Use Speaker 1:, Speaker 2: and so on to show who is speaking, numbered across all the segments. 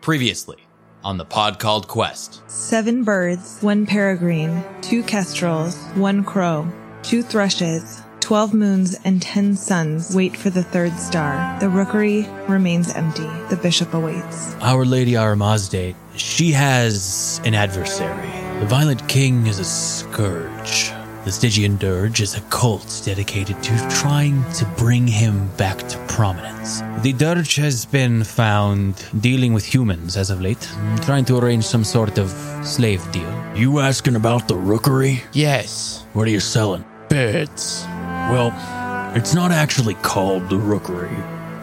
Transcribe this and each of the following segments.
Speaker 1: Previously on the pod called Quest.
Speaker 2: Seven birds, one peregrine, two kestrels, one crow, two thrushes, twelve moons, and ten suns wait for the third star. The rookery remains empty. The bishop awaits.
Speaker 3: Our Lady Aramazde, she has an adversary. The Violent King is a scourge. The Stygian Dirge is a cult dedicated to trying to bring him back to prominence. The Dirge has been found dealing with humans as of late, trying to arrange some sort of slave deal.
Speaker 4: You asking about the rookery?
Speaker 3: Yes.
Speaker 4: What are you selling?
Speaker 3: Birds.
Speaker 4: Well, it's not actually called the rookery.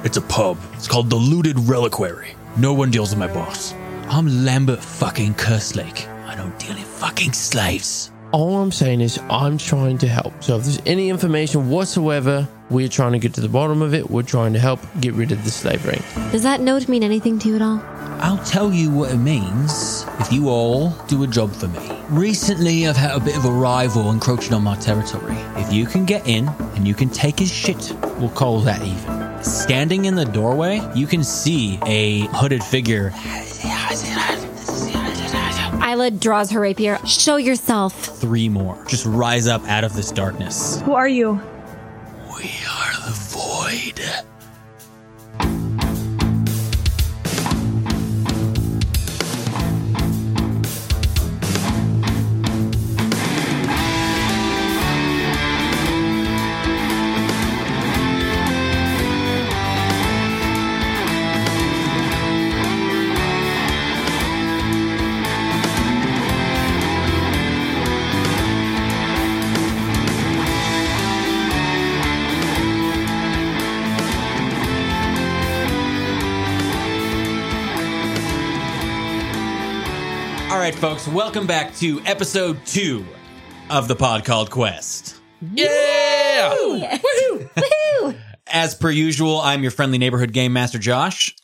Speaker 4: It's a pub. It's called the Looted Reliquary. No one deals with my boss.
Speaker 3: I'm Lambert fucking Kerslake. I don't deal in fucking slaves.
Speaker 5: All I'm saying is I'm trying to help. So if there's any information whatsoever, we're trying to get to the bottom of it. We're trying to help get rid of the slavery.
Speaker 6: Does that note mean anything to you at all?
Speaker 3: I'll tell you what it means if you all do a job for me. Recently, I've had a bit of a rival encroaching on my territory. If you can get in and you can take his shit, we'll call that even. Standing in the doorway, you can see a hooded figure.
Speaker 6: Isla draws her rapier. Show yourself.
Speaker 3: Three more just rise up out of this darkness.
Speaker 2: Who are you?
Speaker 4: We are the void.
Speaker 1: All right, folks, welcome back to episode two of the pod called Quest.
Speaker 6: Woohoo!
Speaker 1: As per usual, I'm your friendly neighborhood game master, Josh.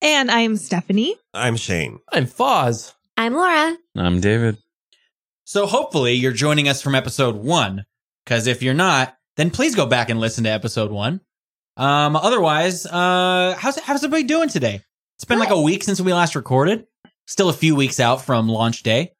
Speaker 2: And I am Stephanie.
Speaker 7: I'm Shane.
Speaker 5: I'm Foz.
Speaker 6: I'm Laura.
Speaker 8: I'm David.
Speaker 1: So hopefully you're joining us from episode one, because if you're not, then please go back and listen to episode one. Um, otherwise, uh, how's how's everybody doing today? It's been like a week since we last recorded. Still a few weeks out from launch day.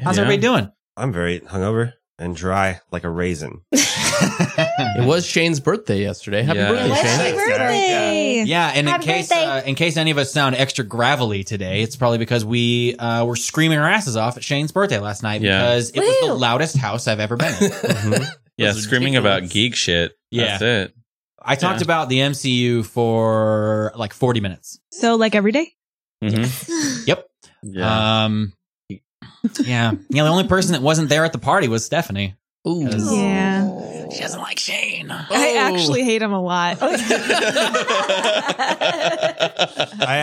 Speaker 1: How's
Speaker 8: Yeah.
Speaker 1: everybody doing?
Speaker 7: I'm very hungover and dry like a raisin.
Speaker 5: It was Shane's birthday yesterday. Happy
Speaker 8: Yeah.
Speaker 5: birthday,
Speaker 8: It was
Speaker 5: Shane.
Speaker 7: Shane.
Speaker 2: birthday!
Speaker 1: Yeah, and in
Speaker 6: Happy
Speaker 1: case
Speaker 6: birthday.
Speaker 1: uh, in case any of us sound extra gravelly today, it's probably because we uh, were screaming our asses off at Shane's birthday last night
Speaker 8: Yeah.
Speaker 1: because it was the
Speaker 6: Woo.
Speaker 1: loudest house I've ever been. in.
Speaker 8: Yeah,
Speaker 1: Those are
Speaker 8: screaming
Speaker 1: ridiculous.
Speaker 8: about geek shit.
Speaker 1: Yeah.
Speaker 8: That's it.
Speaker 1: I talked about the MCU for like 40 minutes.
Speaker 2: So, like every day?
Speaker 8: Mhm. Yeah.
Speaker 1: Um, yeah, yeah. The only person that wasn't there at the party was Stephanie.
Speaker 5: Ooh. Oh.
Speaker 1: Yes.
Speaker 2: Yeah.
Speaker 1: She doesn't like Shane.
Speaker 2: I actually hate him a lot.
Speaker 7: I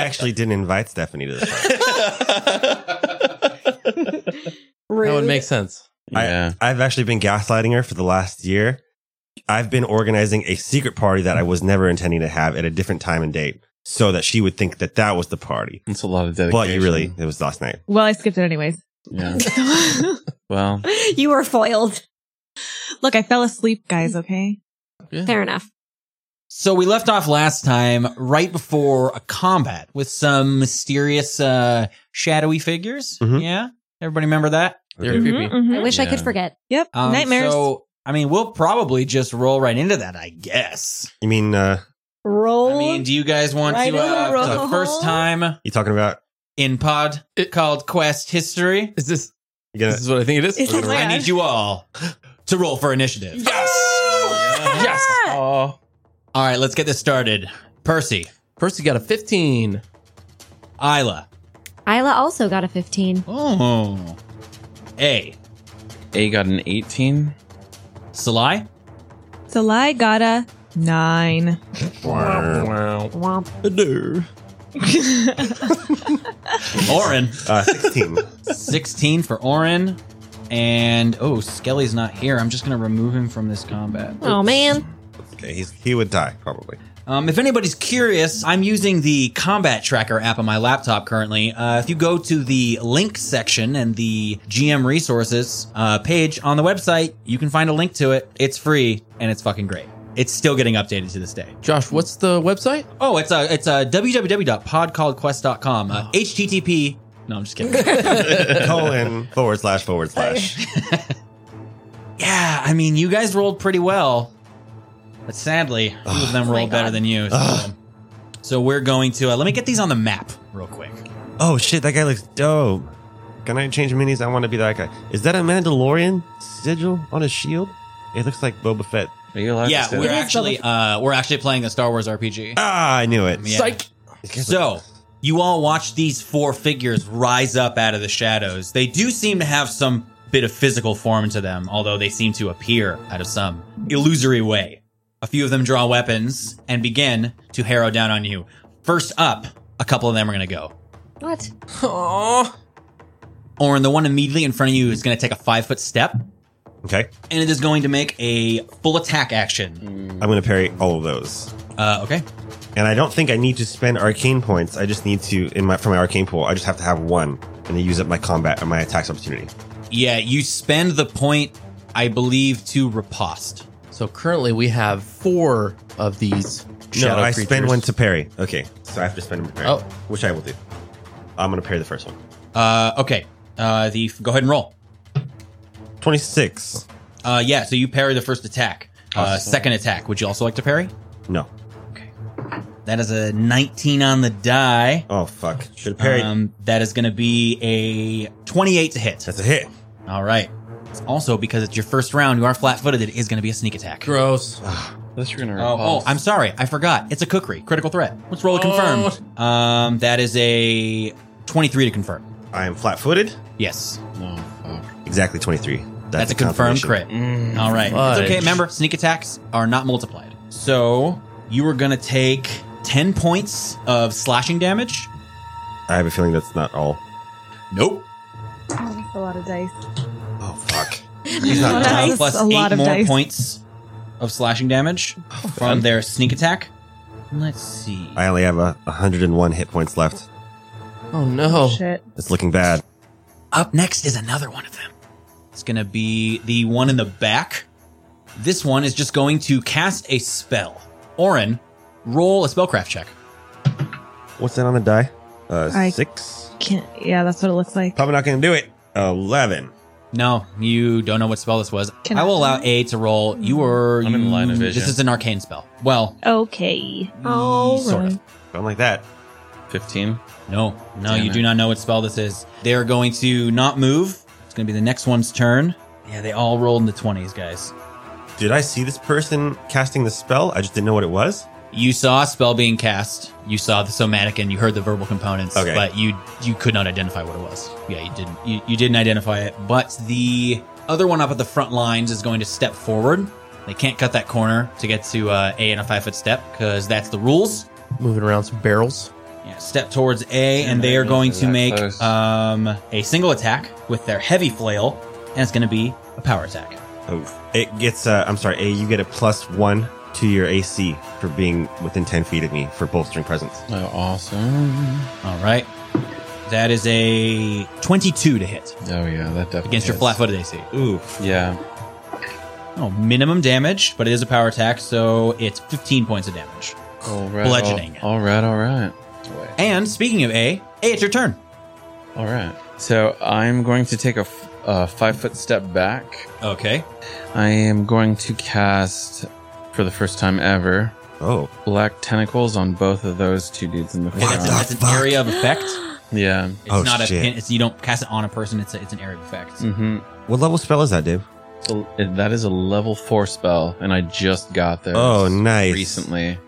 Speaker 7: actually didn't invite Stephanie to this. party.
Speaker 5: That would make sense.
Speaker 8: yeah.
Speaker 7: I've actually been gaslighting her for the last year. I've been organizing a secret party that I was never intending to have at a different time and date so that she would think that that was the party.
Speaker 8: That's a lot of dedication.
Speaker 7: But you really, it was last night.
Speaker 2: well, I skipped it anyways.
Speaker 8: Yeah. Well,
Speaker 6: you were foiled.
Speaker 2: Look, I fell asleep, guys, okay?
Speaker 6: Fair enough.
Speaker 1: So we left off last time right before a combat with some mysterious, uh, shadowy figures.
Speaker 8: Mm-hmm.
Speaker 7: Mhm.
Speaker 1: Yeah, everybody remember that?
Speaker 5: They're
Speaker 7: Okay.
Speaker 5: creepy.
Speaker 2: Mhm, mhm.
Speaker 6: I wish I could
Speaker 8: Yeah.
Speaker 6: forget.
Speaker 2: Yep.
Speaker 1: Um,
Speaker 2: Nightmares.
Speaker 1: So I mean, we'll probably just roll right into that, I guess.
Speaker 7: You mean, uh,
Speaker 1: I mean, do you guys want
Speaker 2: Right
Speaker 1: to uh, for
Speaker 2: on,
Speaker 1: the
Speaker 2: roll.
Speaker 1: first time
Speaker 7: you talking about,
Speaker 1: in pod called Quest History?
Speaker 5: Is this
Speaker 7: you gonna,
Speaker 5: this is what I think it is?
Speaker 2: Is this- Oh my
Speaker 1: I
Speaker 2: God.
Speaker 1: need you all to roll for initiative.
Speaker 5: yes. Oh.
Speaker 1: All right, let's get this started. Percy,
Speaker 5: Percy got a 15.
Speaker 1: Isla.
Speaker 6: Isla also got a 15.
Speaker 1: Oh. A.
Speaker 8: A got an 18.
Speaker 1: Salai.
Speaker 2: So, I got a nine.
Speaker 5: Wow.
Speaker 6: Womp.
Speaker 1: Orin.
Speaker 7: uh, 16.
Speaker 1: 16 for Orin. And, oh, Skelly's not here. I'm just going to remove him from this combat.
Speaker 6: Oh, man.
Speaker 7: okay, he's, he would die, probably.
Speaker 1: Um, if anybody's curious, I'm using the combat tracker app on my laptop currently. Uh, if you go to the link section and the GM resources uh, page on the website, you can find a link to it. It's free and it's fucking great. It's still getting updated to this day.
Speaker 5: Josh, what's the website?
Speaker 1: Oh, it's a it's a www.podcalledquest.com. Uh, HTTP. No, I'm just kidding.
Speaker 7: colon forward slash forward slash.
Speaker 1: yeah, I mean, you guys rolled pretty well, but sadly, two of them rolled better than you. So, so we're going to uh, let me get these on the map real quick.
Speaker 7: Oh shit, that guy looks dope. Can I change minis? I want to be that guy. Is that a Mandalorian sigil on his shield? It looks like Boba Fett.
Speaker 8: Are you allowed
Speaker 1: Yeah,
Speaker 8: to say
Speaker 1: we're
Speaker 8: that?
Speaker 1: actually uh, we're actually playing a Star Wars RPG.
Speaker 7: Ah, I knew it.
Speaker 1: Yeah.
Speaker 5: Psych.
Speaker 1: So you all watch these four figures rise up out of the shadows. They do seem to have some bit of physical form to them, although they seem to appear out of some illusory way. A few of them draw weapons and begin to harrow down on you. First up, a couple of them are going to go.
Speaker 6: What?
Speaker 1: Orin, the one immediately in front of you is going to take a five foot step, and
Speaker 7: Okay,
Speaker 1: it is going to make a full attack action.
Speaker 7: I'm gonna parry all of those,
Speaker 1: Uh, okay.
Speaker 7: and I don't think I need to spend arcane points. I just need to in my for my arcane pool. I just have to have one, and then use up my combat and my attacks opportunity.
Speaker 1: Yeah, you spend the point, I believe, to riposte.
Speaker 5: So currently we have four of these. Shadow
Speaker 7: no, I
Speaker 5: creatures.
Speaker 7: spend one to parry. Okay, so I have to spend one to parry,
Speaker 5: Oh.
Speaker 7: which I will do. I'm gonna parry the first one.
Speaker 1: Uh, okay. Uh, the go ahead and roll.
Speaker 7: Twenty six.
Speaker 1: Uh, yeah. So you parry the first attack. Uh, second attack. Would you also like to parry?
Speaker 7: No.
Speaker 1: That is a 19 on the die.
Speaker 7: Oh fuck. Should have parried.
Speaker 1: Um, that is going to be a 28 to hit.
Speaker 7: That's a hit.
Speaker 1: All right. Also, because it's your first round, you are flat-footed. It is going to be a sneak attack. Oh,
Speaker 5: Gross.
Speaker 8: Unless you're gonna
Speaker 1: oh,
Speaker 8: repulse.
Speaker 1: I'm sorry, I forgot. It's a cookery critical threat. Let's roll a confirmed. Um, that is a 23 to confirm.
Speaker 7: I am flat footed.
Speaker 1: Yes,
Speaker 8: No, fuck.
Speaker 7: Exactly twenty three.
Speaker 1: that's, a confirmed crit. All right.
Speaker 5: Fudge.
Speaker 1: It's okay. Remember, sneak attacks are not multiplied. So you are going to take 10 points of slashing damage.
Speaker 7: I have a feeling that's not all.
Speaker 1: Nope.
Speaker 2: That's a lot of dice.
Speaker 7: Oh fuck.
Speaker 2: That's
Speaker 1: Uh, plus
Speaker 2: a
Speaker 1: eight
Speaker 2: lot of
Speaker 1: more
Speaker 2: dice.
Speaker 1: points of slashing damage from their sneak attack. Let's see.
Speaker 7: I only have a 101 hit points left.
Speaker 5: Oh no.
Speaker 2: Shit.
Speaker 7: It's looking bad.
Speaker 1: Up next is another one of them. It's going to be the one in the back. This one is just going to cast a spell. Orin, roll a spellcraft check.
Speaker 7: What's that on the die? Uh,
Speaker 2: I-
Speaker 7: six.
Speaker 2: Can't. Yeah, that's what it looks like.
Speaker 7: Probably not gonna do it. Eleven.
Speaker 1: No, you don't know what spell this was.
Speaker 2: Can
Speaker 1: I will
Speaker 2: I-
Speaker 1: allow A to roll. You were.
Speaker 8: I'm in line of
Speaker 1: you-
Speaker 8: vision.
Speaker 1: This is an arcane spell. Well,
Speaker 2: Okay. Oh.
Speaker 1: sort of.
Speaker 7: Something like that.
Speaker 8: 15.
Speaker 1: mm, No, no,
Speaker 8: Damn
Speaker 1: you
Speaker 8: it.
Speaker 1: do not know what spell this is. They are going to not move. It's going to be the next one's turn. Yeah, they all rolled in the twenties, guys.
Speaker 7: Did I see this person casting the spell? I just didn't know what it was.
Speaker 1: You saw a spell being cast. You saw the somatic, and you heard the verbal components.
Speaker 7: Okay.
Speaker 1: but you you could not identify what it was. Yeah, you didn't. You, you didn't identify it. But the other one up at the front lines is going to step forward. They can't cut that corner to get to uh, A in a five foot step because that's the rules.
Speaker 5: Moving around some barrels.
Speaker 1: Yeah, step towards A, and they
Speaker 8: I
Speaker 1: are going
Speaker 8: didn't
Speaker 1: to
Speaker 8: get that
Speaker 1: make
Speaker 8: close.
Speaker 1: um, a single attack with their heavy flail, and it's going to be a power attack.
Speaker 7: Oh, it gets. Uh, I'm sorry. A, you get a plus one to your AC for being within 10 feet of me for bolstering presence.
Speaker 8: Oh, awesome.
Speaker 1: All right, that is a twenty-two to hit
Speaker 8: Oh, yeah, that definitely.
Speaker 1: against your
Speaker 8: is.
Speaker 1: flat-footed AC.
Speaker 7: Ooh.
Speaker 8: Yeah.
Speaker 1: Oh, minimum damage, but it is a power attack, so it's fifteen points of damage.
Speaker 8: All right.
Speaker 1: Bludgeoning.
Speaker 8: All right, all right.
Speaker 1: And speaking of A, A, it's your turn.
Speaker 8: All right. So I'm going to take a, f- a five foot step back.
Speaker 1: Okay,
Speaker 8: I am going to cast, for the first time ever,
Speaker 7: Oh.
Speaker 8: black tentacles on both of those two dudes in the
Speaker 1: Okay,
Speaker 8: front.
Speaker 1: that's, a- that's an area of effect. It's
Speaker 8: Yeah.
Speaker 7: Oh,
Speaker 1: not
Speaker 7: shit.
Speaker 1: a pin. It's, you don't cast it on a person. It's a, it's an area of effect.
Speaker 8: Mm-hmm.
Speaker 7: What level spell is that, Dave?
Speaker 8: So it- that is a level four spell, and I just got this.
Speaker 7: Oh, nice.
Speaker 8: Recently.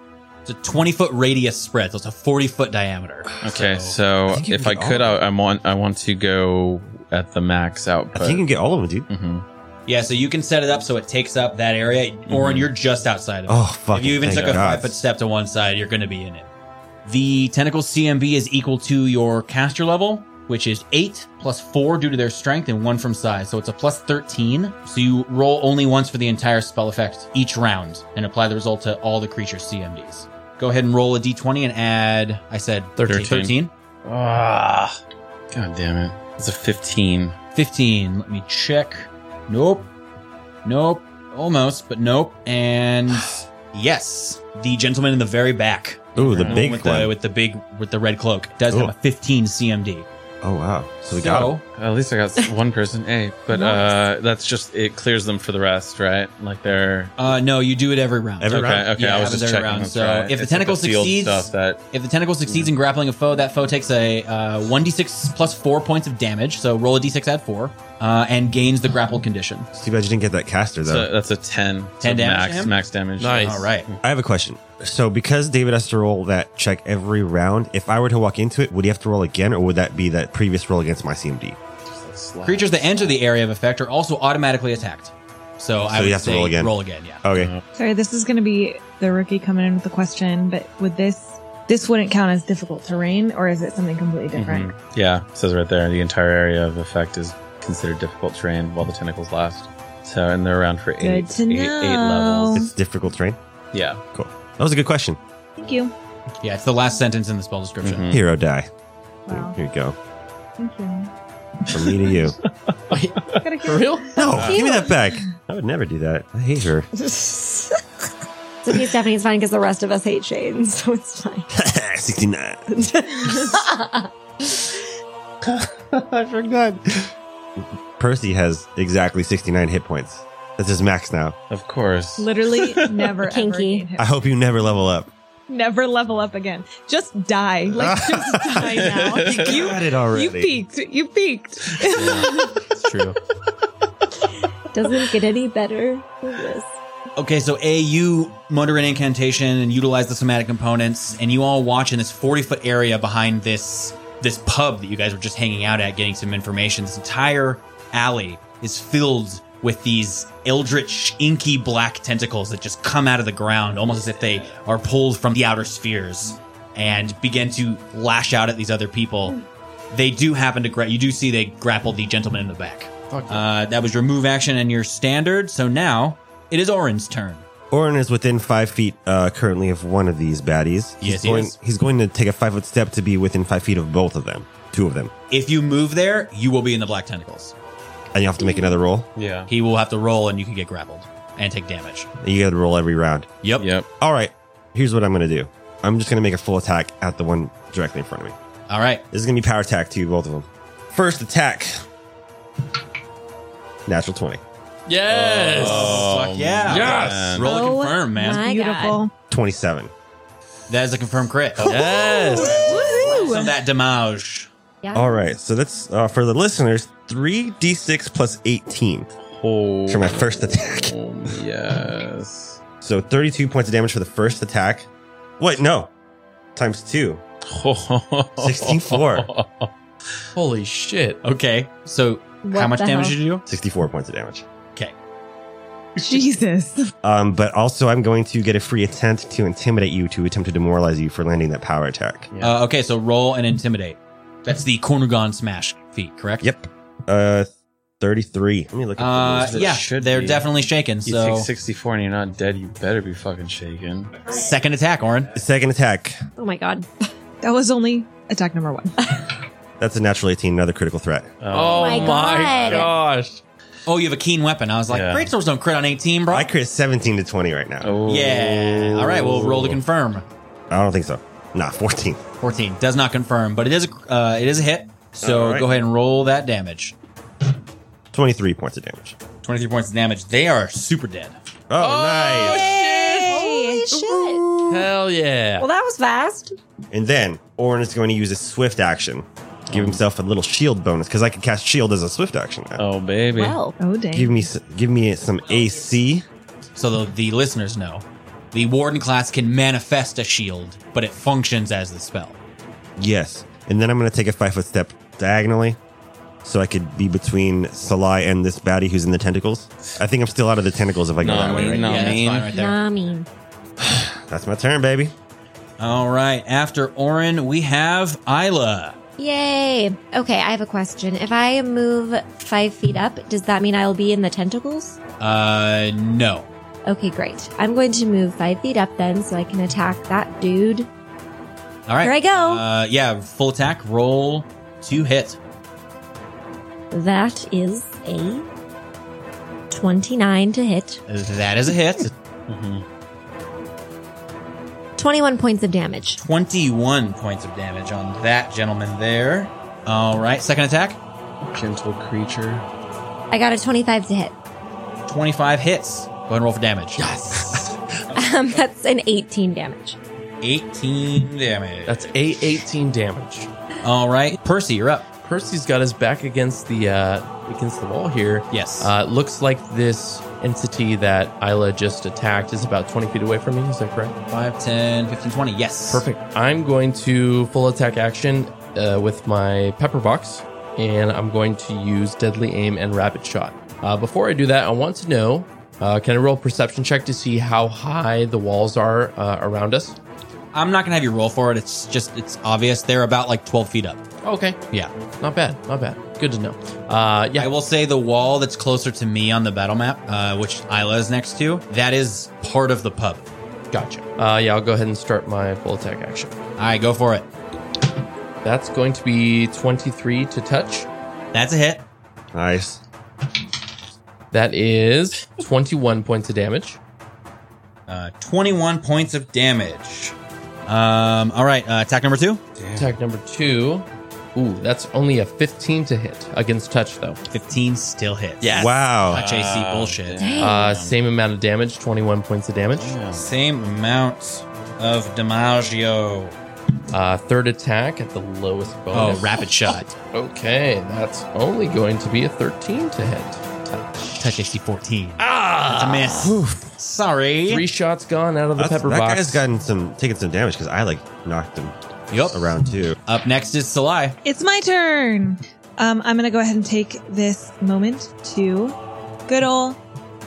Speaker 1: It's a twenty-foot radius spread, so it's a forty-foot diameter.
Speaker 8: Okay, so,
Speaker 7: I think you
Speaker 8: if
Speaker 7: can
Speaker 8: I
Speaker 7: get
Speaker 8: could,
Speaker 7: all
Speaker 8: I, I want I want to go at the max
Speaker 7: I
Speaker 8: output.
Speaker 7: think you can get all of them, dude.
Speaker 8: hmm
Speaker 1: Yeah, so you can set it up so it takes up that area, or you're just outside of it.
Speaker 7: Oh fuck!
Speaker 1: if you even took a five foot step to one side, you're going to be in it. The tentacle CMB is equal to your caster level, which is eight plus four due to their strength and one from size. So it's a plus 13. So you roll only once for the entire spell effect each round and apply the result to all the creature's CMDs. Go ahead and roll a d20 and add, I said 13. 13.
Speaker 8: Ah, god damn it! It's a fifteen.
Speaker 1: 15. Let me check. Nope. Nope. Almost, but nope. And Yes, the gentleman in the very back.
Speaker 7: Ooh, the
Speaker 1: one
Speaker 7: big
Speaker 1: with
Speaker 7: one.
Speaker 1: the, with the big with the red cloak does have
Speaker 7: Ooh.
Speaker 1: a 15 CMD.
Speaker 7: Oh wow! So we got him.
Speaker 8: At least I got s- one person. Hey, but uh, that's just it clears them for the rest, right? Like they're
Speaker 1: Uh, no, you do it every round.
Speaker 7: Every
Speaker 8: okay.
Speaker 7: round.
Speaker 8: Okay,
Speaker 1: Yeah,
Speaker 8: I was
Speaker 1: happens every
Speaker 8: just checking.
Speaker 1: round.
Speaker 8: that's
Speaker 1: So
Speaker 8: right.
Speaker 1: if the
Speaker 8: It's
Speaker 1: tentacle
Speaker 8: the sealed
Speaker 1: succeeds-
Speaker 8: stuff that
Speaker 1: If the tentacle succeeds in grappling a foe, that foe takes a uh, 1d6 plus 4 points of damage. So roll a d6 add 4 uh, and gains the grapple condition.
Speaker 7: It's Too bad you didn't get that caster
Speaker 8: so
Speaker 7: though.
Speaker 8: that's a ten.
Speaker 1: 10
Speaker 8: so
Speaker 1: damage to
Speaker 8: max
Speaker 1: him?
Speaker 8: max damage. Mm,
Speaker 5: Nice.
Speaker 1: All right.
Speaker 7: I have a question. So because David has to roll that check every round, if I were to walk into it, would he have to roll again, or would that be that previous roll against my CMD?
Speaker 1: Creatures that enter the area of effect are also automatically attacked. So, I
Speaker 7: you
Speaker 1: would
Speaker 7: have to
Speaker 1: say
Speaker 7: roll again. Oh.
Speaker 1: yeah.
Speaker 7: Okay.
Speaker 2: Sorry, this is going to be the rookie coming in with a question, but would this this wouldn't count as difficult terrain, or is it something completely different?
Speaker 8: Mhm. Yeah, it says right there the entire area of effect is considered difficult terrain while the tentacles last. So and they're around for eight,
Speaker 2: Good to
Speaker 8: eight- eight
Speaker 2: know.
Speaker 8: levels.
Speaker 7: It's difficult terrain.
Speaker 8: Yeah.
Speaker 7: That was a good question.
Speaker 2: Thank you.
Speaker 1: Yeah, it's the last sentence in the spell description.
Speaker 8: Mhm.
Speaker 7: Hero die.
Speaker 2: Wow,
Speaker 7: Here you go.
Speaker 2: thank you.
Speaker 7: From me to you.
Speaker 2: Gotta
Speaker 5: For real?
Speaker 7: No, give me that back. I would never do that. I hate her.
Speaker 6: So okay, Stephanie's fine because the rest of us hate Shane, so it's fine.
Speaker 7: 69. I forgot. Percy has exactly 69 hit points. That's his max now.
Speaker 8: Of course.
Speaker 2: Literally never ever
Speaker 6: Kinky.
Speaker 2: gain hit-
Speaker 7: I hope you never level up.
Speaker 2: never level up again. Just die. Like just die now. You
Speaker 7: got it already.
Speaker 2: you peaked. You peaked.
Speaker 5: It's true.
Speaker 6: Doesn't get any better than this.
Speaker 1: Okay, so A, you mutter an incantation and utilize the somatic components, and you all watch in this 40 foot area behind this this pub that you guys were just hanging out at getting some information. This entire alley is filled with these eldritch, inky black tentacles that just come out of the ground, almost as if they are pulled from the outer spheres, and begin to lash out at these other people. They do happen to grab, you do see they grapple the gentleman in the back.
Speaker 5: Fuck yeah.
Speaker 1: Uh, that was your move action and your standard. So now it is Orin's turn.
Speaker 7: Orin is within five feet uh, currently of one of these baddies. He's
Speaker 1: Yes, he
Speaker 7: going,
Speaker 1: is.
Speaker 7: He's going to take a five foot step to be within five feet of both of them, two of them.
Speaker 1: If you move there, you will be in the black tentacles.
Speaker 7: And you have to make another roll.
Speaker 8: Yeah.
Speaker 1: He will have to roll, and you can get grappled and take damage.
Speaker 7: You got to roll every round.
Speaker 1: Yep.
Speaker 8: Yep.
Speaker 7: All right, here's what I'm going to do I'm just going to make a full attack at the one directly in front of me.
Speaker 1: All right.
Speaker 7: This is gonna be power attack to you, both of them. First attack, natural twenty.
Speaker 5: Yes.
Speaker 1: Oh,
Speaker 8: Oh,
Speaker 1: Fuck yeah.
Speaker 8: Yes.
Speaker 1: Roll to
Speaker 6: Oh
Speaker 1: confirm, man.
Speaker 6: my-
Speaker 2: Beautiful.
Speaker 7: 27.
Speaker 1: That is a confirmed crit.
Speaker 5: Oh. Yes.
Speaker 1: Some that damage.
Speaker 6: Yeah.
Speaker 7: All right, so that's uh, for the listeners 3d6 plus 18
Speaker 8: Oh.
Speaker 7: for my first attack.
Speaker 8: Yes.
Speaker 7: So 32 points of damage for the first attack. Wait, no, times two. 64.
Speaker 5: Holy shit.
Speaker 1: Okay. So how
Speaker 6: What
Speaker 1: much
Speaker 6: the
Speaker 1: damage
Speaker 6: hell?
Speaker 1: did you do?
Speaker 7: 64 points of damage.
Speaker 2: Jesus.
Speaker 7: Um, but also, I'm going to get a free attempt to intimidate you to attempt to demoralize you for landing that power attack.
Speaker 8: Yeah.
Speaker 1: Uh, okay. So roll and intimidate. That's the Cornugon smash feat, correct?
Speaker 7: Yep. Uh, 33. Let me look.
Speaker 1: Uh,
Speaker 7: At the rules.
Speaker 1: yeah.
Speaker 8: should
Speaker 1: They're
Speaker 8: be.
Speaker 1: definitely shaken.
Speaker 8: You
Speaker 1: So
Speaker 8: take 64 and you're not dead, you better be fucking shaken.
Speaker 1: second attack, Orin.
Speaker 7: Second attack.
Speaker 6: Oh my god.
Speaker 2: That was only attack number one.
Speaker 7: That's a natural 18, another critical threat.
Speaker 5: Oh,
Speaker 6: my
Speaker 5: my
Speaker 6: God.
Speaker 5: gosh.
Speaker 1: Oh, you have a keen weapon. I was like,
Speaker 8: Yeah.
Speaker 1: greatswords don't crit on 18, bro.
Speaker 7: I crit 17 to 20 right now.
Speaker 8: Oh.
Speaker 1: Yeah. All right. Well, roll to confirm.
Speaker 7: I don't think so. Nah, 14.
Speaker 1: 14 does not confirm, but it is a uh, it is a hit. So
Speaker 7: All right.
Speaker 1: go ahead and roll that damage.
Speaker 7: 23 points of damage.
Speaker 1: 23 points of damage. They are super dead.
Speaker 7: Oh, nice.
Speaker 6: Holy shit.
Speaker 5: Hell yeah.
Speaker 6: Well, that was fast.
Speaker 7: And then Orin is going to use a swift action. Give himself a little shield bonus because I can cast shield as a swift action. now.
Speaker 8: Oh, baby.
Speaker 6: Well,
Speaker 2: Oh dang.
Speaker 7: Give me s- give me some AC.
Speaker 1: So the, the listeners know the warden class can manifest a shield, but it functions as the spell.
Speaker 7: Yes. And then I'm going to take a five foot step diagonally so I could be between Salai and this baddie who's in the tentacles. I think I'm still out of the tentacles if I go
Speaker 8: No,
Speaker 7: that way, right?
Speaker 8: no.
Speaker 1: yeah,
Speaker 8: mean.
Speaker 1: that's fine right there.
Speaker 6: nah, I mean,
Speaker 7: That's my turn, baby.
Speaker 1: All right. After Orin, we have Isla.
Speaker 6: yay. Okay, I have a question. If I move five feet up, does that mean I'll be in the tentacles?
Speaker 1: Uh, no.
Speaker 6: Okay, great. I'm going to move five feet up then so I can attack that dude.
Speaker 1: All right.
Speaker 6: Here I go.
Speaker 1: Uh, yeah, full attack. Roll to hit.
Speaker 6: That is a 29 to hit.
Speaker 1: That is a hit.
Speaker 6: 21 points of damage.
Speaker 1: 21 points of damage on that gentleman there. All right, second attack.
Speaker 8: Gentle creature.
Speaker 6: I got a 25 to hit.
Speaker 1: 25 hits. Go ahead and roll for damage. Yes.
Speaker 6: Um, that's an 18 damage.
Speaker 1: 18 damage.
Speaker 5: That's eight, 18 damage.
Speaker 1: All right, Percy, you're up.
Speaker 5: Percy's got his back against the uh, against the wall here.
Speaker 1: Yes.
Speaker 5: Uh, it looks like this entity that Isla just attacked is about 20 feet away from me. Is that correct?
Speaker 1: 5, 10, 15, 20. Yes.
Speaker 5: Perfect. I'm going to full attack action uh, with my pepper box, and I'm going to use deadly aim and rapid shot. Uh, before I do that, I want to know uh, can I roll a perception check to see how high the walls are uh, around us?
Speaker 1: I'm not going to have you roll for it. It's just, it's obvious. They're about like 12 feet up.
Speaker 5: Oh, Okay.
Speaker 1: Yeah.
Speaker 5: Not bad. Not bad. Good to know. Uh, yeah.
Speaker 1: I will say the wall that's closer to me on the battle map, uh, which Isla is next to, that is part of the pub.
Speaker 5: Gotcha. Uh, yeah, I'll go ahead and start my full attack action.
Speaker 1: All right, go for it.
Speaker 5: That's going to be 23 to touch.
Speaker 1: That's a hit.
Speaker 7: Nice.
Speaker 5: That is 21 points of damage.
Speaker 1: Uh, 21 points of damage. Um, all right, uh, attack number two.
Speaker 5: Attack number two. Ooh, that's only a 15 to hit against touch, though.
Speaker 1: 15 still hits.
Speaker 7: Wow.
Speaker 1: Touch AC bullshit.
Speaker 5: Uh, same amount of damage, 21 points of damage.
Speaker 1: Oh, Same amount of damaggio.
Speaker 5: Uh, third attack at the lowest
Speaker 1: Oh,
Speaker 5: bonus.
Speaker 1: rapid shot.
Speaker 5: Okay, that's only going to be a 13 to hit. Touch.
Speaker 1: Touch AC 14. Ah! That's a miss. Sorry.
Speaker 5: Three shots gone out of the
Speaker 7: That's-
Speaker 5: pepper
Speaker 7: that
Speaker 5: box.
Speaker 7: guy's gotten some taken some damage because I like knocked him
Speaker 1: Yup.
Speaker 7: around too.
Speaker 1: Up next is Salai.
Speaker 2: It's my turn. Um, I'm going to go ahead and take this moment to good old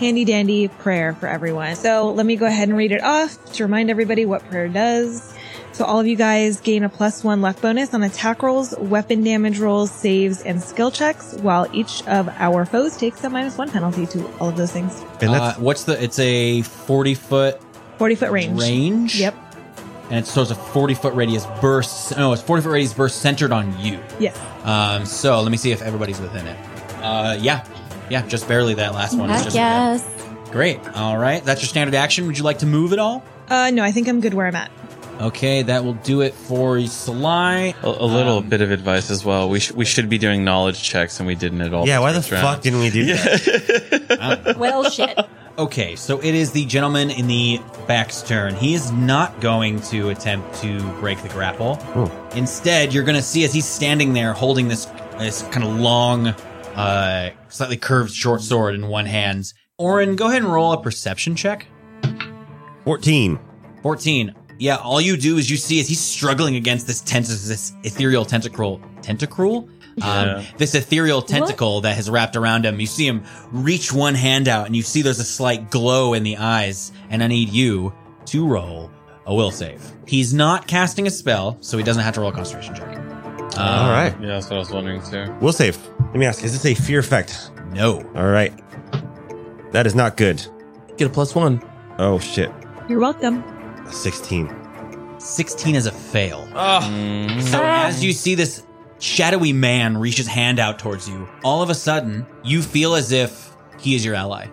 Speaker 2: handy dandy prayer for everyone. So let me go ahead and read it off to remind everybody what prayer does. So all of you guys gain a plus one luck bonus on attack rolls, weapon damage rolls, saves, and skill checks, while each of our foes takes a minus one penalty to all of those things.
Speaker 7: And
Speaker 1: Uh,
Speaker 7: that's
Speaker 1: what's the? It's a 40 foot
Speaker 2: 40 foot range.
Speaker 1: range.
Speaker 2: Yep.
Speaker 1: And it's, so it's a 40 foot radius burst. No, it's 40 foot radius burst centered on you.
Speaker 2: Yes.
Speaker 1: Um, so let me see if everybody's within it. Uh, yeah. Yeah, just barely that last one. is
Speaker 6: Heck
Speaker 1: just
Speaker 6: yes.
Speaker 1: Great. All right. That's your standard action. Would you like to move at all?
Speaker 2: Uh, no, I think I'm good where I'm at.
Speaker 1: Okay, that will do it for Salai.
Speaker 8: A, a little
Speaker 1: Um,
Speaker 8: bit of advice as well. We, sh- we should be doing knowledge checks, and we didn't at all.
Speaker 7: yeah.
Speaker 8: this
Speaker 7: Why the
Speaker 8: first Uh, round.
Speaker 7: fuck didn't we do that?
Speaker 6: Well, shit.
Speaker 1: Okay, so it is the gentleman in the back's turn. He is not going to attempt to break the grapple.
Speaker 7: Ooh.
Speaker 1: Instead, you're going to see as he's standing there holding this this kind of long, uh, slightly curved short sword in one hand. Orin, go ahead and roll a perception check.
Speaker 7: Fourteen.
Speaker 1: 14. Yeah, all you do is you see is he's struggling against this tent- this ethereal tentacruel tentacruel. Um,
Speaker 8: Yeah.
Speaker 1: This ethereal tentacle that has wrapped around him. You see him reach one hand out, and you see there's a slight glow in the eyes. And I need you to roll a will save. He's not casting a spell, so he doesn't have to roll a concentration check. Uh,
Speaker 7: All right.
Speaker 8: Yeah, that's what I was wondering too.
Speaker 7: We'll save. Let me ask: Is this a fear effect?
Speaker 1: Um, No.
Speaker 7: All right. That is not good.
Speaker 5: Get a plus one.
Speaker 7: Oh shit.
Speaker 2: You're welcome.
Speaker 7: Sixteen.
Speaker 1: 16 is a fail.
Speaker 8: Mm.
Speaker 1: So as you see this shadowy man reach his hand out towards you, all of a sudden you feel as if he is your ally.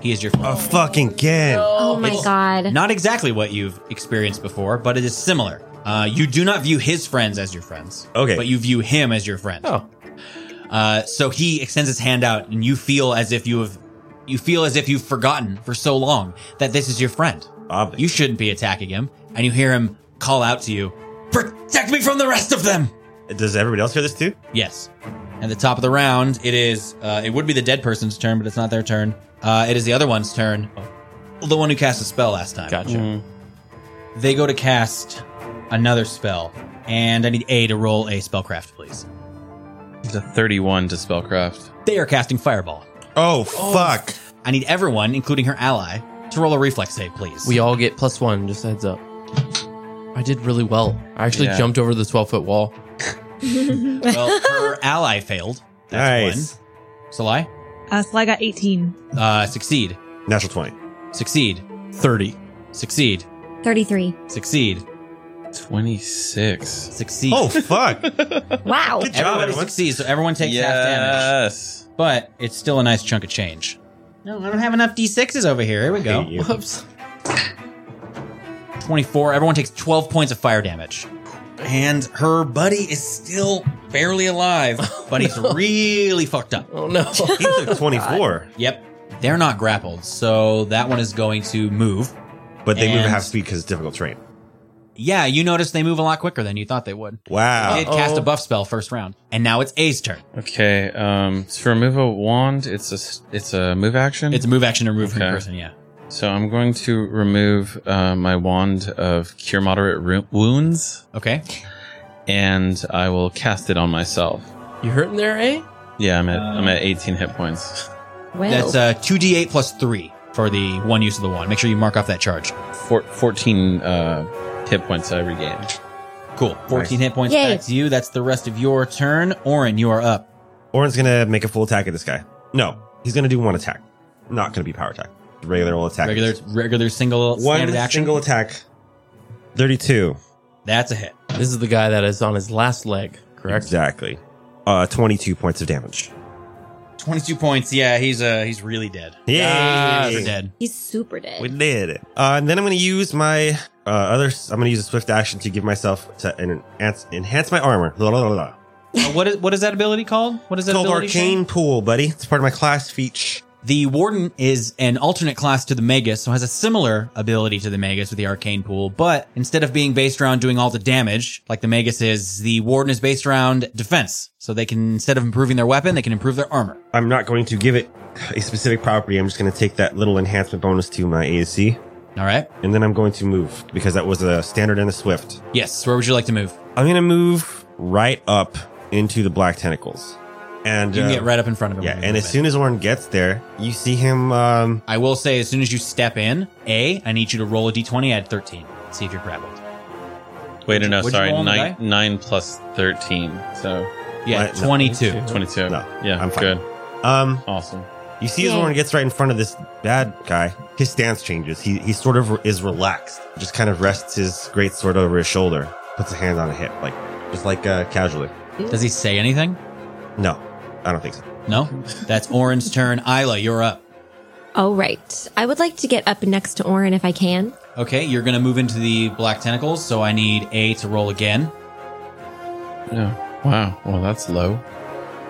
Speaker 1: He is your friend.
Speaker 7: Oh fucking again.
Speaker 6: Oh my
Speaker 1: It's
Speaker 6: god.
Speaker 1: Not exactly what you've experienced before, but it is similar. Uh, you do not view his friends as your friends.
Speaker 7: Okay.
Speaker 1: But you view him as your friend.
Speaker 5: Oh.
Speaker 1: Uh, so he extends his hand out, and you feel as if you have, you feel as if you've forgotten for so long that this is your friend.
Speaker 7: Obvi-
Speaker 1: You shouldn't be attacking him, and you hear him call out to you, "Protect me from the rest of them."
Speaker 7: Does everybody else hear this too?
Speaker 1: Yes. At the top of the round, it is. Uh, it would be the dead person's turn, but it's not their turn. Uh, it is the other one's turn. Oh. The one who cast a spell last time.
Speaker 5: Gotcha.
Speaker 8: Mm.
Speaker 1: They go to cast another spell, and I need A to roll a spellcraft, please.
Speaker 8: It's a 31 to spellcraft.
Speaker 1: They are casting fireball.
Speaker 7: Oh fuck.
Speaker 1: I need everyone, including her ally, to roll a reflex save, please.
Speaker 5: We all get plus one, just a heads up. I did really well. I actually
Speaker 8: Yeah.
Speaker 5: jumped over the 12 foot wall.
Speaker 1: well, her ally failed. That's
Speaker 7: nice.
Speaker 1: one. Salai,
Speaker 2: Uh, so I got 18.
Speaker 1: uh, succeed,
Speaker 7: Natural twenty.
Speaker 1: succeed,
Speaker 5: 30.
Speaker 1: succeed,
Speaker 6: 33.
Speaker 1: succeed,
Speaker 8: 26.
Speaker 1: succeed.
Speaker 7: Oh fuck.
Speaker 6: Wow.
Speaker 7: Good job,
Speaker 1: everybody
Speaker 7: everyone.
Speaker 1: succeeds, so everyone takes half damage.
Speaker 8: yes.
Speaker 1: but it's still a nice chunk of change. No, I don't have enough d6s over here. Here we go.
Speaker 7: Hate you.
Speaker 5: Whoops.
Speaker 1: 24. Everyone takes 12 points of fire damage. And her buddy is still barely alive, but he's really fucked up.
Speaker 5: Oh no.
Speaker 7: He took 24,
Speaker 1: Yep. They're not grappled, so that one is going to move.
Speaker 7: but they move
Speaker 1: And-
Speaker 7: at half speed because it's difficult terrain.
Speaker 1: Yeah, you notice they move a lot quicker than you thought they would.
Speaker 7: Wow.
Speaker 1: It cast a buff spell first round, and now it's A's turn.
Speaker 8: Okay. Um, so for move a wand, it's a s- it's a move action.
Speaker 1: It's a move action to remove from the
Speaker 8: Okay.
Speaker 1: person. Yeah.
Speaker 8: so I'm going to remove uh, my wand of cure moderate ru- wounds,
Speaker 1: Okay.
Speaker 8: and I will cast it on myself.
Speaker 5: you hurting there, eh?
Speaker 8: Yeah, I'm at I'm
Speaker 1: Um,
Speaker 8: at 18 hit points.
Speaker 6: Well,
Speaker 1: That's uh, 2d8 plus 3 for the one use of the wand. Make sure you mark off that charge.
Speaker 8: Four, 14 uh, hit points I regained.
Speaker 1: Cool. 14 hit points
Speaker 6: Yay.
Speaker 1: back to you. That's the rest of your turn. Orin, you are up.
Speaker 7: Orin's going to make a full attack at this guy. No, he's going to do one attack. Not going to be power attack. Regular old attack.
Speaker 1: Regular, regular single
Speaker 7: One
Speaker 1: standard action.
Speaker 7: single attack. 32.
Speaker 1: That's a hit.
Speaker 5: This is the guy that is on his last leg, correct?
Speaker 7: Exactly. Uh, 22 points of damage.
Speaker 1: 22 points. Yeah, he's uh he's really dead.
Speaker 7: Yeah.
Speaker 1: He's dead.
Speaker 6: he's super dead.
Speaker 7: We did it. Uh, and then I'm going to use my uh, other. I'm going to use a swift action to give myself to enhance, enhance my armor. La, la, la, la.
Speaker 1: Uh, what is what is that ability called? What is that
Speaker 7: It's called
Speaker 1: ability? Shane?
Speaker 7: Arcane Pool, buddy. It's part of my class feat.
Speaker 1: The Warden is an alternate class to the Magus, so has a similar ability to the Magus with the Arcane Pool, but instead of being based around doing all the damage, like the Magus is, the Warden is based around defense. So they can, instead of improving their weapon, they can improve their armor.
Speaker 7: I'm not going to give it a specific property. I'm just going to take that little enhancement bonus to my AC,
Speaker 1: All right?
Speaker 7: and then I'm going to move because that was a standard and a swift.
Speaker 1: Yes, where would you like to move?
Speaker 7: I'm going to move right up into the black tentacles, and
Speaker 1: You can
Speaker 7: uh,
Speaker 1: get right up in front of him.
Speaker 7: yeah.
Speaker 1: with your
Speaker 7: And as
Speaker 1: movement.
Speaker 7: soon as Orin gets there, you see him. Um,
Speaker 1: I will say, as soon as you step in, A, I need you to roll a d20, add 13. See if you're grappled.
Speaker 8: Wait, no, no,
Speaker 1: What'd you
Speaker 8: sorry,
Speaker 1: roll on the
Speaker 8: nine, nine plus 13, so
Speaker 1: Yeah,
Speaker 7: What?
Speaker 1: 22.
Speaker 8: 22.
Speaker 7: No,
Speaker 8: yeah,
Speaker 7: I'm fine.
Speaker 8: good,
Speaker 7: um,
Speaker 8: awesome.
Speaker 7: You see, as
Speaker 6: Yeah.
Speaker 7: Lauren gets right in front of this bad guy, his stance changes. He he sort of is relaxed, just kind of rests his great sword over his shoulder, puts a hand on a hip, like just like uh, casually.
Speaker 1: Does he say anything?
Speaker 7: No, I don't think so.
Speaker 1: No? That's Orin's turn. Isla, you're up.
Speaker 6: All right. I would like to get up next to Orin if I can.
Speaker 1: Okay, you're gonna move into the black tentacles, so I need A to roll again.
Speaker 8: Yeah. Wow. Well, that's low.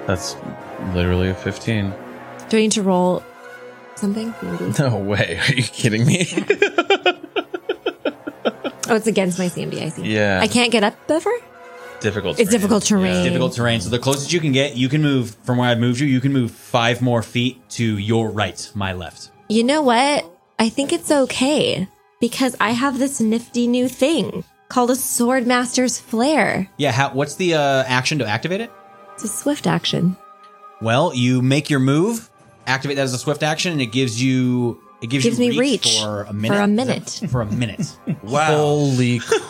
Speaker 8: That's literally a 15.
Speaker 6: Do I need to roll something? Oh, Maybe.
Speaker 8: No way. Are you kidding me?
Speaker 6: Oh, it's against my CMD. I see.
Speaker 8: yeah.
Speaker 6: I can't get up ever.
Speaker 8: difficult.
Speaker 6: It's difficult terrain.
Speaker 1: Difficult terrain, so the closest you can get, you can move from where I've moved you, you can move five more feet to your right, my left.
Speaker 6: You know what? I think it's okay because I have this nifty new thing called a Swordmaster's Flare.
Speaker 1: Yeah, how, what's the uh, action to activate it?
Speaker 6: It's a swift action.
Speaker 1: Well, you make your move, activate that as a swift action, and it gives you it gives,
Speaker 6: Gives
Speaker 1: you
Speaker 6: me reach
Speaker 1: for a
Speaker 6: for
Speaker 1: minute.
Speaker 6: a
Speaker 1: Is that-
Speaker 6: minute.
Speaker 1: For a minute.
Speaker 5: Holy
Speaker 6: So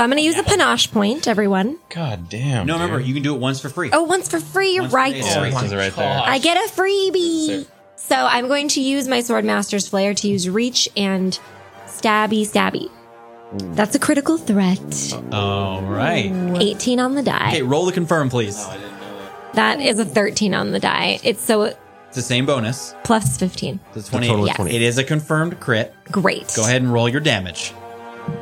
Speaker 6: I'm going to use a panache point, everyone.
Speaker 8: God damn.
Speaker 1: no, remember,
Speaker 8: dude.
Speaker 1: you can do it once for free.
Speaker 6: Oh, once for free. You're
Speaker 1: Once for
Speaker 6: right.
Speaker 1: free,
Speaker 8: Yeah,
Speaker 1: Oh
Speaker 8: it
Speaker 1: my
Speaker 8: says it right there.
Speaker 6: I get a freebie. So I'm going to use my Swordmaster's Flare to use reach and stabby stabby. That's a critical threat.
Speaker 1: All right.
Speaker 6: 18 on the
Speaker 1: Okay,
Speaker 6: die.
Speaker 1: roll the confirm, please.
Speaker 6: That is a 13 on the die. It's so
Speaker 1: It's the same bonus.
Speaker 6: plus 15.
Speaker 1: It's 20.
Speaker 7: total
Speaker 6: is Yeah. 28.
Speaker 1: It is a confirmed crit.
Speaker 6: Great.
Speaker 1: Go ahead and roll your damage.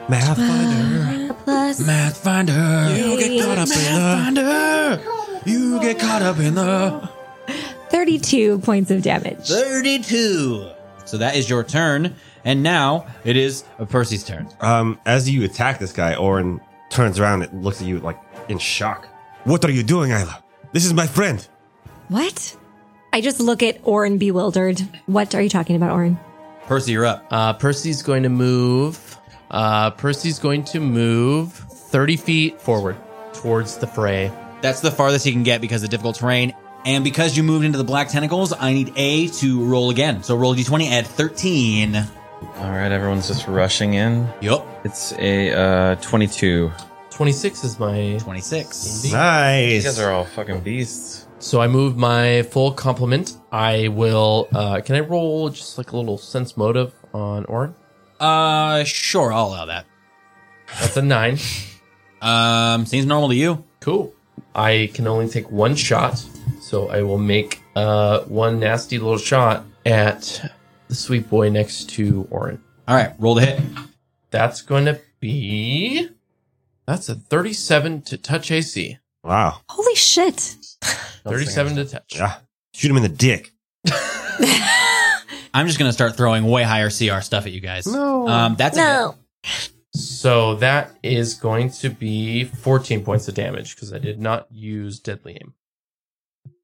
Speaker 7: Math finder.
Speaker 6: Plus
Speaker 3: Math finder. You get caught up in the. You get caught up in the.
Speaker 6: 32 points of damage.
Speaker 1: 32. So that is your turn. And now it is Percy's turn.
Speaker 7: Um, as you attack this guy, Orin turns around and looks at you like in shock. What are you doing, Isla? This is my friend.
Speaker 6: What? I just look at Orin bewildered. What are you talking about, Orin?
Speaker 1: Percy, you're up.
Speaker 5: Uh, Percy's going to move. Uh, Percy's going to move 30 feet forward towards the fray.
Speaker 1: That's the farthest he can get because of difficult terrain. And because you moved into the black tentacles, I need A to roll again. So roll d20, add 13.
Speaker 8: All right, everyone's just rushing in.
Speaker 1: Yup.
Speaker 8: It's a uh, 22.
Speaker 5: 26 is my.
Speaker 1: 26.
Speaker 8: You guys
Speaker 7: Nice.
Speaker 8: are all fucking beasts.
Speaker 5: So I move my full complement. I will. Uh, can I roll just like a little sense motive on Orin?
Speaker 1: Uh, sure, I'll allow that.
Speaker 5: That's a nine.
Speaker 1: Um, seems normal to you.
Speaker 5: Cool. I can only take one shot, so I will make uh, one nasty little shot at the sweet boy next to Orin.
Speaker 1: All right, roll the hit.
Speaker 5: That's going to be. That's a 37 to touch AC.
Speaker 7: Wow.
Speaker 6: Holy shit.
Speaker 5: 37 to touch.
Speaker 7: Yeah. Shoot him in the dick.
Speaker 1: I'm just gonna start throwing way higher CR stuff at you guys.
Speaker 5: No.
Speaker 1: Um, that's a hit.
Speaker 6: no.
Speaker 5: So that is going to be 14 points of damage because I did not use deadly aim.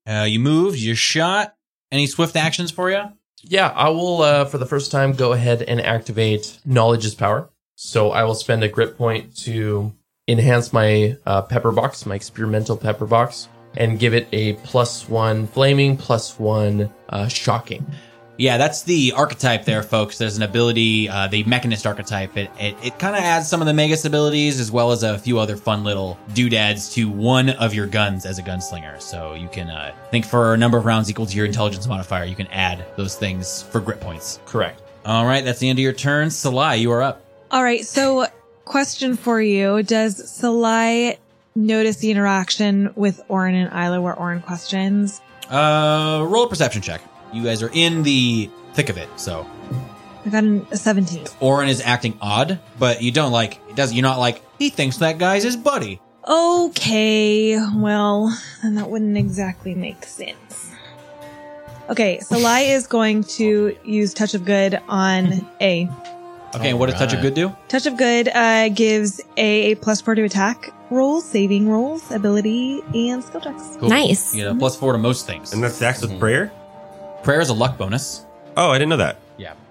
Speaker 1: Uh, you moved, you shot. Any swift actions for you?
Speaker 5: Yeah, I will, uh, for the first time, go ahead and activate Knowledge is Power. So I will spend a grit point to enhance my uh, pepper box, my experimental pepper box, and give it a plus one flaming, plus one uh, shocking.
Speaker 1: Yeah, that's the archetype there, folks. There's an ability, uh, the mechanist archetype. It it, it kind of adds some of the magus abilities as well as a few other fun little doodads to one of your guns as a gunslinger. So you can uh, I think for a number of rounds equal to your intelligence modifier. You can add those things for grit points.
Speaker 5: Correct.
Speaker 1: All right, that's the end of your turn. Salai, you are up.
Speaker 2: All right. So, question for you: Does Salai notice the interaction with Orin and Isla, where Orin questions?
Speaker 1: Uh, roll a perception check. You guys are in the thick of it, so
Speaker 2: I got an, a seventeen.
Speaker 1: Orin is acting odd, but you don't like it. Does you're not like he thinks that guy's his buddy.
Speaker 2: Okay, well, then that wouldn't exactly make sense. Okay, Salai is going to use Touch of Good on A.
Speaker 1: Okay, and what does touch of good do?
Speaker 2: Touch of Good uh, gives A a plus four to attack rolls, saving rolls, ability, and skill checks.
Speaker 1: Cool.
Speaker 6: Nice.
Speaker 1: You get a plus four to most things.
Speaker 7: And that's the axe with prayer?
Speaker 1: Prayer is a luck bonus.
Speaker 7: Oh, I didn't know that.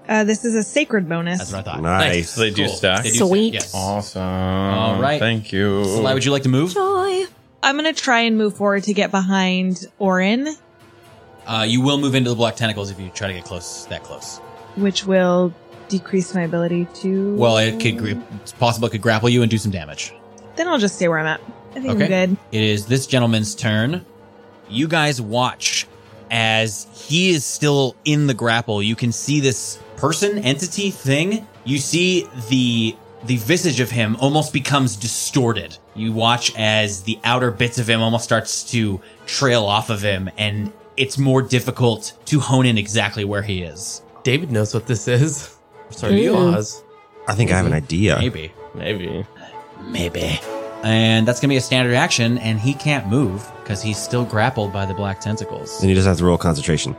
Speaker 2: Uh, this is a sacred bonus.
Speaker 1: That's what I thought.
Speaker 7: Nice.
Speaker 8: So they do
Speaker 1: Cool.
Speaker 8: stack.
Speaker 1: They do
Speaker 6: Sweet.
Speaker 1: yes.
Speaker 8: Awesome.
Speaker 1: All right.
Speaker 8: Thank you.
Speaker 1: So, Lai, would you like to move?
Speaker 6: Joy.
Speaker 2: I'm going to try and move forward to get behind Orin,
Speaker 1: Uh, you will move into the black tentacles if you try to get close, that close.
Speaker 2: which will decrease my ability to.
Speaker 1: Well, it could, gra- it's possible it could grapple you and do some damage.
Speaker 2: Then I'll just stay where I'm at. I think
Speaker 1: Okay.
Speaker 2: I'm good.
Speaker 1: It is this gentleman's turn. You guys watch as he is still in the grapple. You can see this person, entity, thing. You see the the visage of him almost becomes distorted. You watch as the outer bits of him almost starts to trail off of him and it's more difficult to hone in exactly where he is.
Speaker 5: David knows what this is. Sorry,
Speaker 6: Ooh.
Speaker 5: Oz.
Speaker 7: I think I have an idea.
Speaker 1: Maybe.
Speaker 5: Maybe.
Speaker 1: Maybe. And that's going to be a standard action and he can't move because he's still grappled by the black tentacles.
Speaker 7: Then you just have to roll concentration.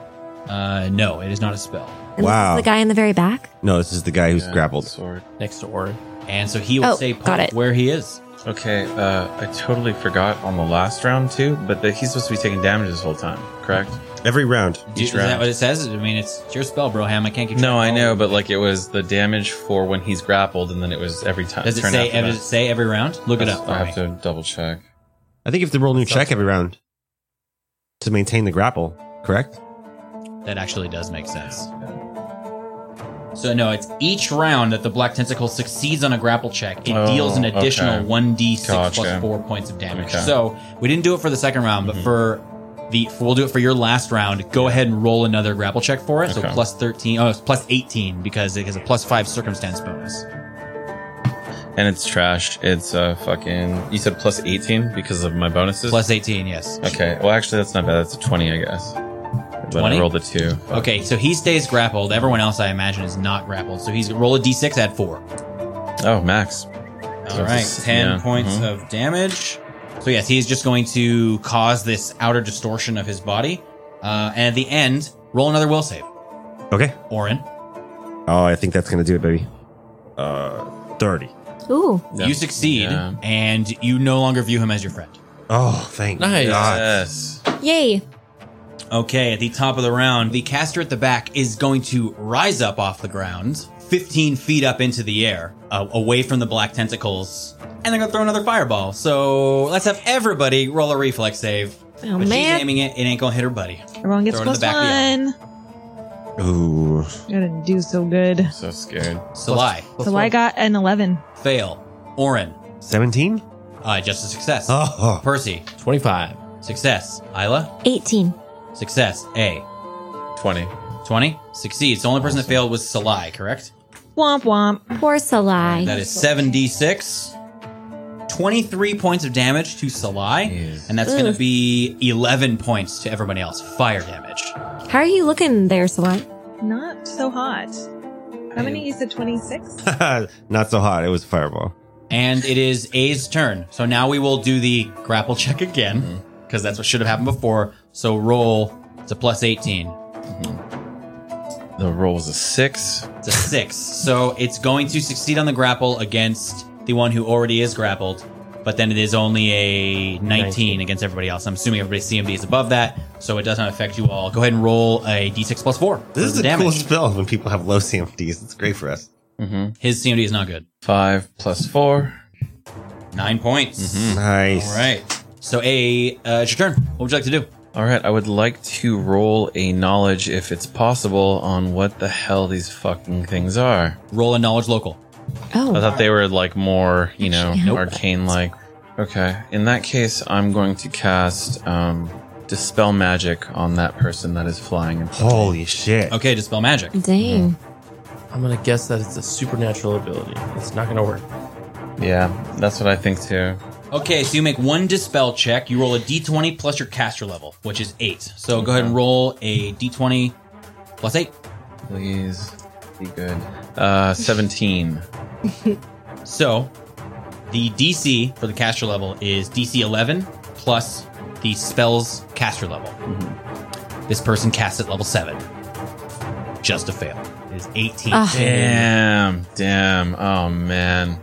Speaker 1: Uh no, it is not a spell.
Speaker 6: And
Speaker 7: Wow.
Speaker 6: This is the guy in the very back.
Speaker 7: No, this is the guy who's
Speaker 8: Yeah,
Speaker 7: grappled.
Speaker 8: Sword.
Speaker 5: Next to Orin.
Speaker 1: And so he will
Speaker 6: Oh,
Speaker 1: say
Speaker 6: got
Speaker 1: point
Speaker 6: it.
Speaker 1: where he is.
Speaker 8: Okay, uh, I totally forgot on the last round too, but that he's supposed to be taking damage this whole time, correct?
Speaker 7: Every round.
Speaker 1: Do,
Speaker 8: Each
Speaker 1: is that
Speaker 8: round.
Speaker 1: what it says? I mean, it's your spell, Broham. I can't keep. track
Speaker 8: No, I
Speaker 1: of all
Speaker 8: know,
Speaker 1: of
Speaker 8: but like it was the damage for when he's grappled, and then it was every time.
Speaker 1: it. does it
Speaker 8: turn
Speaker 1: say?
Speaker 8: after
Speaker 1: Does it
Speaker 8: that.
Speaker 1: say every round? Look it
Speaker 8: That's-
Speaker 1: up.
Speaker 8: I
Speaker 1: for
Speaker 8: have
Speaker 1: me.
Speaker 8: to double check.
Speaker 7: I think if they roll a new check every round to maintain the grapple, correct?
Speaker 1: That actually does make sense. So no, it's each round that the black tentacle succeeds on a grapple check, it
Speaker 8: Oh,
Speaker 1: deals an
Speaker 8: okay.
Speaker 1: additional one d six
Speaker 8: Gotcha.
Speaker 1: plus four points of damage.
Speaker 8: Okay. Mm-hmm.
Speaker 1: So we didn't do it for the second round, but for the for, we'll do it for your last round. Go ahead and roll another grapple check for it. So
Speaker 8: Okay.
Speaker 1: plus thirteen, oh, it's plus eighteen because it has a plus five circumstance bonus.
Speaker 8: And it's trash. It's uh fucking. You said plus eighteen because of my bonuses.
Speaker 1: Plus eighteen, yes.
Speaker 8: Okay. Well, actually, that's not bad. That's a twenty, I guess. But
Speaker 1: 20?
Speaker 8: I rolled a two.
Speaker 1: Okay, so he stays grappled. Everyone else, I imagine, is not grappled. So he's roll a d6 at four.
Speaker 8: Oh, max.
Speaker 1: All right,
Speaker 8: this-
Speaker 1: ten
Speaker 8: yeah,
Speaker 1: points
Speaker 8: mhm.
Speaker 1: of damage. So yes, he's just going to cause this outer distortion of his body, uh, and at the end, roll another will save.
Speaker 7: Okay.
Speaker 1: Orin,
Speaker 7: Oh, I think that's going to do it, baby. Uh, 30.
Speaker 6: Ooh.
Speaker 8: Yeah.
Speaker 1: you succeed,
Speaker 8: Yeah.
Speaker 1: and you no longer view him as your friend.
Speaker 7: Oh, thank
Speaker 5: Nice.
Speaker 7: God.
Speaker 8: Yes.
Speaker 6: Yay.
Speaker 1: Okay, at the top of the round, the caster at the back is going to rise up off the ground, 15 feet up into the air, uh, away from the black tentacles, and they're going to throw another fireball. So let's have everybody roll a reflex save.
Speaker 6: Oh,
Speaker 1: but
Speaker 6: man.
Speaker 1: she's aiming it, it ain't going to hit her buddy.
Speaker 2: Everyone gets
Speaker 1: Throw it in the
Speaker 2: plus
Speaker 1: back of the
Speaker 2: one.
Speaker 7: Ooh.
Speaker 2: I didn't do so good.
Speaker 8: So scared.
Speaker 1: Salai,
Speaker 5: Plus
Speaker 2: Salai
Speaker 5: one.
Speaker 2: got an 11.
Speaker 1: fail. Orin,
Speaker 7: 17?
Speaker 1: uh, just a success.
Speaker 7: Oh.
Speaker 1: Percy,
Speaker 5: 25.
Speaker 1: success. Isla,
Speaker 6: 18.
Speaker 1: success. A,
Speaker 8: Twenty.
Speaker 1: 20, succeeds. The only person that failed was Salai, correct?
Speaker 2: Womp womp.
Speaker 6: Poor Salai.
Speaker 1: That is 7d6. 23 points of damage to Salai. And that's going to
Speaker 6: Ugh.
Speaker 1: be 11 points to everybody else. Fire damage.
Speaker 6: How are you looking there, Salai?
Speaker 2: Not so hot. How many? You said 26?
Speaker 7: Not so hot. It was fireball.
Speaker 1: And it is A's turn. So now we will do the grapple check again, because that's what should have happened before. So roll. It's a plus 18.
Speaker 8: The roll was a six.
Speaker 1: It's a six. so it's going to succeed on the grapple against the one who already is grappled, but then it is only a 19,
Speaker 5: 19.
Speaker 1: against everybody else. I'm assuming everybody's CMD is above that, so it does not affect you all. Go ahead and roll a d6 plus four. for
Speaker 7: This is
Speaker 1: the
Speaker 7: a cool spell when people have low CMDs. It's great for us.
Speaker 8: Mm-hmm.
Speaker 1: His CMD is not good.
Speaker 8: Five plus four.
Speaker 1: Nine points.
Speaker 7: Mm-hmm. Nice.
Speaker 1: All right. So a uh, it's your turn. What would you like to do?
Speaker 8: All right, I would like to roll a knowledge, if it's possible, on what the hell these fucking things are.
Speaker 1: Roll a knowledge local.
Speaker 8: I
Speaker 6: Oh,
Speaker 8: thought they were like more, you know,
Speaker 6: Actually, yeah.
Speaker 8: arcane like. Okay, in that case, I'm going to cast um, dispel magic on that person that is flying. in front of me.
Speaker 7: Holy shit.
Speaker 1: Okay, dispel magic.
Speaker 6: dang.
Speaker 5: I'm gonna guess that it's a supernatural ability. It's not gonna work.
Speaker 8: Yeah, that's what I think too.
Speaker 1: Okay, so you make one dispel check. You roll a d20 plus your caster level, which is eight. So go ahead and roll a d20 plus eight.
Speaker 8: Please be good. Uh, 17.
Speaker 1: So, the DC for the caster level is DC 11 plus the spell's caster level.
Speaker 8: Mm-hmm.
Speaker 1: This person casts at level 7. Just a fail. It is 18.
Speaker 6: Ah.
Speaker 8: Damn, damn. Oh man.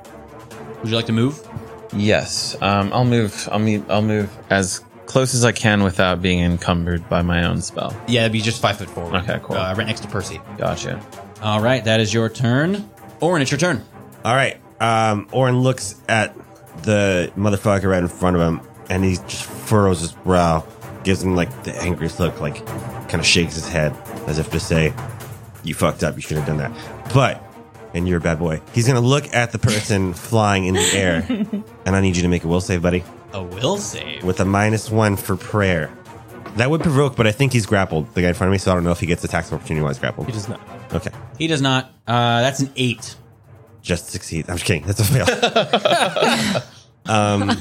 Speaker 1: Would you like to move?
Speaker 8: Yes. Um, I'll move. I'll move. I'll move as close as I can without being encumbered by my own spell.
Speaker 1: Yeah, it'd be just 5 foot forward.
Speaker 8: Okay, cool.
Speaker 1: Uh, right next to Percy.
Speaker 8: Gotcha.
Speaker 1: All right, that is your turn. Orin, it's your turn.
Speaker 7: All right. Um, Oren looks at the motherfucker right in front of him, and he just furrows his brow, gives him like the angriest look, like kind of shakes his head as if to say, "You fucked up. You should have done that." But and you're a bad boy. He's gonna look at the person flying in the air, and I need you to make a will save, buddy,
Speaker 1: A will save.
Speaker 7: with a minus one for prayer. That would provoke, but I think he's grappled. The guy in front of me, so I don't know if he gets the tax opportunity while he's grappled.
Speaker 5: It is not.
Speaker 7: Okay,
Speaker 1: He does not. Uh, that's an 8.
Speaker 7: just succeed. I'm just kidding. That's a fail. um,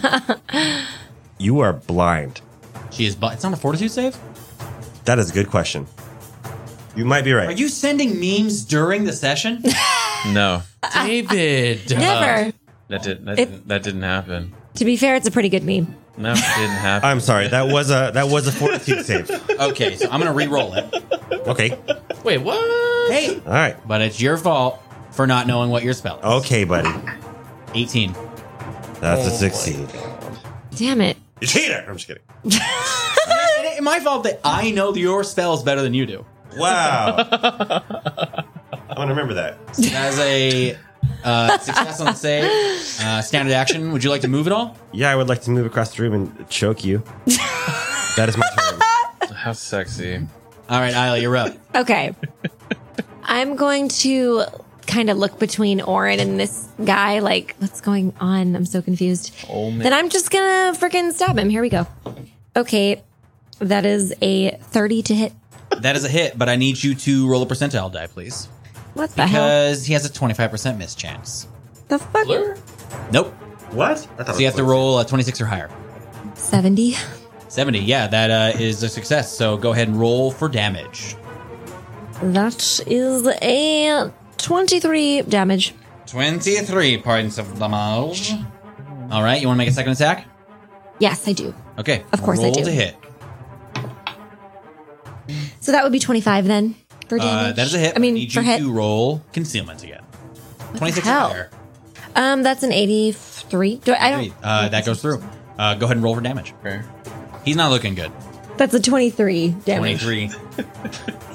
Speaker 7: you are blind.
Speaker 1: She is. But it's not a fortitude save?
Speaker 7: That is a good question. You might be right.
Speaker 1: Are you sending memes during the session?
Speaker 8: No,
Speaker 5: David.
Speaker 6: Never.
Speaker 8: that did that,
Speaker 6: It-
Speaker 8: didn't, that didn't happen.
Speaker 6: To be fair, it's a pretty good meme.
Speaker 8: No, it didn't happen.
Speaker 7: I'm sorry. That was a that was a fortitude save.
Speaker 1: okay, so I'm going to re roll it.
Speaker 7: Okay. All
Speaker 5: Wait, what?
Speaker 1: Hey!
Speaker 7: right.
Speaker 1: But it's your fault for not knowing what your spell is.
Speaker 7: Okay, buddy.
Speaker 1: 18.
Speaker 7: That's a succeed.
Speaker 6: Damn it.
Speaker 7: Oh, You cheater! I'm just kidding.
Speaker 1: It's my fault that I know your spells better than you do.
Speaker 7: Wow. I want to remember that.
Speaker 1: As a uh, success on the save, uh, standard action, would you like to move at all?
Speaker 7: Yeah, I would like to move across the room and choke you. that is my turn.
Speaker 8: How sexy.
Speaker 1: All right, Isla, you're up.
Speaker 6: Okay. I'm going to kind of look between Orin and this guy, like, what's going on? I'm so confused.
Speaker 8: Oh man.
Speaker 6: Then I'm just gonna freaking stab him. Here we go. Okay. That is a 30 to hit.
Speaker 1: That is a hit, but I need you to roll a percentile die, please.
Speaker 6: What the hell?
Speaker 1: Because he has a 25% miss chance.
Speaker 6: The fuck?
Speaker 1: Nope.
Speaker 7: What? I thought it
Speaker 1: So you have
Speaker 7: was
Speaker 1: to roll a 26 or higher.
Speaker 6: 70.
Speaker 1: 70, yeah, that uh, is a success. So go ahead and roll for damage.
Speaker 6: That is a 23 damage.
Speaker 1: 23 points of damage. All right, you want to make a second attack?
Speaker 6: Yes, I do.
Speaker 1: Okay.
Speaker 6: Of course I
Speaker 1: roll
Speaker 6: do.
Speaker 1: to hit.
Speaker 6: So that would be 25 then. For
Speaker 1: Uh,
Speaker 6: damage.
Speaker 1: that is a hit.
Speaker 6: I mean,
Speaker 1: need
Speaker 6: for
Speaker 1: you
Speaker 6: hit.
Speaker 1: to roll concealment again. Twenty six
Speaker 6: hell?
Speaker 1: higher.
Speaker 6: Um, that's an 83. Do I, I don't.
Speaker 1: Uh, that goes through. Uh, go ahead and roll for damage.
Speaker 8: Okay.
Speaker 1: He's not looking good.
Speaker 6: That's a 23
Speaker 1: Twenty
Speaker 6: damage.
Speaker 1: three.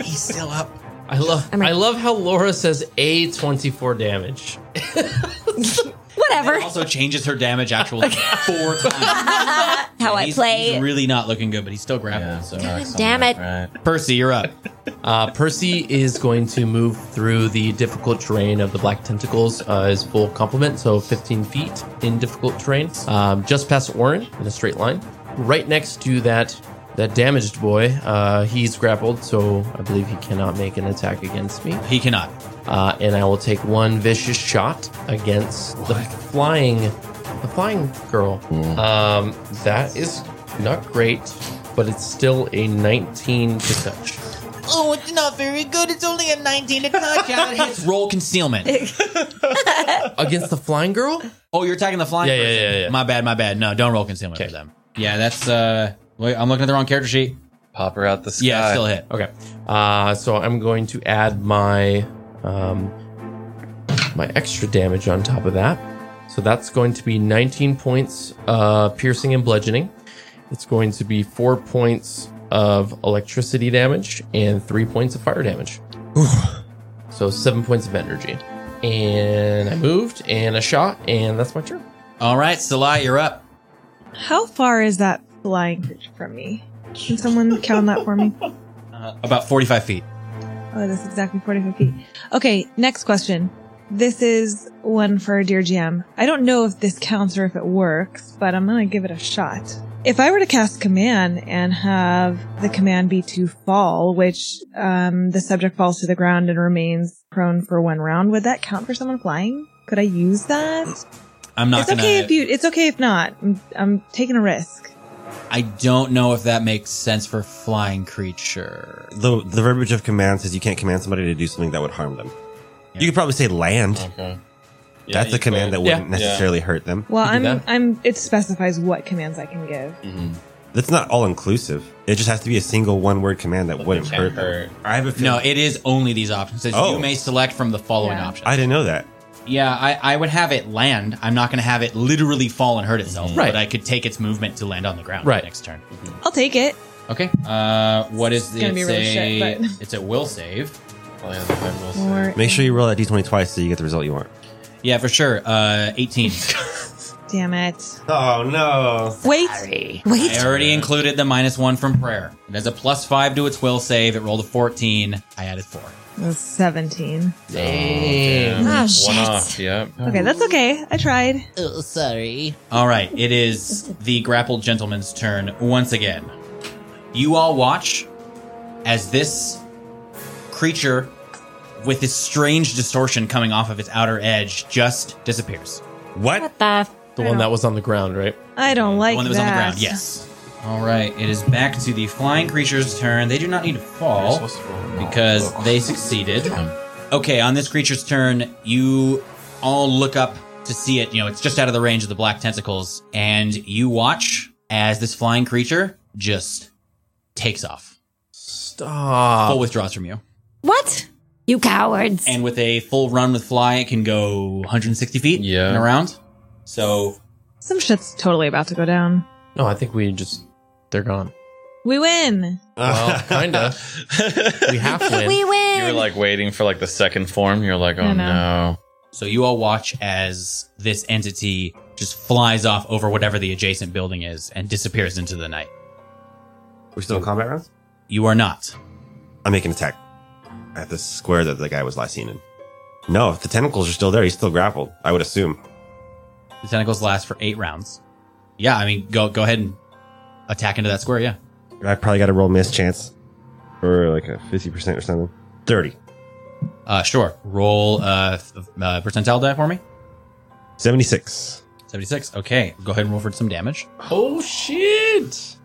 Speaker 1: He's still up.
Speaker 5: I love
Speaker 6: I'm right.
Speaker 5: I love how Laura says a 24 damage.
Speaker 6: Whatever.
Speaker 1: Also changes her damage actual four times.
Speaker 6: How I
Speaker 1: He's-
Speaker 6: play.
Speaker 1: He's really not looking good, but he's still grappled.
Speaker 8: Yeah,
Speaker 1: So
Speaker 8: sucks on
Speaker 6: damn
Speaker 8: that,
Speaker 6: it.
Speaker 8: Right.
Speaker 1: Percy, you're up.
Speaker 5: Uh, Percy is going to move through the difficult terrain of the Black Tentacles, uh, his full complement, so 15 feet in difficult terrain, um, just past Orin in a straight line. Right next to that that damaged boy, uh, he's grappled, so I believe he cannot make an attack against me.
Speaker 1: He cannot.
Speaker 5: Uh, and I will take one vicious shot against the flying, the flying girl. Um, that is not great, but it's still a 19 to touch.
Speaker 1: Oh, it's not very good. It's only a 19 to touch. That hits roll concealment.
Speaker 5: Against the flying girl?
Speaker 1: Oh, you're attacking the flying
Speaker 5: Yeah, yeah,
Speaker 1: person.
Speaker 5: yeah, yeah.
Speaker 1: My bad, my bad. No, don't roll concealment for them. Yeah, that's, uh, wait, I'm looking at the wrong character sheet.
Speaker 8: Pop her out the sky.
Speaker 1: Yeah, it's still a hit.
Speaker 5: Okay. Uh, so I'm going to add my um, my extra damage on top of that. So that's going to be 19 points uh, piercing and bludgeoning. It's going to be four points of electricity damage and three points of fire damage. So seven points of energy. And I moved and I shot, and that's my turn.
Speaker 1: All right, Salah, you're up.
Speaker 2: How far is that flying creature from me? Can someone count that for me?
Speaker 1: Uh, about 45 feet.
Speaker 2: Oh, that's exactly 45 feet. Okay, next question. This is one for Dear GM. I don't know if this counts or if it works, but I'm going to give it a shot. If I were to cast command and have the command be to fall, which um, the subject falls to the ground and remains prone for one round, would that count for someone flying? Could I use that?
Speaker 1: I'm not
Speaker 2: It's
Speaker 1: gonna.
Speaker 2: okay if you. It's okay if not. I'm, I'm taking a risk.
Speaker 1: I don't know if that makes sense for flying creature.
Speaker 7: The the verbiage of command says you can't command somebody to do something that would harm them. You could probably say land.
Speaker 8: Okay. Yeah,
Speaker 7: That's
Speaker 8: you
Speaker 7: a command that
Speaker 8: could.
Speaker 7: wouldn't
Speaker 8: Yeah.
Speaker 7: necessarily hurt them.
Speaker 2: Well,
Speaker 5: You do
Speaker 2: I'm.
Speaker 5: that.
Speaker 2: I'm. It specifies what commands I can give.
Speaker 8: Mhm.
Speaker 7: That's not all inclusive. It just has to be a single one word command that wouldn't
Speaker 8: can't
Speaker 7: hurt them.
Speaker 8: hurt.
Speaker 7: I have a
Speaker 1: No,
Speaker 7: feeling.
Speaker 1: it is only these options. It says
Speaker 7: Oh.
Speaker 1: You may select from the following
Speaker 2: Yeah.
Speaker 1: options.
Speaker 7: I didn't know that.
Speaker 1: yeah, I, I would have it land. I'm not going to have it literally fall and hurt itself.
Speaker 5: Right.
Speaker 1: But I could take its movement to land on the ground
Speaker 5: Right.
Speaker 1: next turn.
Speaker 2: I'll take it.
Speaker 1: Okay. Uh, what is
Speaker 2: It's
Speaker 1: the
Speaker 2: gonna be
Speaker 1: it's
Speaker 2: really
Speaker 1: a-
Speaker 2: shit, but-
Speaker 1: It's a will save.
Speaker 8: Well, yeah, the five will save.
Speaker 2: Or
Speaker 7: Make sure you roll that d20 twice so you get the result you want.
Speaker 1: Yeah, for sure. Uh, 18.
Speaker 2: Damn it.
Speaker 7: Oh no!
Speaker 2: Wait.
Speaker 6: Wait.
Speaker 1: I already included the minus one from prayer. It has a plus five to its will save. It rolled a 14. I added four.
Speaker 2: That's 17.
Speaker 8: Damn.
Speaker 6: Ah,
Speaker 8: One
Speaker 6: shit.
Speaker 8: off. Yep.
Speaker 2: Okay, that's okay. I tried.
Speaker 1: All right, it is the grappled gentleman's turn once again. You all watch as this creature, with this strange distortion coming off of its outer edge, just disappears.
Speaker 7: What?
Speaker 6: What the?
Speaker 5: The one that was on the ground, right?
Speaker 2: I don't like
Speaker 1: the one that was on the ground, yes. All right, it is back to the flying creature's turn. They do not need to fall. because they succeeded. Okay, on this creature's turn, you all look up to see it. You know, it's just out of the range of the black tentacles, and you watch as this flying creature just takes off.
Speaker 5: Stop. Uh,
Speaker 1: Full withdraws from you,
Speaker 6: What? You cowards.
Speaker 1: and with a full run with fly, it can go 160 feet
Speaker 8: Yeah.
Speaker 1: and around. So
Speaker 2: Some shit's totally about to go down.
Speaker 5: No, I think we just. They're gone.
Speaker 2: We win.
Speaker 5: Well, kinda. We half win.
Speaker 6: we win.
Speaker 8: you were like waiting for like the second form. You're like,
Speaker 2: I
Speaker 8: oh
Speaker 2: know.
Speaker 8: no.
Speaker 1: So you all watch as this entity just flies off over whatever the adjacent building is and disappears into the night.
Speaker 7: We're still in combat rounds.
Speaker 1: You are not.
Speaker 7: I make an attack at the square that the guy was last seen in. No, if the tentacles are still there, he's still grappled. I would assume.
Speaker 1: The tentacles last for eight rounds. Yeah, I mean, go go ahead and attack into that square. Yeah,
Speaker 7: I probably got to roll miss chance, or like a fifty percent or something. Thirty.
Speaker 1: uh, sure. Roll uh, f- uh, percentile die for me.
Speaker 7: 76.
Speaker 1: Seventy six. Okay, go ahead and roll for some damage.
Speaker 5: Oh, shit.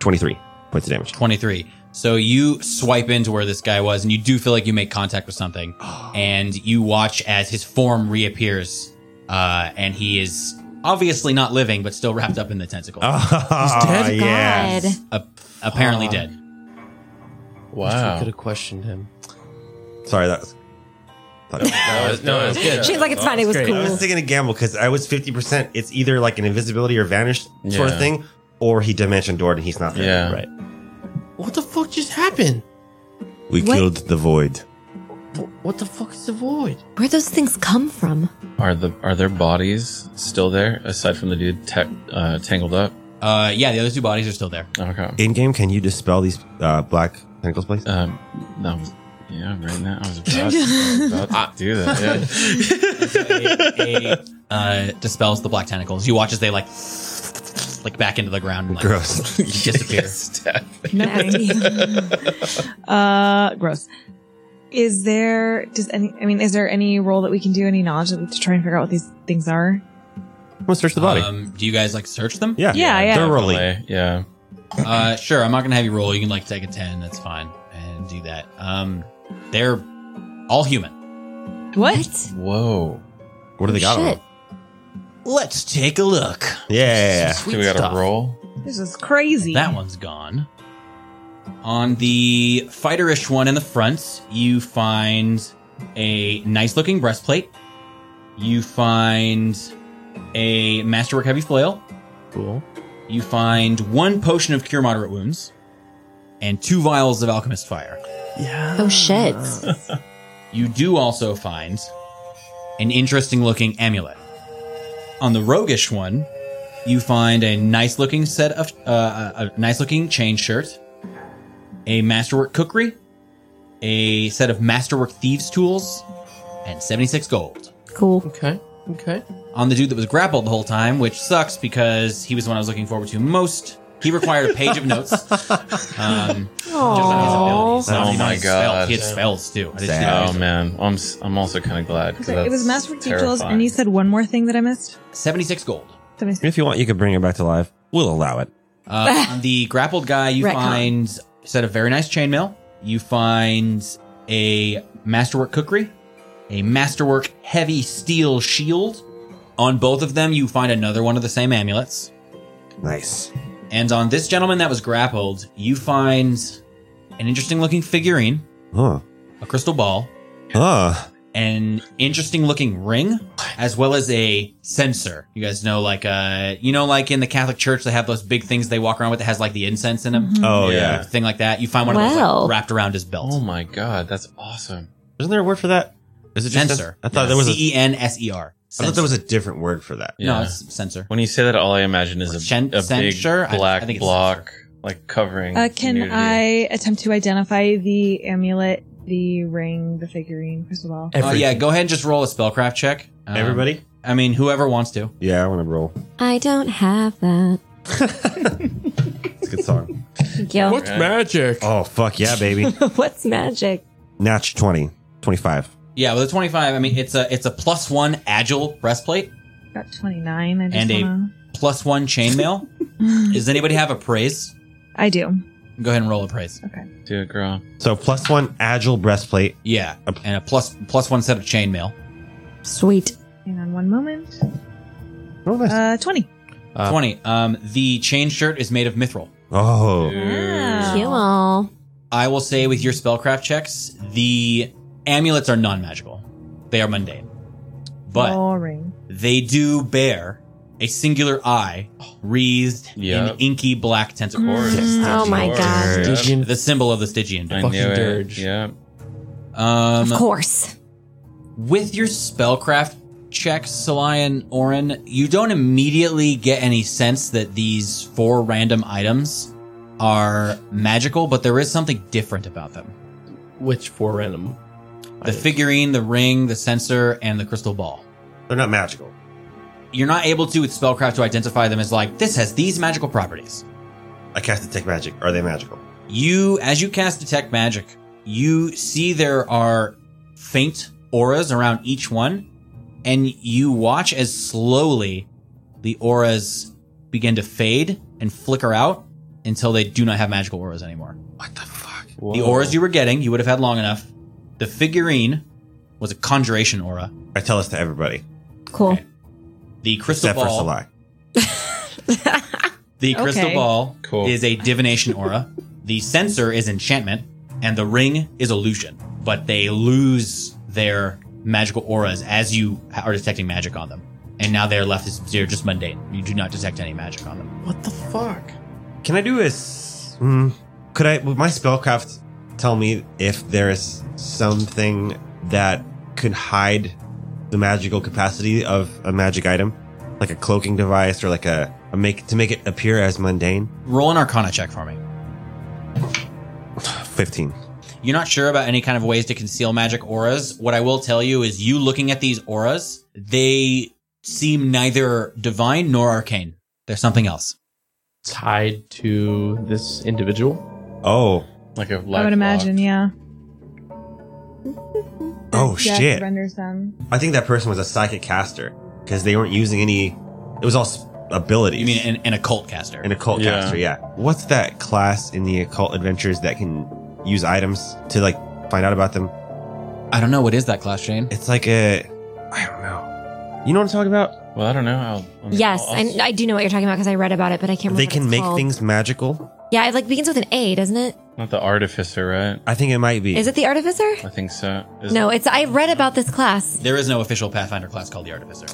Speaker 7: 23 points of damage.
Speaker 1: Twenty three. So you swipe into where this guy was, and you do feel like you make contact with something, and you watch as his form reappears, uh, and he is obviously not living, but still wrapped up in the tentacle,
Speaker 7: Oh,
Speaker 5: dead?
Speaker 7: yes.
Speaker 6: God.
Speaker 1: Ap- apparently
Speaker 5: Ah.
Speaker 1: dead.
Speaker 5: I
Speaker 8: Wow.
Speaker 5: could have questioned him.
Speaker 7: Sorry, that was. Thought
Speaker 5: No, it's, no, it's good.
Speaker 6: She's like, it's fine. It was
Speaker 5: That's
Speaker 7: I was
Speaker 6: cool.
Speaker 7: taking a gamble because I was 50%. It's either like an invisibility or vanish sort of
Speaker 8: Yeah.
Speaker 7: thing, or he dimension doored and he's not there.
Speaker 8: Yeah.
Speaker 7: Right.
Speaker 5: What the fuck just happened?
Speaker 7: We
Speaker 2: What?
Speaker 7: killed the void.
Speaker 5: Wh- What the fuck is the void?
Speaker 6: Where those things come from?
Speaker 8: Are the are their bodies still there aside from the dude te- uh, tangled up?
Speaker 1: Uh, yeah, the other two bodies are still there.
Speaker 8: Okay.
Speaker 7: In game, can you dispel these uh, black tentacles, please?
Speaker 8: Um. No. Yeah. Right now, I was about to, about to do that. Yeah.
Speaker 1: a, a, uh, dispels the black tentacles. You watch as they like like back into the ground and like
Speaker 7: Gross.
Speaker 1: disappear.
Speaker 2: Nice. uh, gross. Is there, does any, I mean, is there any role that we can do, any knowledge that we to try and figure out what these things are?
Speaker 7: I'm going to search the body.
Speaker 1: Um, do you guys like search them?
Speaker 7: yeah.
Speaker 2: yeah, yeah.
Speaker 7: Thoroughly.
Speaker 8: Really? Yeah.
Speaker 1: Uh, sure, I'm not gonna have you roll. You can like take a ten. That's fine, and do that. Um, they're all human.
Speaker 2: What?
Speaker 8: Whoa.
Speaker 7: What do they got? on
Speaker 6: Shit.
Speaker 7: them?
Speaker 1: Let's take a look.
Speaker 7: Yeah.
Speaker 8: Do we got to roll?
Speaker 2: This is crazy.
Speaker 1: That one's gone. On the fighterish one in the front, you find a nice looking breastplate. You find a masterwork heavy flail.
Speaker 5: Cool.
Speaker 1: You find one potion of cure moderate wounds and two vials of alchemist fire.
Speaker 6: Oh shit.
Speaker 1: You do also find an interesting looking amulet. On the roguish one, you find a nice looking set of uh, a- a nice looking chain shirt, a masterwork cookery, a set of masterwork thieves tools, and 76 gold.
Speaker 6: Cool.
Speaker 5: Okay. Okay.
Speaker 1: On the dude that was grappled the whole time, which sucks because he was the one I was looking forward to most. He required a page of notes. Um,
Speaker 6: Aww.
Speaker 1: so
Speaker 8: Oh
Speaker 1: he
Speaker 8: my
Speaker 1: had spell-
Speaker 8: God.
Speaker 1: He had spells too. I didn't
Speaker 7: Sad.
Speaker 1: see that.
Speaker 8: Oh man, I'm s- I'm also kind of glad. 'cause
Speaker 2: it was
Speaker 8: that's
Speaker 2: Master Tutorials,
Speaker 8: terrifying.
Speaker 2: and he said one more thing that I missed.
Speaker 1: 76 gold.
Speaker 2: That I missed.
Speaker 7: If you want, you can bring her back to life. We'll allow it.
Speaker 1: Uh, on the grappled guy, you
Speaker 6: Retcon.
Speaker 1: find a set of very nice chainmail. You find a masterwork cookery, a masterwork heavy steel shield. On both of them, you find another one of the same amulets.
Speaker 7: Nice.
Speaker 1: And on this gentleman that was grappled, you find an interesting looking figurine,
Speaker 7: Huh.
Speaker 1: a crystal ball,
Speaker 7: Huh.
Speaker 1: an interesting looking ring, as well as a censer. You guys know, like, uh, you know, like in the Catholic Church, they have those big things they walk around with that has like the incense in them.
Speaker 7: Oh, yeah.
Speaker 8: Yeah.
Speaker 1: thing like that. You find one of those
Speaker 6: Wow.
Speaker 1: like, wrapped around his belt.
Speaker 8: Oh my god, that's awesome.
Speaker 7: Isn't there a word for that? Is it just
Speaker 1: Sensor.
Speaker 7: I thought there was a,
Speaker 1: C E N S E R.
Speaker 7: I thought there was a different word for that.
Speaker 1: no,
Speaker 8: Yeah.
Speaker 1: it's censor.
Speaker 8: When you say that, all I imagine is a,
Speaker 1: Shen-
Speaker 8: a big
Speaker 1: censure? I- I
Speaker 8: black
Speaker 1: think it's
Speaker 8: block, like covering.
Speaker 2: Uh, can
Speaker 8: nudity.
Speaker 2: I attempt to identify the amulet, the ring, the figurine, crystal ball?
Speaker 1: Oh yeah, go ahead and just roll a spellcraft check. Um,
Speaker 7: Everybody?
Speaker 1: I mean, whoever wants to.
Speaker 7: Yeah, I want to roll.
Speaker 6: I don't have that.
Speaker 7: It's a good song.
Speaker 6: Thank you.
Speaker 8: What's
Speaker 5: magic?
Speaker 7: oh, fuck yeah, baby.
Speaker 6: What's magic?
Speaker 7: Natch 20. 25.
Speaker 1: Yeah, with a twenty-five, I mean it's a it's a plus one agile breastplate,
Speaker 2: Got twenty nine. I just
Speaker 1: And a-
Speaker 2: wanna...
Speaker 1: plus one chainmail. Does anybody have a praise?
Speaker 2: I do.
Speaker 1: Go ahead and roll a praise.
Speaker 8: Do it, girl.
Speaker 7: So plus one agile breastplate.
Speaker 1: Yeah,
Speaker 7: A-
Speaker 1: and a plus plus one set of chainmail.
Speaker 6: Sweet.
Speaker 2: Hang on one moment.
Speaker 7: Oh, nice.
Speaker 2: Uh, twenty.
Speaker 5: Uh,
Speaker 1: Twenty. Um, the chain shirt is made of mithril.
Speaker 7: oh.
Speaker 2: Wow.
Speaker 6: Kill all.
Speaker 1: I will say with your spellcraft checks, the amulets are non-magical. They are mundane, but
Speaker 6: Oh.
Speaker 2: Boring.
Speaker 1: They do bear a singular eye wreathed
Speaker 8: Yep.
Speaker 1: in inky black tentacles.
Speaker 6: Oh my god.
Speaker 8: Yep.
Speaker 5: Stygian
Speaker 1: The symbol of the Stygian.
Speaker 8: I
Speaker 1: Dome.
Speaker 5: Fucking
Speaker 8: knew it.
Speaker 5: dirge.
Speaker 8: Yeah.
Speaker 6: Of
Speaker 1: Um,
Speaker 6: course.
Speaker 1: with your spellcraft checks, Salian Orin, you don't immediately get any sense that these four random items are magical, but there is something different about them.
Speaker 5: Which four random?
Speaker 1: The figurine, the ring, the sensor, and the crystal ball.
Speaker 7: They're not magical.
Speaker 1: You're not able to, with spellcraft, to identify them as like, this has these magical properties.
Speaker 7: I cast detect magic. Are they magical?
Speaker 1: You, as you cast Detect Magic, you see there are faint auras around each one, and you watch as slowly the auras begin to fade and flicker out until they do not have magical auras anymore.
Speaker 7: What the fuck?
Speaker 1: The auras you were getting, you would have had long enough. The figurine was a conjuration aura.
Speaker 7: I tell this to everybody.
Speaker 6: Cool.
Speaker 1: The crystal
Speaker 7: Except for
Speaker 1: ball,
Speaker 7: Salai.
Speaker 1: the crystal
Speaker 2: Okay.
Speaker 1: ball
Speaker 8: Cool.
Speaker 1: is a divination aura. the sensor is enchantment, and the ring is illusion. But they lose their magical auras as you are detecting magic on them, and now they're left as they're just mundane. You do not detect any magic on them.
Speaker 5: What the fuck?
Speaker 7: Can I do a? s- Hmm, could I? Would my spellcraft tell me if there is something that could hide the magical capacity of a magic item, like a cloaking device or like a, a make to make it appear as mundane?
Speaker 1: Roll an Arcana check for me.
Speaker 7: Fifteen.
Speaker 1: You're not sure about any kind of ways to conceal magic auras. What I will tell you is, you looking at these auras, they seem neither divine nor arcane. They're something else.
Speaker 5: Tied to this individual?
Speaker 7: Oh,
Speaker 8: like a
Speaker 2: I would imagine, yeah.
Speaker 7: oh
Speaker 2: yeah,
Speaker 7: shit!
Speaker 2: Surrender some.
Speaker 7: I think that person was a psychic caster because they weren't using any. It was all s- abilities.
Speaker 1: You mean an, an occult caster?
Speaker 7: an occult
Speaker 8: Yeah.
Speaker 7: caster? Yeah. What's that class in the occult adventures that can use items to like find out about them?
Speaker 1: I don't know. What is that class, Shane?
Speaker 7: It's like a I don't know. You know what I'm talking about?
Speaker 8: Well, I don't know. I'll, I'll-
Speaker 6: Yes,
Speaker 8: I'll-
Speaker 6: I, I do know what you're talking about because I read about it, but I can't remember.
Speaker 7: they
Speaker 6: what
Speaker 7: can
Speaker 6: it's
Speaker 7: make
Speaker 6: called.
Speaker 7: things magical.
Speaker 6: Yeah, it like begins with an A, doesn't it?
Speaker 8: not the artificer, right?
Speaker 7: I think it might be.
Speaker 6: Is it the Artificer?
Speaker 8: I think so. Is-
Speaker 6: No, it's. I read about this class.
Speaker 1: There is no official Pathfinder class called the Artificer.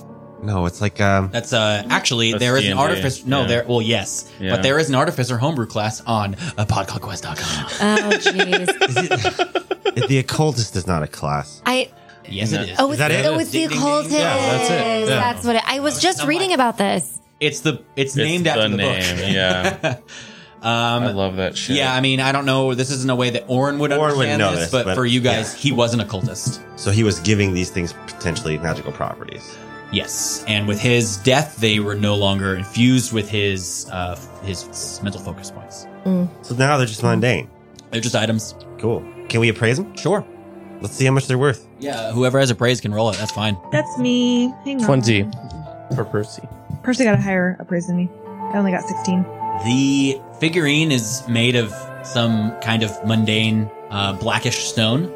Speaker 7: No, it's like um.
Speaker 1: That's uh actually
Speaker 8: That's
Speaker 1: there is an
Speaker 8: D&D,
Speaker 1: artificer. No,
Speaker 8: yeah.
Speaker 1: there. Well, yes,
Speaker 8: Yeah.
Speaker 1: but there is an artificer homebrew class on uh, podcastquest.com.
Speaker 6: Oh, jeez.
Speaker 7: Is it, the occultist is not a class.
Speaker 6: I
Speaker 1: Yes, it is.
Speaker 6: oh, it's,
Speaker 7: that it?
Speaker 6: oh, it's the
Speaker 1: Ding, ding, ding.
Speaker 6: occultist.
Speaker 7: Yeah,
Speaker 5: that's it. Yeah.
Speaker 6: That's what it, I was just
Speaker 1: not
Speaker 6: reading
Speaker 1: mine.
Speaker 6: about this.
Speaker 1: It's the it's, named
Speaker 8: the
Speaker 1: after the book.
Speaker 8: name, yeah. I
Speaker 1: um.
Speaker 8: love that shit.
Speaker 1: Yeah, I mean, I don't know. This isn't a way that Orin would
Speaker 7: Orin would
Speaker 1: understand
Speaker 7: know
Speaker 1: this,
Speaker 7: this,
Speaker 1: but,
Speaker 7: but-
Speaker 1: for you guys, he was an occultist.
Speaker 7: So he was giving these things potentially magical properties.
Speaker 1: Yes, and with his death, they were no longer infused with his uh, his mental focus points.
Speaker 7: So now they're just mundane.
Speaker 1: They're just items.
Speaker 7: Cool. Can we appraise them?
Speaker 1: Sure.
Speaker 7: Let's see how much they're worth.
Speaker 1: Yeah, whoever has a praise can roll it. That's fine.
Speaker 2: That's me. Hang on.
Speaker 5: 20 for Percy.
Speaker 2: Percy got a higher appraise than me. I only got 16.
Speaker 1: The figurine is made of some kind of mundane uh, blackish stone,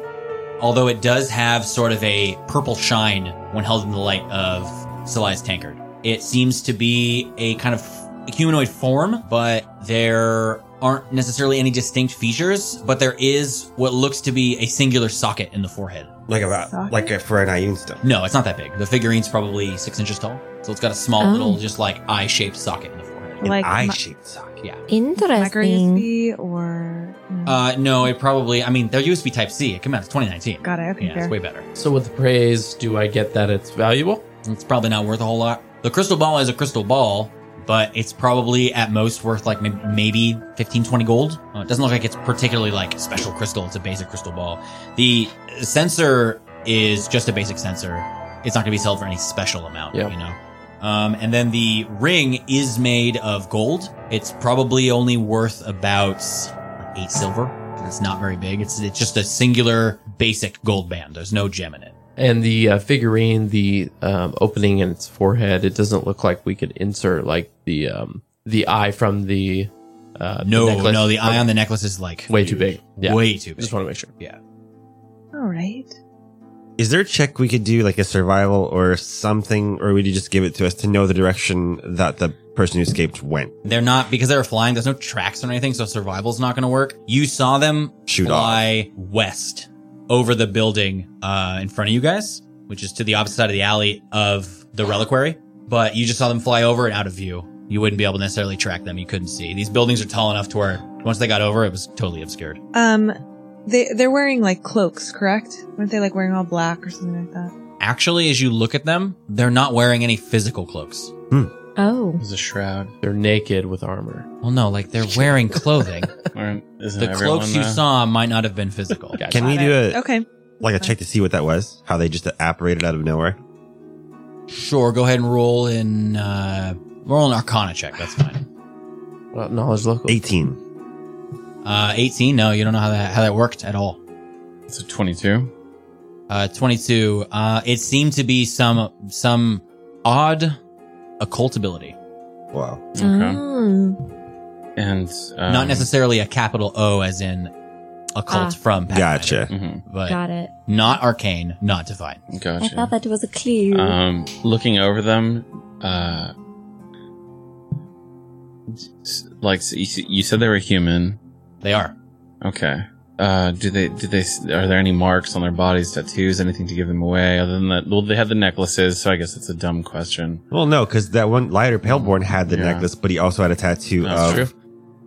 Speaker 1: although it does have sort of a purple shine when held in the light of Celia's tankard. It seems to be a kind of humanoid form, but there aren't necessarily any distinct features, but there is what looks to be a singular socket in the forehead.
Speaker 7: Like about
Speaker 2: Socket?
Speaker 7: like a, for an Ayun stone.
Speaker 1: No, it's not that big. The figurine's probably six inches tall, so it's got a small
Speaker 6: Oh.
Speaker 1: little, just like eye shaped socket in the forehead.
Speaker 7: An
Speaker 2: Like
Speaker 7: eye
Speaker 2: mi-
Speaker 7: shaped socket.
Speaker 2: Micro
Speaker 6: Interesting.
Speaker 2: USB or. no.
Speaker 1: Uh, no, it probably. I mean, there used to be Type C. It came out in 2019.
Speaker 2: got it. Okay,
Speaker 1: yeah,
Speaker 2: fair.
Speaker 1: it's way better.
Speaker 5: So with the praise, do I get that it's valuable?
Speaker 1: It's probably not worth a whole lot. The crystal ball is a crystal ball, but it's probably at most worth like may- maybe 15, 20 gold. Uh, it doesn't look like it's particularly like special crystal. It's a basic crystal ball. The sensor is just a basic sensor. It's not going to be sold for any special amount,
Speaker 5: Yeah.
Speaker 1: you know. Um, and then the ring is made of gold. It's probably only worth about like eight silver. 'cause It's not very big. It's it's just a singular basic gold band. There's no gem in it.
Speaker 5: And the uh, figurine, the um, opening in its forehead, it doesn't look like we could insert like the um, the eye from the uh,
Speaker 1: No,
Speaker 5: necklace.
Speaker 1: no, the eye on the necklace is like
Speaker 5: way too big. Yeah,
Speaker 1: way too big.
Speaker 5: Just want to make sure.
Speaker 2: All right.
Speaker 7: Is there a check we could do, like a survival or something, or would you just give it to us to know the direction that the person who escaped went?
Speaker 1: They're not because they're flying. There's no tracks or anything, so survival's not going to work. You saw them
Speaker 7: Shoot
Speaker 1: fly west over the building uh, in front of you guys, which is to the opposite side of the alley of the reliquary. But you just saw them fly over and out of view. You wouldn't be able to necessarily track them. You couldn't see. These buildings are tall enough to where once they got over, it was totally obscured.
Speaker 2: Um, they they're wearing like cloaks, correct? Weren't they like wearing all black or something like that?
Speaker 1: Actually, as you look at them, they're not wearing any physical cloaks.
Speaker 6: Oh,
Speaker 8: It's a shroud.
Speaker 5: They're naked with armor.
Speaker 1: Well, no, like they're wearing clothing.
Speaker 8: Or isn't
Speaker 1: the
Speaker 8: everyone
Speaker 1: cloaks you
Speaker 8: though?
Speaker 1: saw might not have been physical.
Speaker 5: Gotcha.
Speaker 7: Can we do a
Speaker 2: Okay.
Speaker 7: like a check to see what that was? How they just apparated out of nowhere?
Speaker 1: Sure, go ahead and roll in. Uh, roll an Arcana check. That's fine.
Speaker 5: Well, knowledge local.
Speaker 7: Eighteen.
Speaker 1: Uh, Eighteen. No, you don't know how that how that worked at all.
Speaker 8: It's a 22.
Speaker 1: Uh, Twenty-two. Uh, it seemed to be some some odd occult ability,
Speaker 7: Wow.
Speaker 8: Okay.
Speaker 6: Mm.
Speaker 8: And um,
Speaker 1: not necessarily a capital O as in occult
Speaker 6: Ah.
Speaker 1: from Pathfinder,
Speaker 7: Gotcha.
Speaker 8: mhm,
Speaker 1: but
Speaker 6: got it.
Speaker 1: not arcane, not divine.
Speaker 6: I
Speaker 8: Gotcha.
Speaker 6: thought that was a clue.
Speaker 8: um, looking over them, uh, s- like s- you s- you said, they were human.
Speaker 1: They are.
Speaker 8: Okay. Uh, do they? Do they? s- Are there any marks on their bodies, tattoos, anything to give them away? Other than that, well, they had the necklaces, so I guess it's a dumb question.
Speaker 7: Well, no, because that one lighter paleborn had the
Speaker 8: Yeah.
Speaker 7: necklace, but he also had a tattoo
Speaker 8: That's
Speaker 7: of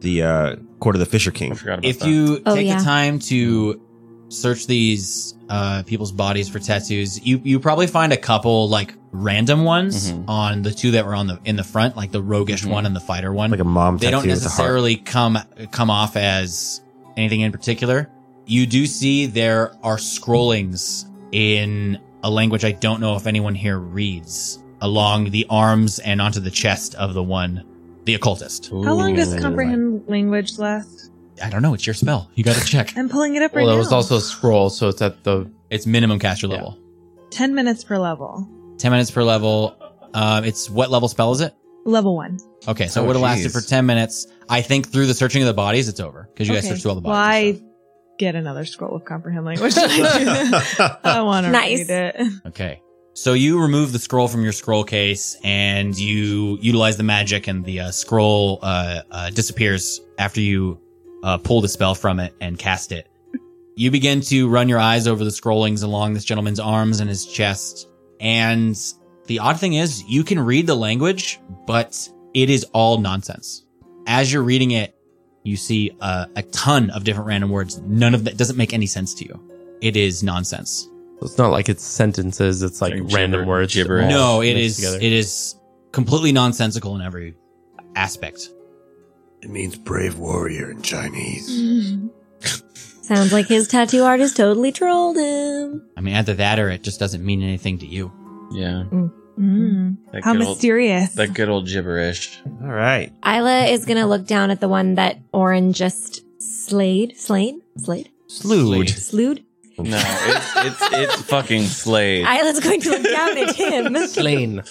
Speaker 7: the uh, court of the Fisher King.
Speaker 8: I forgot about
Speaker 1: If
Speaker 8: that.
Speaker 1: you
Speaker 6: Oh,
Speaker 1: take
Speaker 6: yeah.
Speaker 1: the time to search these uh, people's bodies for tattoos, you you probably find a couple like random ones
Speaker 7: Mm-hmm.
Speaker 8: Mhm.
Speaker 1: on the two that were on the in the front, like the roguish
Speaker 8: Mhm.
Speaker 1: one and the fighter one.
Speaker 7: Like a mom
Speaker 1: they
Speaker 7: tattoo
Speaker 1: don't
Speaker 7: with a heart.
Speaker 1: necessarily come come off as anything in particular. You do see there are scrollings in a language I don't know if anyone here reads along the arms and onto the chest of the one, the occultist.
Speaker 8: Ooh.
Speaker 2: How long does comprehend language last?
Speaker 1: I don't know. It's your spell. You got to check.
Speaker 2: I'm pulling it up
Speaker 5: Well,
Speaker 2: right
Speaker 5: there
Speaker 2: now.
Speaker 5: was also a scroll, so it's at the
Speaker 1: It's minimum caster level.
Speaker 2: ten minutes per level.
Speaker 1: 10 minutes per level. Um, it's Uh, what level spell is it?
Speaker 2: level one.
Speaker 1: Okay, so
Speaker 8: Oh,
Speaker 1: it would have lasted
Speaker 8: geez.
Speaker 1: for 10 minutes. I think through the searching of the bodies, it's over because you guys
Speaker 2: Okay.
Speaker 1: searched through all the
Speaker 2: Well, I
Speaker 1: bodies.
Speaker 2: get another scroll of comprehend language. I want to
Speaker 6: Nice.
Speaker 2: read it.
Speaker 1: Okay. So you remove the scroll from your scroll case and you utilize the magic, and the uh, scroll uh, uh, disappears after you uh, pull the spell from it and cast it. You begin to run your eyes over the scrollings along this gentleman's arms and his chest. And the odd thing is, you can read the language, but it is all nonsense. As you're reading it, you see uh, a ton of different random words. None of that doesn't make any sense to you. It is nonsense.
Speaker 5: It's not like it's sentences. It's like
Speaker 8: Like gibber-
Speaker 5: random words.
Speaker 8: gibberish.
Speaker 5: all
Speaker 1: No, it
Speaker 5: mixed
Speaker 1: is it is completely nonsensical in every aspect.
Speaker 7: It means brave warrior in Chinese.
Speaker 2: Mm.
Speaker 6: Sounds like his tattoo artist totally trolled him.
Speaker 1: I mean, either that or it just doesn't mean anything to you.
Speaker 8: Yeah.
Speaker 2: Mm.
Speaker 8: That
Speaker 2: How
Speaker 8: good old-
Speaker 2: mysterious.
Speaker 8: That good old gibberish.
Speaker 7: All right.
Speaker 6: Isla is gonna look down at the one that Oren just slayed, slain, slayed,
Speaker 1: Slewed.
Speaker 6: slewed.
Speaker 8: No, it's it's it's fucking Slade.
Speaker 6: Isla's going to look down at him.
Speaker 5: Slain.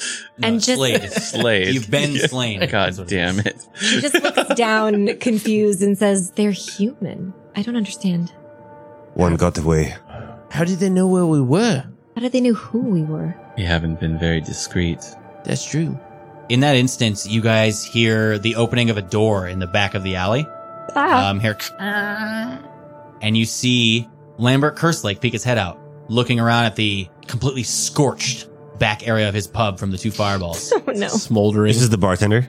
Speaker 6: And just-
Speaker 1: slayed.
Speaker 8: Slade.
Speaker 1: You've been
Speaker 8: Yeah.
Speaker 1: slain.
Speaker 8: God damn it.
Speaker 6: She just looks down, confused, and says, "They're human. I don't understand.
Speaker 7: One got away.
Speaker 9: How did they know where we were?
Speaker 6: How did they know who we were?"
Speaker 8: You haven't been very discreet.
Speaker 9: That's true.
Speaker 1: In that instance, you guys hear the opening of a door in the back of the alley.
Speaker 6: Ah.
Speaker 1: Um, here, and you see Lambert Kerslake peek his head out, looking around at the completely scorched back area of his pub from the two fireballs.
Speaker 6: oh no.
Speaker 5: Smoldering.
Speaker 7: This is the bartender.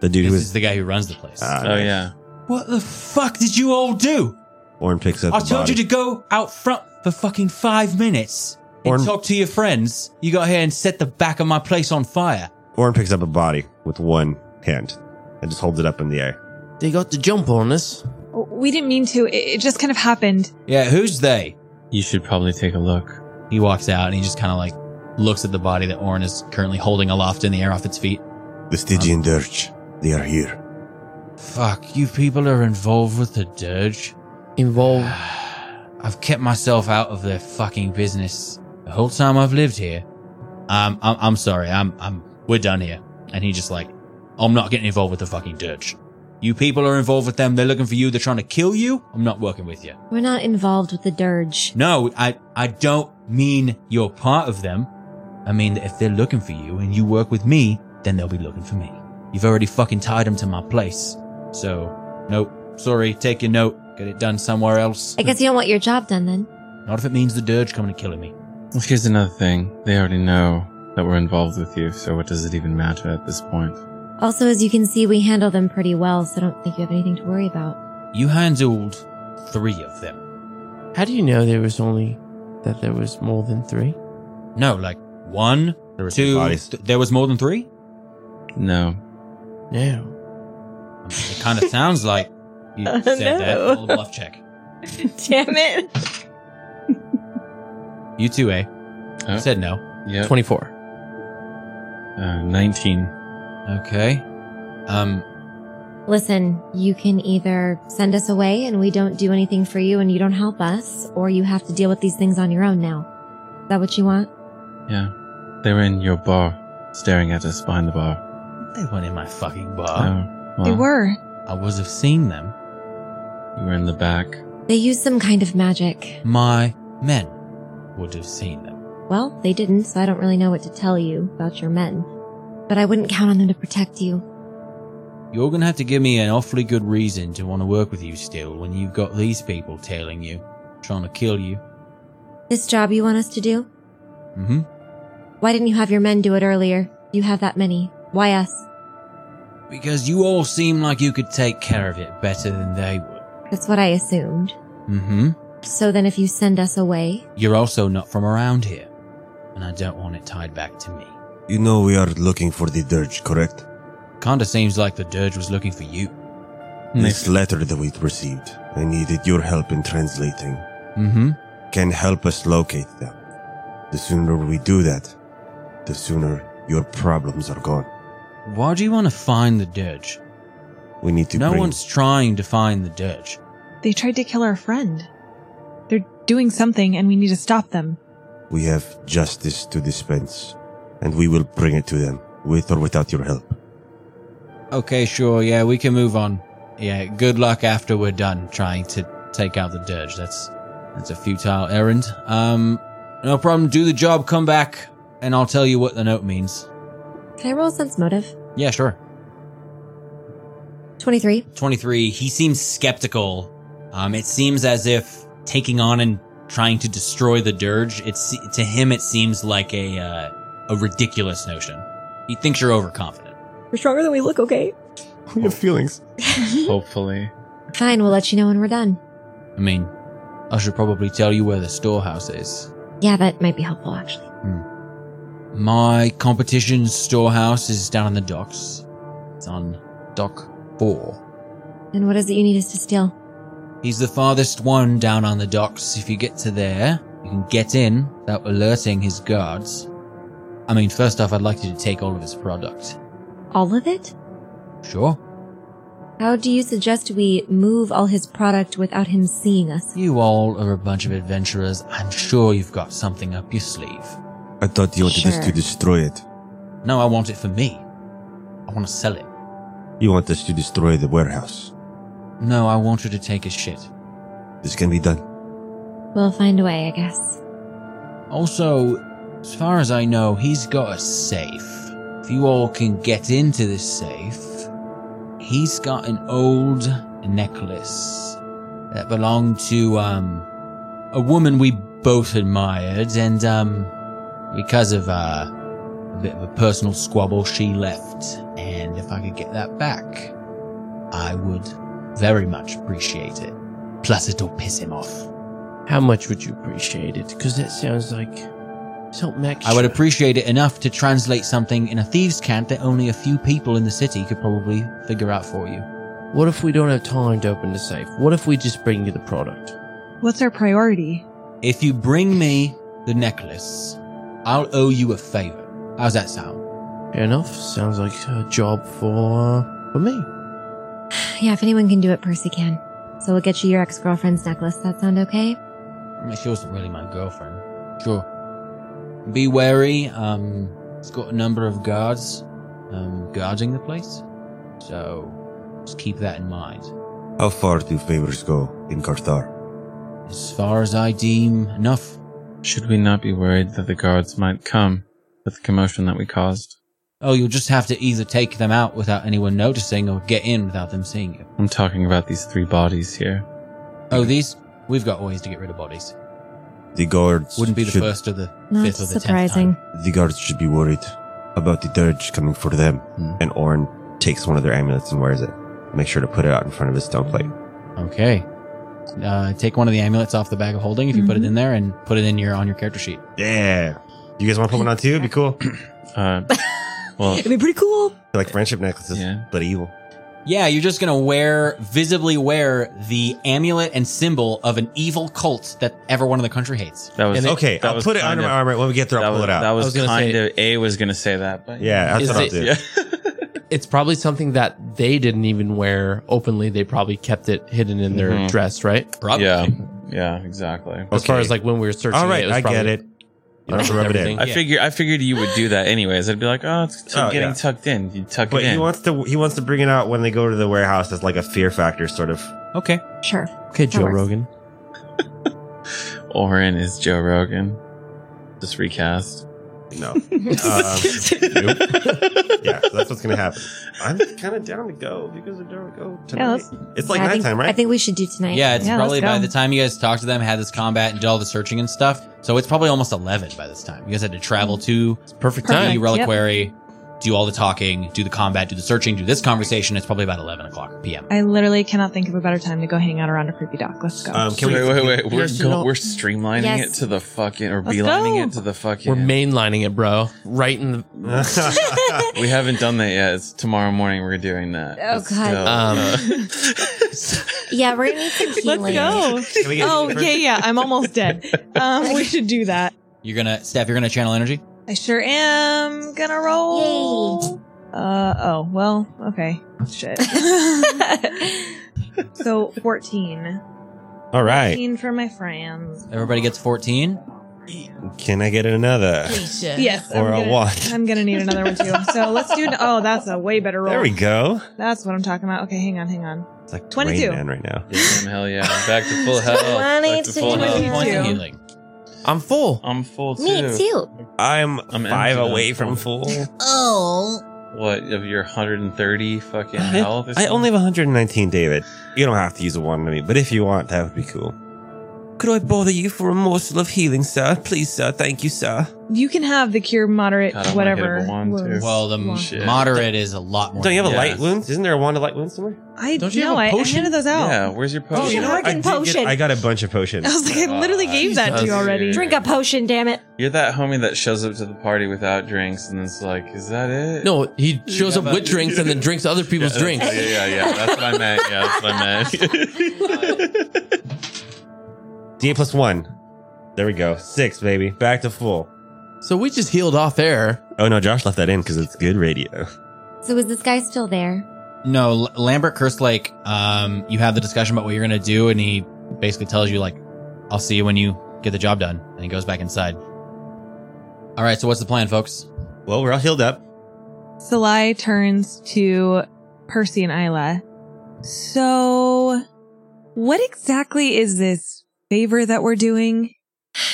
Speaker 7: The dude
Speaker 1: this
Speaker 7: who
Speaker 1: is
Speaker 7: was.
Speaker 1: the guy who runs the place.
Speaker 7: Ah,
Speaker 8: Oh
Speaker 7: nice.
Speaker 8: yeah.
Speaker 1: what the fuck did you all do?
Speaker 7: Orin picks up.
Speaker 1: I
Speaker 7: the
Speaker 1: told
Speaker 7: body.
Speaker 1: you to go out front for fucking five minutes and
Speaker 7: Or-
Speaker 1: talk to your friends. You got here and set the back of my place on fire.
Speaker 7: Orin picks up a body with one hand and just holds it up in the air.
Speaker 9: They got the jump on us.
Speaker 2: We didn't mean to. It, it just kind of happened.
Speaker 1: Yeah, who's they?
Speaker 8: You should probably take a look.
Speaker 1: He walks out and he just kind of like looks at the body that Orin is currently holding aloft in the air off its feet.
Speaker 7: The Stygian Dirge. They are here.
Speaker 1: Fuck, you people are involved with the dirge.
Speaker 9: Involved.
Speaker 1: I've kept myself out of their fucking business the whole time I've lived here. Um, I'm, I'm sorry. I'm, I'm, we're done here. And he just like, I'm not getting involved with the fucking dirge. You people are involved with them. They're looking for you. They're trying to kill you. I'm not working with you.
Speaker 6: We're not involved with the dirge.
Speaker 1: No, I, I don't mean you're part of them. I mean that if they're looking for you and you work with me, then they'll be looking for me. You've already fucking tied them to my place. So, nope. Sorry. Take your note. Get it done somewhere else.
Speaker 6: I guess you don't want your job done then.
Speaker 1: Not if it means the dirge coming and killing me.
Speaker 8: Here's another thing. They already know that we're involved with you, so what does it even matter at this point?
Speaker 6: Also, as you can see, we handle them pretty well, so I don't think you have anything to worry about.
Speaker 1: You handled three of them.
Speaker 9: How do you know there was only that there was more than three?
Speaker 1: No, like one,
Speaker 7: There were
Speaker 1: two.
Speaker 7: bodies.
Speaker 1: th- there was more than three.
Speaker 8: No.
Speaker 9: No.
Speaker 1: I mean, it kind of sounds like you
Speaker 6: Oh,
Speaker 1: said that.
Speaker 6: no.
Speaker 1: Roll a bluff check.
Speaker 6: Damn it.
Speaker 1: You too, eh?
Speaker 8: Oh.
Speaker 1: You said no.
Speaker 8: Yep.
Speaker 5: 24.
Speaker 8: Uh, 19.
Speaker 1: Okay. Um.
Speaker 6: Listen, you can either send us away and we don't do anything for you and you don't help us, or you have to deal with these things on your own now. Is that what you want?
Speaker 8: Yeah. They were in your bar, staring at us behind the bar.
Speaker 1: They weren't in my fucking
Speaker 8: Oh,
Speaker 7: Uh.
Speaker 1: bar.
Speaker 8: well,
Speaker 2: They
Speaker 1: Uh-huh.
Speaker 2: were.
Speaker 1: I was have seen them.
Speaker 8: You were in the back.
Speaker 6: They used some kind of magic.
Speaker 1: My men would have seen them.
Speaker 6: Well, they didn't, so I don't really know what to tell you about your men. But I wouldn't count on them to protect you.
Speaker 1: You're gonna have to give me an awfully good reason to want to work with you still when you've got these people tailing you, trying to kill you.
Speaker 6: This job you want us to do?
Speaker 1: Mm-hmm.
Speaker 6: Why didn't you have your men do it earlier? You have that many. Why us?
Speaker 1: Because you all seem like you could take care of it better than they would.
Speaker 6: That's what I assumed.
Speaker 1: Mm-hmm.
Speaker 6: So then if you send us away,
Speaker 1: You're also not from around here, and I don't want it tied back to me.
Speaker 7: You know we are looking for the Dirge, correct?
Speaker 1: Kinda seems like the dirge was looking for you.
Speaker 7: This letter that we received, I needed your help in translating,
Speaker 1: Mm-hmm.
Speaker 7: can help us locate them. The sooner we do that, the sooner your problems are gone.
Speaker 1: Why do you want to find the dirge?
Speaker 7: We need to
Speaker 1: no
Speaker 7: bring
Speaker 1: one's trying to find the dirge.
Speaker 2: They tried to kill our friend. They're doing something and we need to stop them.
Speaker 7: We have justice to dispense, and we will bring it to them, with or without your help.
Speaker 1: Okay, sure. Yeah, we can move on. Yeah, good luck after we're done trying to take out the dirge. That's that's a futile errand. Um, no problem. Do the job. Come back, and I'll tell you what the note means.
Speaker 6: Can I roll sense motive?
Speaker 1: Yeah, sure.
Speaker 6: 23.
Speaker 1: 23 he seems skeptical um, it seems as if taking on and trying to destroy the dirge it's to him it seems like a uh, a ridiculous notion he thinks you're overconfident
Speaker 10: We're stronger than we look, okay?
Speaker 7: We have feelings.
Speaker 8: Hopefully.
Speaker 6: Fine, we'll let you know when we're done.
Speaker 1: i mean i should probably tell you where the storehouse is
Speaker 6: Yeah, that might be helpful, actually.
Speaker 1: my competition storehouse is down on the docks it's on dock 4
Speaker 6: And what is it you need us to steal?
Speaker 1: He's the farthest one down on the docks. If you get to there, you can get in without alerting his guards. I mean, first off, I'd like you to take all of his product.
Speaker 6: All of it?
Speaker 1: Sure.
Speaker 6: How do you suggest we move all his product without him seeing us?
Speaker 1: You all are a bunch of adventurers. I'm sure you've got something up your sleeve.
Speaker 7: I thought you wanted us to
Speaker 6: Sure.
Speaker 7: destroy it.
Speaker 1: No, I want it for me. I want to sell it.
Speaker 7: You want us to destroy the warehouse.
Speaker 1: No, I want you to take his shit.
Speaker 7: This can be done.
Speaker 6: We'll find a way, I guess.
Speaker 1: Also, as far as I know, he's got a safe. If you all can get into this safe, he's got an old necklace that belonged to um a woman we both admired, and um because of uh, a bit of a personal squabble, she left. And if I could get that back, I would very much appreciate it. Plus, it'll piss him off.
Speaker 9: How much would you appreciate it? Because that sounds like something extra.
Speaker 1: I would appreciate it enough to translate something in a thieves' cant that only a few people in the city could probably figure out for you.
Speaker 9: What if we don't have time to open the safe? What if we just bring you the product?
Speaker 2: What's our priority?
Speaker 1: If you bring me the necklace, I'll owe you a favor. How's that sound?
Speaker 9: Fair enough. Sounds like a job for for me.
Speaker 6: Yeah, if anyone can do it, Percy can. So we'll get you your ex girlfriend's necklace. That sound okay?
Speaker 1: I mean, she wasn't really my girlfriend. Sure. Be wary. Um, it's got a number of guards um, guarding the place, so just keep that in mind.
Speaker 7: How far do favors go in Karthar?
Speaker 1: As far as I deem enough.
Speaker 8: Should we not be worried that the guards might come with the commotion that we caused?
Speaker 1: Oh, you'll just have to either take them out without anyone noticing or get in without them seeing you.
Speaker 8: I'm talking about these three bodies here.
Speaker 1: Oh, these? We've got ways to get rid of bodies.
Speaker 7: The guards
Speaker 1: Wouldn't be the
Speaker 7: should,
Speaker 1: first or the
Speaker 6: Not
Speaker 1: fifth or the
Speaker 6: surprising.
Speaker 1: tenth time.
Speaker 7: The guards should be worried about the dirge coming for them.
Speaker 1: Hmm.
Speaker 7: And Orin takes one of their amulets and wears it. Make sure to put it out in front of his stone plate.
Speaker 1: Okay. Uh, take one of the amulets off the bag of holding if you put it
Speaker 6: Mhm.
Speaker 1: in there, and put it in your on your character sheet.
Speaker 7: Yeah. You guys want to put one on too? It'd be cool.
Speaker 8: Uh,
Speaker 1: Oh.
Speaker 8: well,
Speaker 10: It'd be pretty cool.
Speaker 7: They're like friendship necklaces,
Speaker 8: Yeah.
Speaker 7: but evil.
Speaker 1: Yeah, you're just gonna wear visibly wear the amulet and symbol of an evil cult that everyone in the country hates.
Speaker 8: that was
Speaker 7: Okay,
Speaker 8: that
Speaker 7: I'll
Speaker 8: was
Speaker 7: put it
Speaker 8: kind
Speaker 7: under my
Speaker 8: of-
Speaker 7: armor. When we get there,
Speaker 8: That
Speaker 7: I'll
Speaker 8: was,
Speaker 7: pull it
Speaker 8: that
Speaker 7: out.
Speaker 5: I
Speaker 8: was,
Speaker 5: was gonna
Speaker 8: kind
Speaker 5: say-
Speaker 8: of A was gonna say that, but
Speaker 7: Yeah, that's
Speaker 5: Is
Speaker 7: what I'll
Speaker 5: it-
Speaker 7: do.
Speaker 8: yeah.
Speaker 5: It's probably something that they didn't even wear openly. They probably kept it hidden in their
Speaker 8: Mhm.
Speaker 5: dress, right?
Speaker 1: Probably.
Speaker 8: yeah, yeah, exactly.
Speaker 5: As far
Speaker 7: Okay.
Speaker 5: as like when we were searching,
Speaker 7: All right,
Speaker 5: it was
Speaker 7: I get
Speaker 5: probably-
Speaker 7: it. You don't have to rub it in.
Speaker 5: Everything.
Speaker 8: I
Speaker 1: Yeah.
Speaker 8: figure I figured you would do that anyways. I'd be like, oh, it's t-
Speaker 7: Oh,
Speaker 8: getting
Speaker 7: yeah.
Speaker 8: tucked in. You tuck
Speaker 7: But
Speaker 8: it
Speaker 7: he
Speaker 8: in.
Speaker 7: wants to he wants to bring it out when they go to the warehouse as like a fear factor sort of.
Speaker 1: Okay.
Speaker 6: Sure.
Speaker 9: Okay, Joe
Speaker 6: works.
Speaker 9: Rogan.
Speaker 8: Oren is Joe Rogan. Just recast.
Speaker 7: No. um, yeah, so that's what's gonna happen. I'm kind of down to go because we're down to go tonight.
Speaker 10: let's-
Speaker 7: it's like
Speaker 6: Yeah, I think,
Speaker 7: nighttime,
Speaker 6: I
Speaker 7: right?
Speaker 6: think we should do tonight.
Speaker 1: Yeah, it's
Speaker 2: Yeah,
Speaker 1: probably
Speaker 2: let's go.
Speaker 1: by the time you guys talked to them, had this combat, and did all the searching and stuff. So it's probably almost eleven by this time. You guys had to travel to
Speaker 5: It's perfect
Speaker 1: the
Speaker 5: time.
Speaker 2: Perfect.
Speaker 1: reliquary, do all the talking, do the combat, do the searching, do this conversation. It's probably about eleven o'clock p.m.
Speaker 2: I literally cannot think of a better time to go hang out around a creepy dock. Let's go.
Speaker 7: Um, can we?
Speaker 8: wait, wait, wait. We're
Speaker 9: Yes,
Speaker 8: go-
Speaker 9: no.
Speaker 8: we're streamlining
Speaker 6: Yes.
Speaker 8: it to the fucking or
Speaker 2: Let's
Speaker 8: beelining
Speaker 2: go.
Speaker 8: it to the fucking.
Speaker 5: We're mainlining it, bro. Right in the
Speaker 8: we haven't done that yet. It's tomorrow morning. We're doing that.
Speaker 6: Oh,
Speaker 8: It's
Speaker 6: God.
Speaker 7: Um,
Speaker 8: still-
Speaker 6: Yeah, we're gonna need some
Speaker 2: Let's
Speaker 6: healing.
Speaker 2: go.
Speaker 7: Can we get
Speaker 2: Oh,
Speaker 7: first?
Speaker 2: yeah, yeah. I'm almost dead. Um, we should do that.
Speaker 1: You're gonna, Steph. You're gonna channel energy.
Speaker 2: I sure am gonna roll. Uh oh, well, okay. Shit. so 14.
Speaker 7: All right.
Speaker 2: 14 for my friends.
Speaker 1: Everybody gets 14.
Speaker 7: Can I get another?
Speaker 2: Yes.
Speaker 7: Or
Speaker 2: I'm
Speaker 7: a
Speaker 2: gonna,
Speaker 7: what?
Speaker 2: I'm gonna need another one too. So let's do. Oh, that's a way better roll.
Speaker 7: There we go.
Speaker 2: That's what I'm talking about. Okay, hang on, hang on.
Speaker 7: It's like
Speaker 2: 22.
Speaker 7: Rain Man right now.
Speaker 8: Damn, hell yeah. I'm back to full health. Back to
Speaker 6: Oh,
Speaker 8: full health.
Speaker 1: Points of
Speaker 2: Two.
Speaker 1: healing.
Speaker 5: I'm full.
Speaker 8: I'm full too.
Speaker 6: Me too.
Speaker 7: I'm,
Speaker 8: I'm
Speaker 7: five
Speaker 8: empty now.
Speaker 7: away from full.
Speaker 6: Oh.
Speaker 8: What, of your 130 fucking
Speaker 7: I-
Speaker 8: health? or
Speaker 7: I
Speaker 8: something?
Speaker 7: only have 119, David. You don't have to use a wand on me, but if you want, that would be cool. Could I bother you for a morsel of healing, sir? Please, sir. Thank you, sir.
Speaker 2: You can have the cure moderate
Speaker 8: God, I wanna
Speaker 2: whatever.
Speaker 8: hit up a wand, too.
Speaker 2: wounds.
Speaker 1: Well, the m-
Speaker 8: Shit.
Speaker 1: moderate is a lot more.
Speaker 7: Don't you have a
Speaker 8: Yeah.
Speaker 7: light wound? Isn't there a wand of light wound somewhere?
Speaker 2: I
Speaker 5: Don't you
Speaker 2: no,
Speaker 5: have a
Speaker 2: I- I
Speaker 5: potion?
Speaker 2: handed those out.
Speaker 8: Yeah, where's your potion?
Speaker 6: Oh, you know what? Drinking
Speaker 7: I did
Speaker 6: potion.
Speaker 7: I got a bunch of
Speaker 2: I
Speaker 7: potions.
Speaker 2: was like, I literally gave that to you
Speaker 8: Jesus.
Speaker 2: already.
Speaker 8: Drink
Speaker 6: Drink a potion, damn it.
Speaker 8: You're that homie that shows up to the party without drinks and it's like, is that it?
Speaker 5: No, he shows
Speaker 8: Yeah,
Speaker 5: up
Speaker 8: but-
Speaker 5: with drinks and then drinks other
Speaker 8: Yeah,
Speaker 5: people's
Speaker 8: that's-
Speaker 5: drinks.
Speaker 8: Yeah, yeah, yeah. That's what I meant. Yeah, that's what I meant.
Speaker 7: D plus one. There we go. Six, baby. Back to full.
Speaker 5: So we just healed off air.
Speaker 7: Oh no, Josh left that in because it's good radio.
Speaker 6: So is this guy still there?
Speaker 1: No, L- Lambert cursed like um, you have the discussion about what you're gonna do, and he basically tells you like, "I'll see you when you get the job done," and he goes back inside. All right, so what's the plan, folks?
Speaker 7: Well, we're all healed up.
Speaker 2: Salai turns to Percy and Isla. So, what exactly is this favor that we're doing?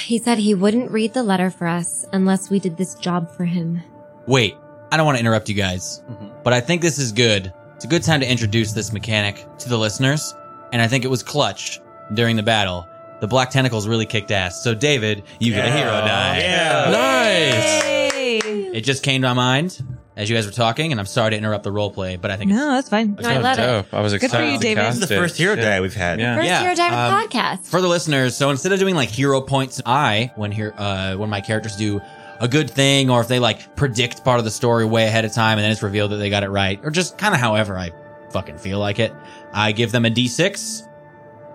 Speaker 6: He said he wouldn't read the letter for us unless we did this job for him.
Speaker 1: Wait, I don't want to interrupt you guys,
Speaker 8: Mhm.
Speaker 1: but I think this is good. It's a good time to introduce this mechanic to the listeners, and I think it was clutch during the battle. The black tentacles really kicked ass. So, David, you get a hero
Speaker 8: Oh,
Speaker 1: die.
Speaker 7: Yeah.
Speaker 5: Nice.
Speaker 2: Hey.
Speaker 1: It just came to my mind as you guys were talking, and I'm sorry to interrupt the role play, but I think
Speaker 2: No, that's fine.
Speaker 8: I
Speaker 6: love it.
Speaker 8: dope. I was
Speaker 2: for
Speaker 8: excited.
Speaker 2: you,
Speaker 8: to
Speaker 2: David.
Speaker 8: cast
Speaker 7: This is the
Speaker 8: it.
Speaker 7: first hero
Speaker 8: Shit.
Speaker 7: die we've had.
Speaker 8: Yeah.
Speaker 6: First
Speaker 1: Yeah,
Speaker 6: year diamond
Speaker 1: um,
Speaker 6: podcast.
Speaker 1: for the listeners, so instead of doing like hero points, I when here uh, when my characters do a good thing, or if they like predict part of the story way ahead of time and then it's revealed that they got it right, or just kind of however I fucking feel like it, I give them a d6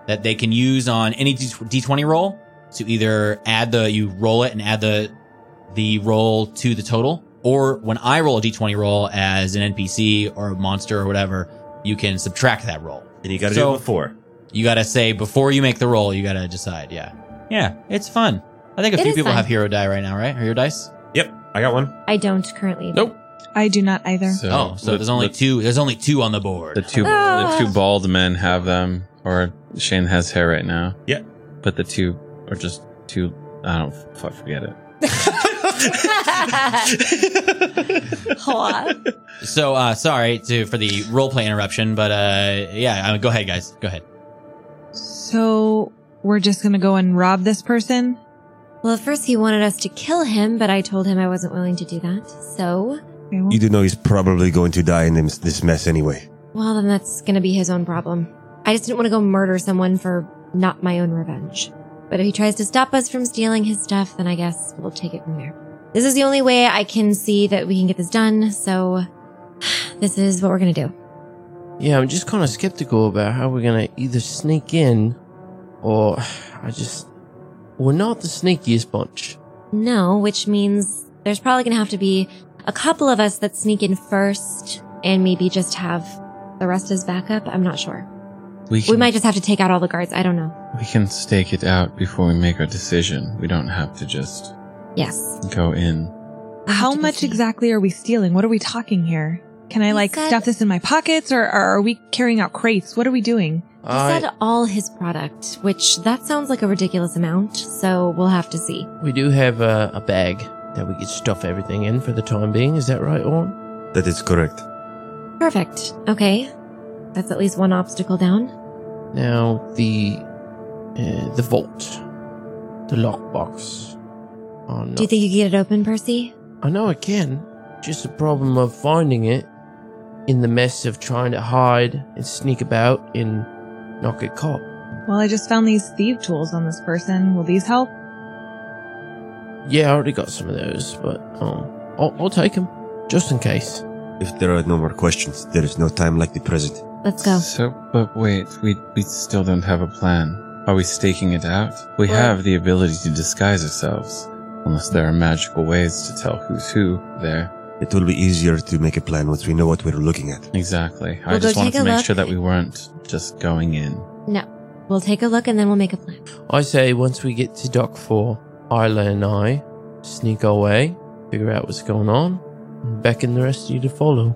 Speaker 1: that they can use on any D- d20 roll to either add the you roll it and add the the roll to the total, or when I roll a d20 roll as an NPC or a monster or whatever, you can subtract that roll.
Speaker 7: And you got to do
Speaker 1: So-
Speaker 7: it before.
Speaker 1: You gotta say before you make the roll, you gotta decide. Yeah, yeah, it's fun. I think a
Speaker 6: It
Speaker 1: few
Speaker 6: is
Speaker 1: people
Speaker 6: fun.
Speaker 1: have hero die right now, right? Hero dice.
Speaker 7: Yep, I got one.
Speaker 6: I don't currently.
Speaker 5: Nope.
Speaker 2: I do not either.
Speaker 8: So
Speaker 1: oh, so
Speaker 8: the-
Speaker 1: there's only
Speaker 8: the,
Speaker 1: two. There's only two on the
Speaker 8: The
Speaker 1: board.
Speaker 8: two,
Speaker 6: Ah.
Speaker 8: the two bald men have them, or Shane has hair right now.
Speaker 7: Yeah.
Speaker 8: but the two are just two. I don't fuck. Forget it.
Speaker 6: Aw.
Speaker 1: so uh, sorry to for the role play interruption, but uh, yeah, uh, go ahead, guys. Go ahead.
Speaker 2: So, we're just gonna go and rob this person?
Speaker 6: Well, at first he wanted us to kill him, but I told him I wasn't willing to do that. So,
Speaker 2: Okay, well,
Speaker 7: You do know he's probably going to die in this, this mess anyway.
Speaker 6: well, then that's going to be his own problem. I just didn't want to go murder someone for not my own revenge. But if he tries to stop us from stealing his stuff, then I guess we'll take it from there. This is the only way I can see that we can get this done. So, this is what we're going to do.
Speaker 9: Yeah, I'm just kind of skeptical about how we're gonna either sneak in, or I just we're not the sneakiest bunch.
Speaker 6: No, which means there's probably going to have to be a couple of us that sneak in first and maybe just have the rest as backup. I'm not sure.
Speaker 8: can,
Speaker 6: We might just have to take out all the guards. I don't know.
Speaker 8: we can stake it out before we make our decision. We don't have to just
Speaker 6: Yes.
Speaker 8: go in.
Speaker 6: I have
Speaker 2: how
Speaker 6: to go
Speaker 2: much
Speaker 6: see.
Speaker 2: exactly are we stealing? What are we talking here? Can I
Speaker 6: He
Speaker 2: like
Speaker 6: said-
Speaker 2: stuff this in my pockets or, or are we carrying out crates? What are we doing?
Speaker 6: He
Speaker 9: I
Speaker 6: said all his product, which that sounds like a ridiculous amount. So we'll have to see.
Speaker 9: we do have a, a bag that we could stuff everything in for the time being. Is that right, Orm?
Speaker 7: That is correct.
Speaker 6: Perfect. Okay. That's at least one obstacle down.
Speaker 9: Now the uh, the vault, the lockbox. Oh, no.
Speaker 6: Do you think you can get it open, Percy?
Speaker 9: I know I can. Just the problem of finding it in the mess of trying to hide and sneak about and not get caught.
Speaker 2: Well, I just found these thieve tools on this person. Will these help?
Speaker 9: Yeah, I already got some of those, but um, I'll, I'll take them just in case.
Speaker 7: If there are no more questions, there is no time like the present.
Speaker 6: Let's go.
Speaker 8: So, but wait, we we still don't have a plan. Are we staking it out? We
Speaker 6: Well-
Speaker 8: have the ability to disguise ourselves, unless there are magical ways to tell who's who there.
Speaker 7: It will be easier to make a plan once we know what we're looking at.
Speaker 8: Exactly. I
Speaker 6: We'll
Speaker 8: just
Speaker 6: go
Speaker 8: wanted
Speaker 6: take
Speaker 8: to
Speaker 6: a
Speaker 8: make
Speaker 6: look.
Speaker 8: sure that we weren't just going in.
Speaker 6: We'll take a look and then we'll make a plan.
Speaker 9: I say once we get to Dock 4,
Speaker 5: Isla and I sneak our way, figure out what's going on, and beckon the rest of you to follow.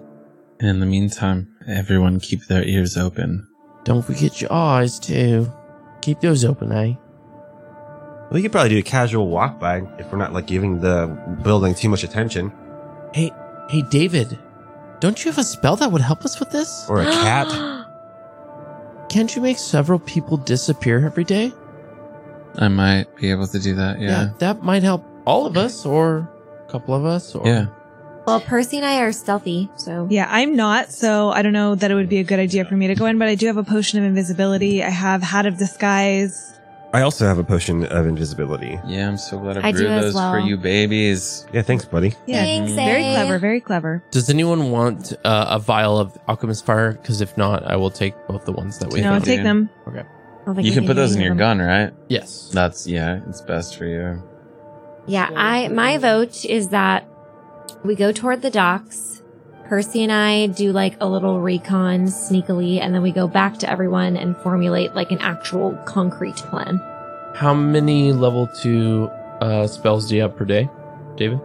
Speaker 8: And in the meantime, everyone keep their ears open.
Speaker 5: Don't forget your eyes, too. Keep those open, eh?
Speaker 7: We could probably do a casual walk by if we're not like giving the building too much attention.
Speaker 5: Hey, hey, David, don't you have a spell that would help us with this?
Speaker 7: Or a cat.
Speaker 5: Can't you make several people disappear every day?
Speaker 8: I might be able to do that. Yeah.
Speaker 5: that might help all of us, or a couple of us, or
Speaker 8: Yeah.
Speaker 6: Well, Percy and I are stealthy, so
Speaker 2: Yeah, I'm not, so I don't know that it would be a good idea for me to go in, but I do have a potion of invisibility. I have Hat of Disguise.
Speaker 7: I also have a potion of invisibility.
Speaker 8: Yeah, I'm so glad I,
Speaker 6: I do
Speaker 8: brewed
Speaker 6: as
Speaker 8: those for
Speaker 6: well.
Speaker 8: you babies.
Speaker 7: Yeah, thanks, buddy.
Speaker 2: Yeah,
Speaker 6: Thanks,
Speaker 2: very
Speaker 6: eh?
Speaker 2: clever, very clever.
Speaker 11: Does anyone want uh, a vial of alchemist fire? Because if not, I will take both the ones that we
Speaker 8: Wait,
Speaker 2: no,
Speaker 8: no,
Speaker 11: found.
Speaker 2: take
Speaker 8: dude.
Speaker 2: them.
Speaker 6: I don't think
Speaker 8: You
Speaker 6: we
Speaker 8: can
Speaker 6: do
Speaker 8: put those in
Speaker 6: any
Speaker 8: your
Speaker 6: of
Speaker 8: gun, right?
Speaker 11: Yes.
Speaker 8: That's yeah, it's best for you.
Speaker 6: them. Yeah, I my vote is that we go toward the docks. Percy and I do like a little recon sneakily, and then we go back to everyone and formulate like an actual concrete plan.
Speaker 11: How many level two uh, spells do you have per day, David?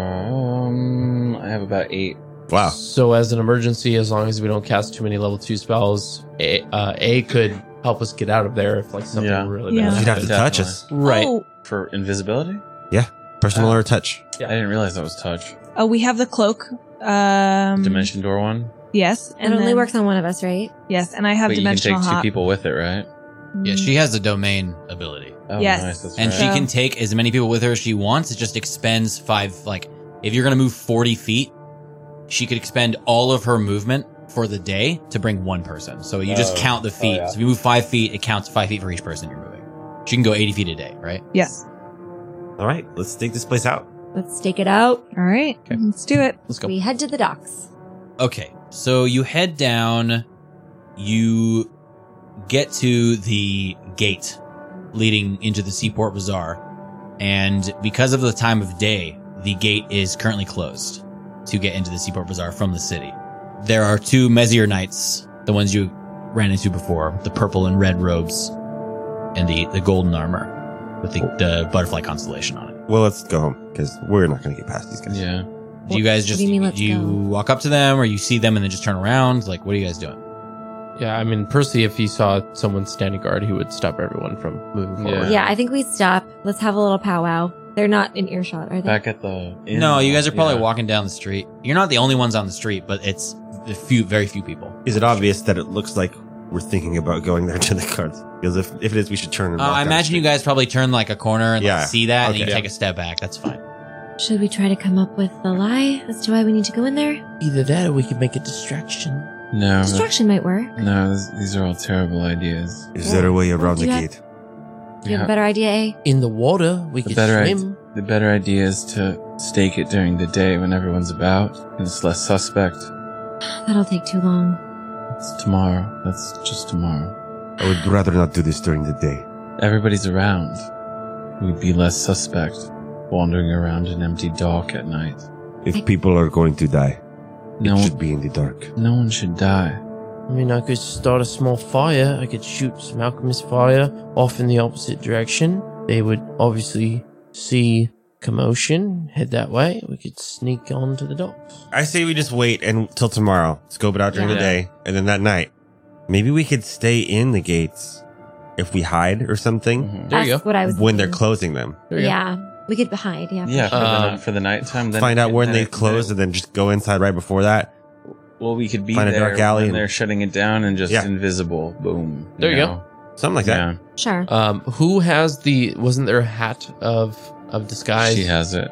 Speaker 8: Um, I have about eight.
Speaker 7: Wow.
Speaker 11: So, as an emergency, as long as we don't cast too many level two spells, A, uh, a could help us get out of there if like something
Speaker 8: Yeah.
Speaker 11: really
Speaker 2: Yeah.
Speaker 11: bad.
Speaker 7: You'd have to
Speaker 11: happens.
Speaker 7: touch us.
Speaker 11: Right.
Speaker 2: Oh,
Speaker 8: For invisibility?
Speaker 7: Personal or touch.
Speaker 8: I didn't realize that was touch.
Speaker 2: oh, we have the cloak. Um,
Speaker 8: Dimension door one.
Speaker 2: Yes,
Speaker 6: It only
Speaker 2: then-
Speaker 6: works on one of us, right?
Speaker 2: Yes, and I have
Speaker 8: But you can take
Speaker 2: dimensional
Speaker 8: two
Speaker 2: hop.
Speaker 8: people with it, right?
Speaker 1: Yeah, she has the domain ability.
Speaker 8: Oh,
Speaker 2: Yes.
Speaker 8: that's
Speaker 1: And she
Speaker 2: So-
Speaker 1: can take as many people with her as she wants. It just expends five, like, if you're going to move 40 feet, she could expend all of her movement for the day to bring one person. So you just
Speaker 8: Oh.
Speaker 1: count the feet.
Speaker 8: yeah.
Speaker 1: So if you move five feet, it counts five feet for each person you're moving. She can go 80 feet a day, right?
Speaker 2: Yes.
Speaker 7: All right, let's take this place out.
Speaker 6: Let's stake it out.
Speaker 2: All right, Mm-hmm. let's do it.
Speaker 11: Let's go.
Speaker 6: We head to the docks.
Speaker 1: Okay. So you head down, you get to the gate leading into the Seaport Bazaar. And because of the time of day, the gate is currently closed to get into the Seaport Bazaar from the city. There are two Mezier knights, the ones you ran into before, the purple and red robes and the, the golden armor with the, the butterfly constellation on it.
Speaker 7: Well, let's go home because we're not going to get past these guys.
Speaker 8: Yeah.
Speaker 1: Do you guys
Speaker 6: What
Speaker 1: just
Speaker 6: do you mean, let's
Speaker 1: do you
Speaker 6: go?
Speaker 1: walk up to them or you see them and then just turn around? Like what are you guys doing?
Speaker 11: Yeah, I mean, Percy, if he saw someone standing guard, he would stop everyone from moving
Speaker 8: Yeah.
Speaker 11: forward.
Speaker 6: Yeah, I think we stop. Let's have a little powwow. They're not in earshot, are they?
Speaker 8: Back at the inn.
Speaker 1: No, you guys are probably
Speaker 8: Yeah.
Speaker 1: walking down the street. You're not the only ones on the street, but it's a few, very few people.
Speaker 7: Is it obvious that it looks like we're thinking about going there to the cards? Because if, if it is, we should turn and
Speaker 1: Uh,
Speaker 7: walk
Speaker 1: I
Speaker 7: down the
Speaker 1: imagine you
Speaker 7: street.
Speaker 1: guys probably turn like a corner and like,
Speaker 7: Yeah.
Speaker 1: see that, and
Speaker 7: Okay.
Speaker 1: you
Speaker 7: Yeah.
Speaker 1: take a step back. That's fine.
Speaker 6: Should we try to come up with a lie as to why we need to go in
Speaker 11: Uh-huh.
Speaker 6: there?
Speaker 5: Either that or we could make a distraction.
Speaker 8: No. that-
Speaker 6: Distraction might work.
Speaker 8: No, this, these are all terrible ideas.
Speaker 7: Is there a way around the
Speaker 6: Yeah.
Speaker 7: gate?
Speaker 6: You have a better idea, eh?
Speaker 5: In the water, we
Speaker 8: The
Speaker 5: could
Speaker 8: better idea-
Speaker 5: swim.
Speaker 8: The better idea is to stake it during the day when everyone's about and it's less suspect.
Speaker 6: That'll take too long.
Speaker 8: It's tomorrow. That's just tomorrow.
Speaker 7: I would rather not do this during the day.
Speaker 8: Everybody's around. We'd be less suspect wandering around an empty dock at night.
Speaker 7: If people are going to die,
Speaker 8: No,
Speaker 7: it should be in the dark.
Speaker 8: no one should die.
Speaker 5: I mean, I could start a small fire. I could shoot some alchemist fire off in the opposite direction. They would obviously see commotion, head that way. We could sneak onto the docks.
Speaker 7: I say we just wait until tomorrow. Scope it out during
Speaker 11: Yeah.
Speaker 7: the day, and then that night, maybe we could stay in the gates if we hide or something
Speaker 1: Mm-hmm.
Speaker 8: Mhm.
Speaker 11: There you
Speaker 6: That's
Speaker 11: go.
Speaker 6: what I was
Speaker 7: when they're
Speaker 6: thinking.
Speaker 7: closing them.
Speaker 11: There you go.
Speaker 6: Yeah. We could hide, yeah.
Speaker 8: Yeah, for,
Speaker 11: Um,
Speaker 8: the, night- for the nighttime. Then
Speaker 7: Find out when
Speaker 8: then
Speaker 7: they
Speaker 8: it-
Speaker 7: close,
Speaker 8: then
Speaker 7: and then just go inside right before that.
Speaker 8: it- well, we could be
Speaker 7: find a
Speaker 8: there
Speaker 7: dark alley
Speaker 8: when
Speaker 7: and-
Speaker 8: they're shutting it down and just
Speaker 7: Yeah.
Speaker 8: invisible. Boom.
Speaker 11: There you go.
Speaker 7: Something like that.
Speaker 8: Yeah,
Speaker 6: Sure.
Speaker 11: Um, who has the? Wasn't there a hat of of disguise?
Speaker 8: she has it.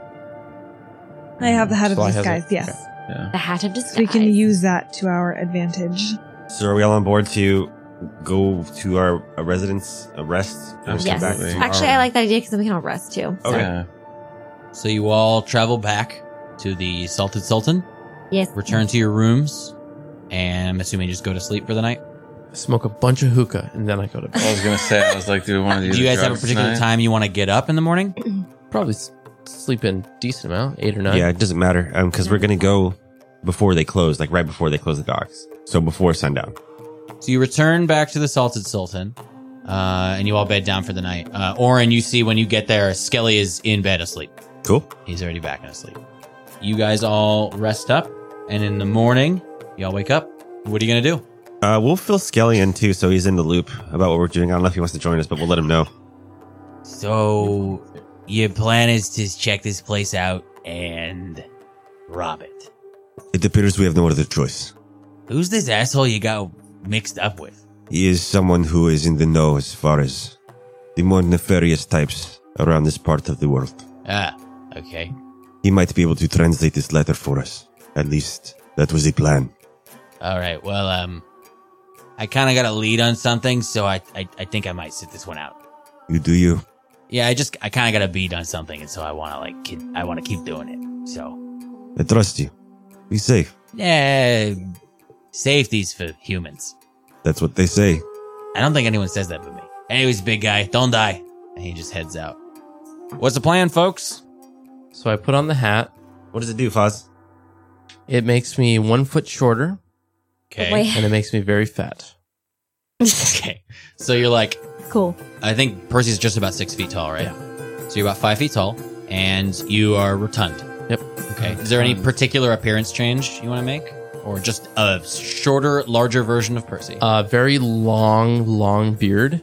Speaker 2: I have the Hat of
Speaker 11: Sly has it.
Speaker 2: Disguise. Yes,
Speaker 11: Okay.
Speaker 8: Yeah.
Speaker 6: The hat of disguise.
Speaker 2: so we can use that to our advantage.
Speaker 7: So are we all on board to go to our uh, residence uh, rest? and
Speaker 8: Yes. Oh,
Speaker 7: come
Speaker 6: Yes.
Speaker 7: back
Speaker 8: Absolutely.
Speaker 7: tomorrow?
Speaker 6: Actually, I like that idea because then we can all rest too. So-
Speaker 7: Okay.
Speaker 8: Yeah.
Speaker 1: So you all travel back to the Salted Sultan,
Speaker 6: Yes.
Speaker 1: return to your rooms, and I'm assuming just go to sleep for the night.
Speaker 11: Smoke a bunch of hookah and then I go to bed.
Speaker 8: I was gonna say, I was like, do we want to do?
Speaker 1: Do you
Speaker 8: the
Speaker 1: guys have a
Speaker 8: drugs
Speaker 1: particular
Speaker 8: tonight?
Speaker 1: time you want to get up in the morning?
Speaker 11: Probably s- sleep in decent amount, eight or nine.
Speaker 7: Yeah, it doesn't matter Um because we're gonna go before they close, like right before they close the docks. So before sundown.
Speaker 1: So you return back to the Salted Sultan. Uh, and you all bed down for the night. Uh, Oren, you see when you get there, Skelly is in bed asleep.
Speaker 7: Cool.
Speaker 1: He's already back and asleep. You guys all rest up, and in the morning, y'all wake up. What are you gonna do?
Speaker 7: Uh, we'll fill Skelly in too, so he's in the loop about what we're doing. I don't know if he wants to join us, but we'll let him know.
Speaker 3: So, your plan is to check this place out and rob it.
Speaker 7: It appears we have no other choice.
Speaker 3: Who's this asshole you got mixed up with?
Speaker 7: He is someone who is in the know as far as the more nefarious types around this part of the world.
Speaker 3: Ah, okay.
Speaker 7: He might be able to translate this letter for us. At least that was the plan.
Speaker 3: All right. Well, um, I kind of got a lead on something, so I, I, I think I might sit this one out.
Speaker 7: You do you.
Speaker 3: Yeah, I just, I kind of got a bead on something, and so I want to like, kid, I want to keep doing it. So,
Speaker 7: I trust you. Be safe.
Speaker 3: yeah, safety's for humans.
Speaker 7: That's what they say.
Speaker 3: I don't think anyone says that but me. Anyways, big guy, don't die. And he just heads out. What's the plan, folks?
Speaker 5: So I put on the hat.
Speaker 7: What does it do, Foz?
Speaker 5: It makes me one foot shorter
Speaker 1: Okay.
Speaker 6: Wait.
Speaker 5: and it makes me very fat.
Speaker 1: Okay. So you're like,
Speaker 6: Cool.
Speaker 1: I think Percy's just about six feet tall, right? So you're about five feet tall, and you are rotund.
Speaker 5: Yep.
Speaker 1: Okay. Is there any particular appearance change you want to make, or just a shorter, larger version of Percy?
Speaker 5: Uh, very long, long beard.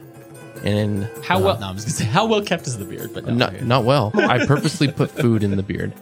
Speaker 5: And
Speaker 1: how
Speaker 5: uh,
Speaker 1: well? Uh-huh. No, I was gonna say how well kept is the beard, but no,
Speaker 5: Not, not well. I purposely put food in the beard,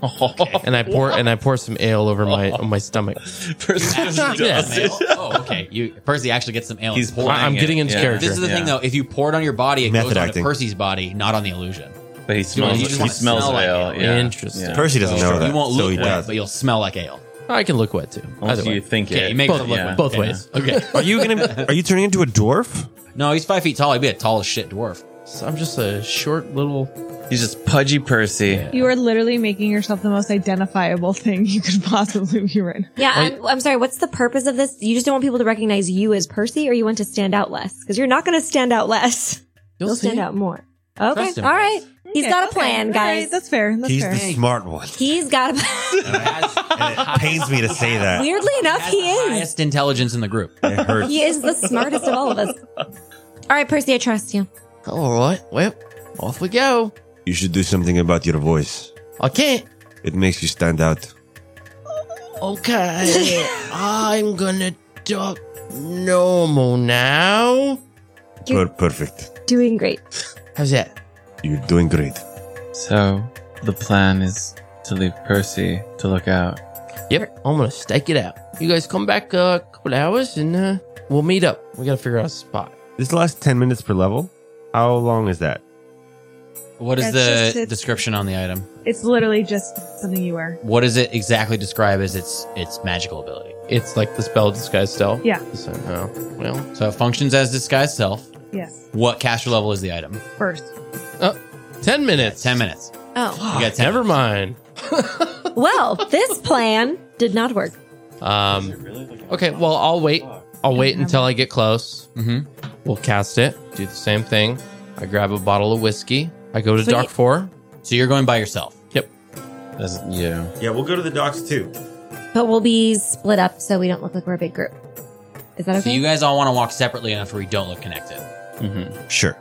Speaker 5: and I pour and I pour some ale over my on my stomach.
Speaker 8: Percy
Speaker 1: You actually
Speaker 5: Yeah.
Speaker 1: get some ale? Oh, okay. You Percy actually gets some ale.
Speaker 8: He's
Speaker 1: Pour-
Speaker 8: pouring
Speaker 5: I'm
Speaker 8: it,
Speaker 5: getting into
Speaker 8: yeah.
Speaker 5: character.
Speaker 1: This is the thing,
Speaker 8: Yeah.
Speaker 1: though. If you pour it on your body, it
Speaker 7: Method
Speaker 1: goes onto
Speaker 7: acting.
Speaker 1: Percy's body, not on the illusion.
Speaker 8: But he smells.
Speaker 1: you
Speaker 8: He
Speaker 1: just wanna
Speaker 8: smells
Speaker 1: smell
Speaker 8: of
Speaker 1: like
Speaker 8: ale.
Speaker 1: ale.
Speaker 8: Yeah.
Speaker 5: Interesting.
Speaker 8: Yeah.
Speaker 7: Percy doesn't know that.
Speaker 1: You won't look
Speaker 7: so he
Speaker 1: wet,
Speaker 7: does.
Speaker 1: but you'll smell like ale.
Speaker 5: I can look wet too.
Speaker 8: Unless
Speaker 5: Either way,
Speaker 8: you think
Speaker 1: Okay,
Speaker 8: it.
Speaker 1: you make
Speaker 5: both,
Speaker 1: it look
Speaker 8: yeah.
Speaker 1: wet.
Speaker 5: both
Speaker 1: Okay.
Speaker 5: ways. Okay,
Speaker 7: Are you gonna? Are you turning into a dwarf?
Speaker 1: No, he's five feet tall. He'd be a tall as shit dwarf.
Speaker 5: so I'm just a short little.
Speaker 8: He's just pudgy Percy.
Speaker 2: You are literally making yourself the most identifiable thing you could possibly be right now.
Speaker 6: Yeah, I'm, I'm sorry. What's the purpose of this? You just don't want people to recognize you as Percy, or you want to stand out less? Because you're not going to stand out less.
Speaker 5: You'll
Speaker 6: You'll
Speaker 5: see.
Speaker 6: stand out more. Okay,
Speaker 1: Trust him.
Speaker 6: all right. He's
Speaker 2: Okay,
Speaker 6: got a
Speaker 2: okay,
Speaker 6: plan,
Speaker 2: all
Speaker 6: guys.
Speaker 2: right, that's fair. That's
Speaker 7: He's
Speaker 2: fair.
Speaker 7: the smart one.
Speaker 6: He's got a plan.
Speaker 7: And it pains me to say that.
Speaker 6: Weirdly enough, he is.
Speaker 1: Highest intelligence in the group.
Speaker 7: It hurts.
Speaker 6: He is the smartest of all of us. All right, Percy, I trust you.
Speaker 9: All right. Well, off we go.
Speaker 7: You should do something about your voice.
Speaker 9: I can't.
Speaker 7: It makes you stand out.
Speaker 9: Okay. I'm gonna talk normal now.
Speaker 7: Per- perfect.
Speaker 6: Doing great.
Speaker 9: How's that?
Speaker 7: You're doing great.
Speaker 8: So the plan is to leave Percy to look out.
Speaker 9: Yep. I'm gonna stake it out. You guys come back uh, a couple hours and uh, we'll meet up. We gotta figure out a spot.
Speaker 7: This lasts ten minutes per level. How long is that?
Speaker 1: What is
Speaker 2: That's
Speaker 1: the
Speaker 2: just- it's-
Speaker 1: description on the item?
Speaker 2: It's literally just something you wear.
Speaker 1: What does it exactly describe as its its magical ability?
Speaker 5: It's like the spell disguise stealth.
Speaker 2: Yeah.
Speaker 5: So, oh, well,
Speaker 1: So it functions as disguised self.
Speaker 2: Yes.
Speaker 1: What caster level is the item?
Speaker 2: First.
Speaker 5: ten minutes.
Speaker 1: Ten minutes.
Speaker 6: Oh,
Speaker 1: You got ten.
Speaker 5: Never mind.
Speaker 6: well, this plan did not work.
Speaker 5: Um, okay. Well, I'll wait. I'll wait until I get close.
Speaker 1: Mhm.
Speaker 5: We'll cast it. Do the same thing. I grab a bottle of whiskey. I go to
Speaker 6: So
Speaker 5: dock
Speaker 6: you-
Speaker 5: four.
Speaker 1: So you're going by yourself.
Speaker 8: That's, yeah.
Speaker 7: Yeah, we'll go to the docks too.
Speaker 6: But we'll be split up so we don't look like we're a big group. Is that
Speaker 1: So
Speaker 6: okay?
Speaker 1: you guys all want to walk separately enough where you don't look connected.
Speaker 8: Mm-hmm.
Speaker 7: Sure.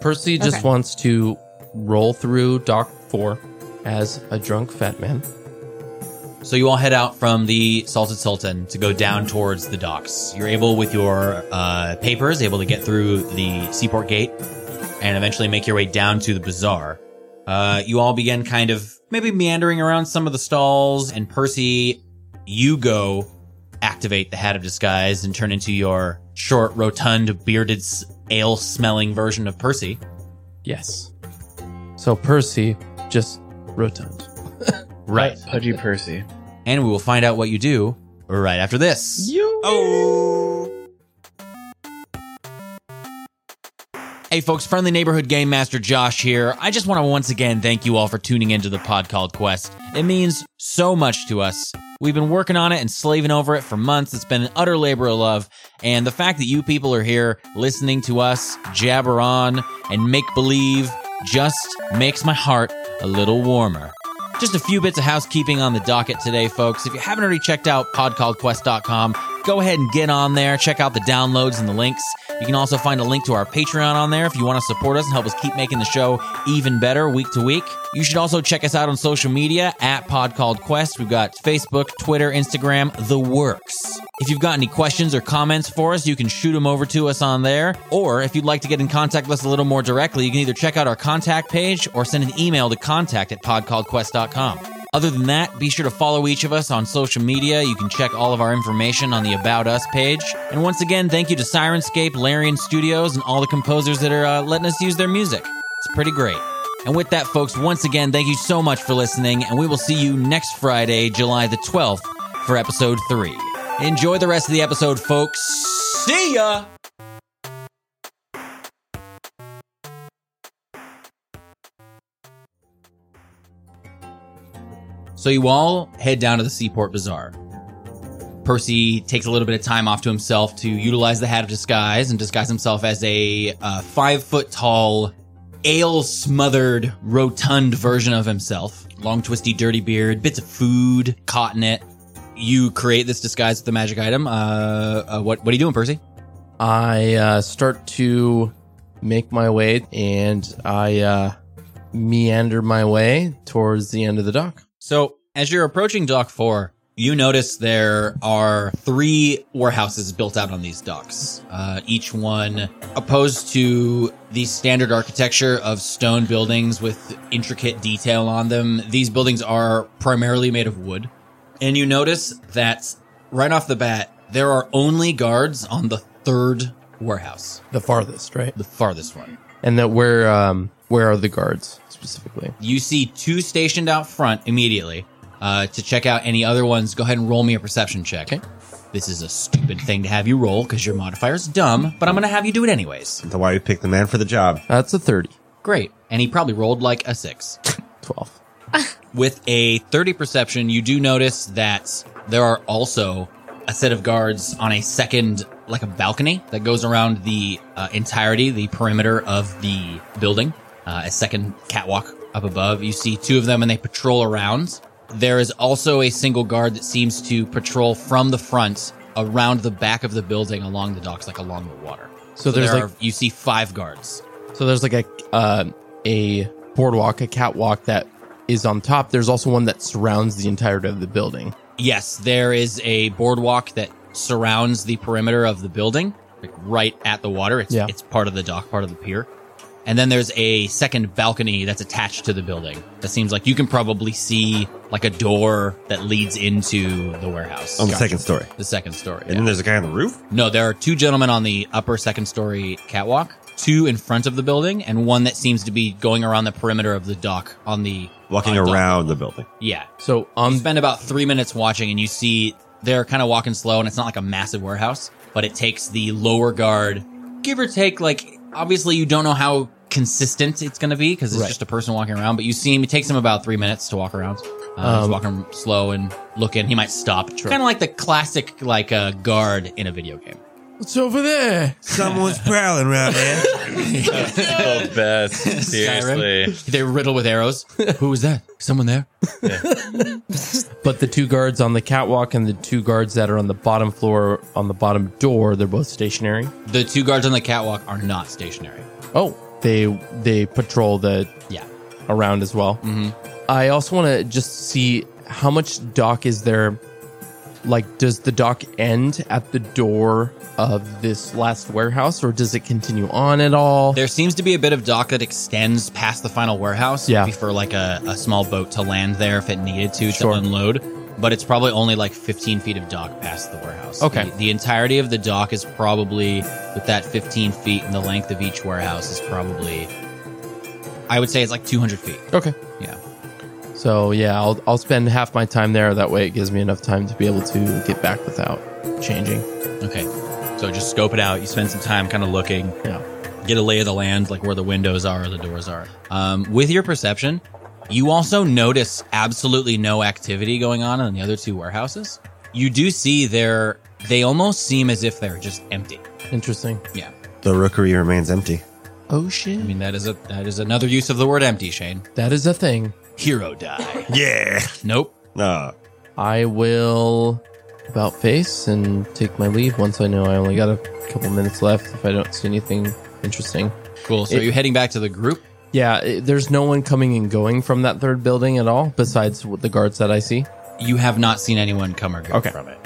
Speaker 5: Percy just
Speaker 6: Okay.
Speaker 5: wants to roll through dock four as a drunk fat man.
Speaker 1: So you all head out from the Salted Sultan to go down towards the docks. You're able, with your uh, papers, able to get through the seaport gate and eventually make your way down to the bazaar. Uh, you all begin kind of maybe meandering around some of the stalls, and Percy, you go activate the hat of disguise and turn into your short, rotund, bearded, ale smelling version of Percy.
Speaker 5: Yes. So Percy just rotund.
Speaker 1: Right.
Speaker 8: Pudgy Percy.
Speaker 1: And we will find out what you do right after this.
Speaker 7: Oh.
Speaker 1: Hey folks, friendly neighborhood game master Josh here. I just want to once again thank you all for tuning into the pod called Quest. It means so much to us. We've been working on it and slaving over it for months. It's been an utter labor of love. And the fact that you people are here listening to us jabber on and make believe just makes my heart a little warmer. Just a few bits of housekeeping on the docket today, folks. If you haven't already checked out podcallquest.com,
Speaker 3: go ahead and get on there. Check out the downloads and the links. You can also find a link to our Patreon on there if you want to support us and help us keep making the show even better week to week. You should also check us out on social media at Pod Called Quest. We've got Facebook, Twitter, Instagram, the works. If you've got any questions or comments for us, you can shoot them over to us on there. Or if you'd like to get in contact with us a little more directly, you can either check out our contact page or send an email to contact at podcalledquest.com. Other than that, be sure to follow each of us on social media. You can check all of our information on the About Us page. And once again, thank you to Sirenscape, Larian Studios, and all the composers that are uh, letting us use their music. It's pretty great. And with that, folks, once again, thank you so much for listening, and we will see you next Friday, July the 12th, for episode 3. Enjoy the rest of the episode, folks. See ya! So you all head down to the Seaport Bazaar. Percy takes a little bit of time off to himself to utilize the hat of disguise and disguise himself as a uh, five foot tall, ale smothered, rotund version of himself. Long, twisty, dirty beard, bits of food caught in it. You create this disguise with the magic item. Uh, uh, what what are you doing, Percy?
Speaker 5: I uh, start to make my way and I uh, meander my way towards the end of the dock.
Speaker 1: So, as you're approaching Dock 4, you notice there are three warehouses built out on these docks, uh, each one opposed to the standard architecture of stone buildings with intricate detail on them. These buildings are primarily made of wood. And you notice that right off the bat, there are only guards on the third warehouse,
Speaker 5: The farthest, right?
Speaker 1: the farthest one.
Speaker 5: And that where um, where are the guards specifically?
Speaker 1: You see two stationed out front immediately. Uh, to check out any other ones, go ahead and roll me a perception check. This is a stupid thing to have you roll because your modifier's dumb, but I'm going to have you do it anyways.
Speaker 7: That's why we picked the man for the job.
Speaker 5: That's a 30.
Speaker 1: Great. And he probably rolled like a six.
Speaker 5: 12.
Speaker 1: With a 30 perception, you do notice that there are also a set of guards on a second, like a balcony that goes around the uh, entirety, the perimeter of the building, uh, a second catwalk up above. You see two of them and they patrol around. There is also a single guard that seems to patrol from the front around the back of the building along the docks, like along the water.
Speaker 5: So there's
Speaker 1: there
Speaker 5: like-
Speaker 1: are- you see five guards.
Speaker 5: So there's like a uh, a boardwalk, a catwalk that is on top. There's also one that surrounds the entirety of the building.
Speaker 1: Yes, there is a boardwalk that surrounds the perimeter of the building, like right at the water. It's,
Speaker 5: Yeah.
Speaker 1: it's part of the dock, part of the pier. And then there's a second balcony that's attached to the building. That seems like you can probably see like a door that leads into the warehouse.
Speaker 7: On the second story.
Speaker 1: The second story.
Speaker 7: And
Speaker 1: yeah.
Speaker 7: then there's a guy on the roof?
Speaker 1: No, there are two gentlemen on the upper second story catwalk, two in front of the building, and one that seems to be going around the perimeter of the dock on the
Speaker 7: Walking
Speaker 1: on dock.
Speaker 7: around the building.
Speaker 1: Yeah.
Speaker 5: So um,
Speaker 1: You
Speaker 5: on
Speaker 1: spend about three minutes watching, and you see they're kind of walking slow, and it's not like a massive warehouse, but it takes the lower guard, give or take. Like obviously, you don't know how consistent it's going to be because it's
Speaker 5: Right.
Speaker 1: just a person walking around. But you see him; it takes him about three minutes to walk around. Uh, he's
Speaker 5: Um,
Speaker 1: walking slow and looking. He might stop, kind of like the classic like uh, guard in a video game.
Speaker 5: what's over there?
Speaker 7: Someone's prowling around there.
Speaker 8: the best. Seriously.
Speaker 1: They're riddled with arrows.
Speaker 3: Who was that? Someone there?
Speaker 5: But the two guards on the catwalk and the two guards that are on the bottom floor on the bottom door, they're both stationary.
Speaker 1: the two guards on the catwalk are not stationary.
Speaker 5: Oh, they they patrol the
Speaker 1: Yeah.
Speaker 5: around as well.
Speaker 1: Mhm.
Speaker 5: I also want to just see how much dock is there. Like, does the dock end at the door of this last warehouse, or does it continue on at all?
Speaker 1: There seems to be a bit of dock that extends past the final warehouse.
Speaker 5: Yeah.
Speaker 1: Maybe for like a, a small boat to land there if it needed to
Speaker 5: Sure.
Speaker 1: to unload. But it's probably only like 15 feet of dock past the warehouse.
Speaker 5: Okay.
Speaker 1: The, the entirety of the dock is probably, with that 15 feet and the length of each warehouse, is probably, I would say it's like 200 feet.
Speaker 5: okay.
Speaker 1: Yeah.
Speaker 5: So yeah, I'll I'll spend half my time there. That way, it gives me enough time to be able to get back without changing.
Speaker 1: Okay. So just scope it out. You spend some time kind of looking.
Speaker 5: Yeah.
Speaker 1: Get a lay of the land, like where the windows are, or the doors are. Um, with your perception, you also notice absolutely no activity going on in the other two warehouses. You do see they're they almost seem as if they're just empty.
Speaker 5: Interesting.
Speaker 1: Yeah.
Speaker 7: The rookery remains empty.
Speaker 5: Oh
Speaker 1: I
Speaker 5: shit,
Speaker 1: mean that is a that is another use of the word empty, Shane.
Speaker 5: that is a thing.
Speaker 1: Hero die.
Speaker 7: Yeah.
Speaker 1: nope.
Speaker 7: Uh,
Speaker 5: I will about face and take my leave once I know I only got a couple minutes left if I don't see anything interesting.
Speaker 1: Cool. So
Speaker 5: It-
Speaker 1: are you heading back to the group?
Speaker 5: Yeah, it, there's no one coming and going from that third building at all besides what the guards that I see.
Speaker 1: You have not seen anyone come or go
Speaker 5: Okay.
Speaker 1: from it.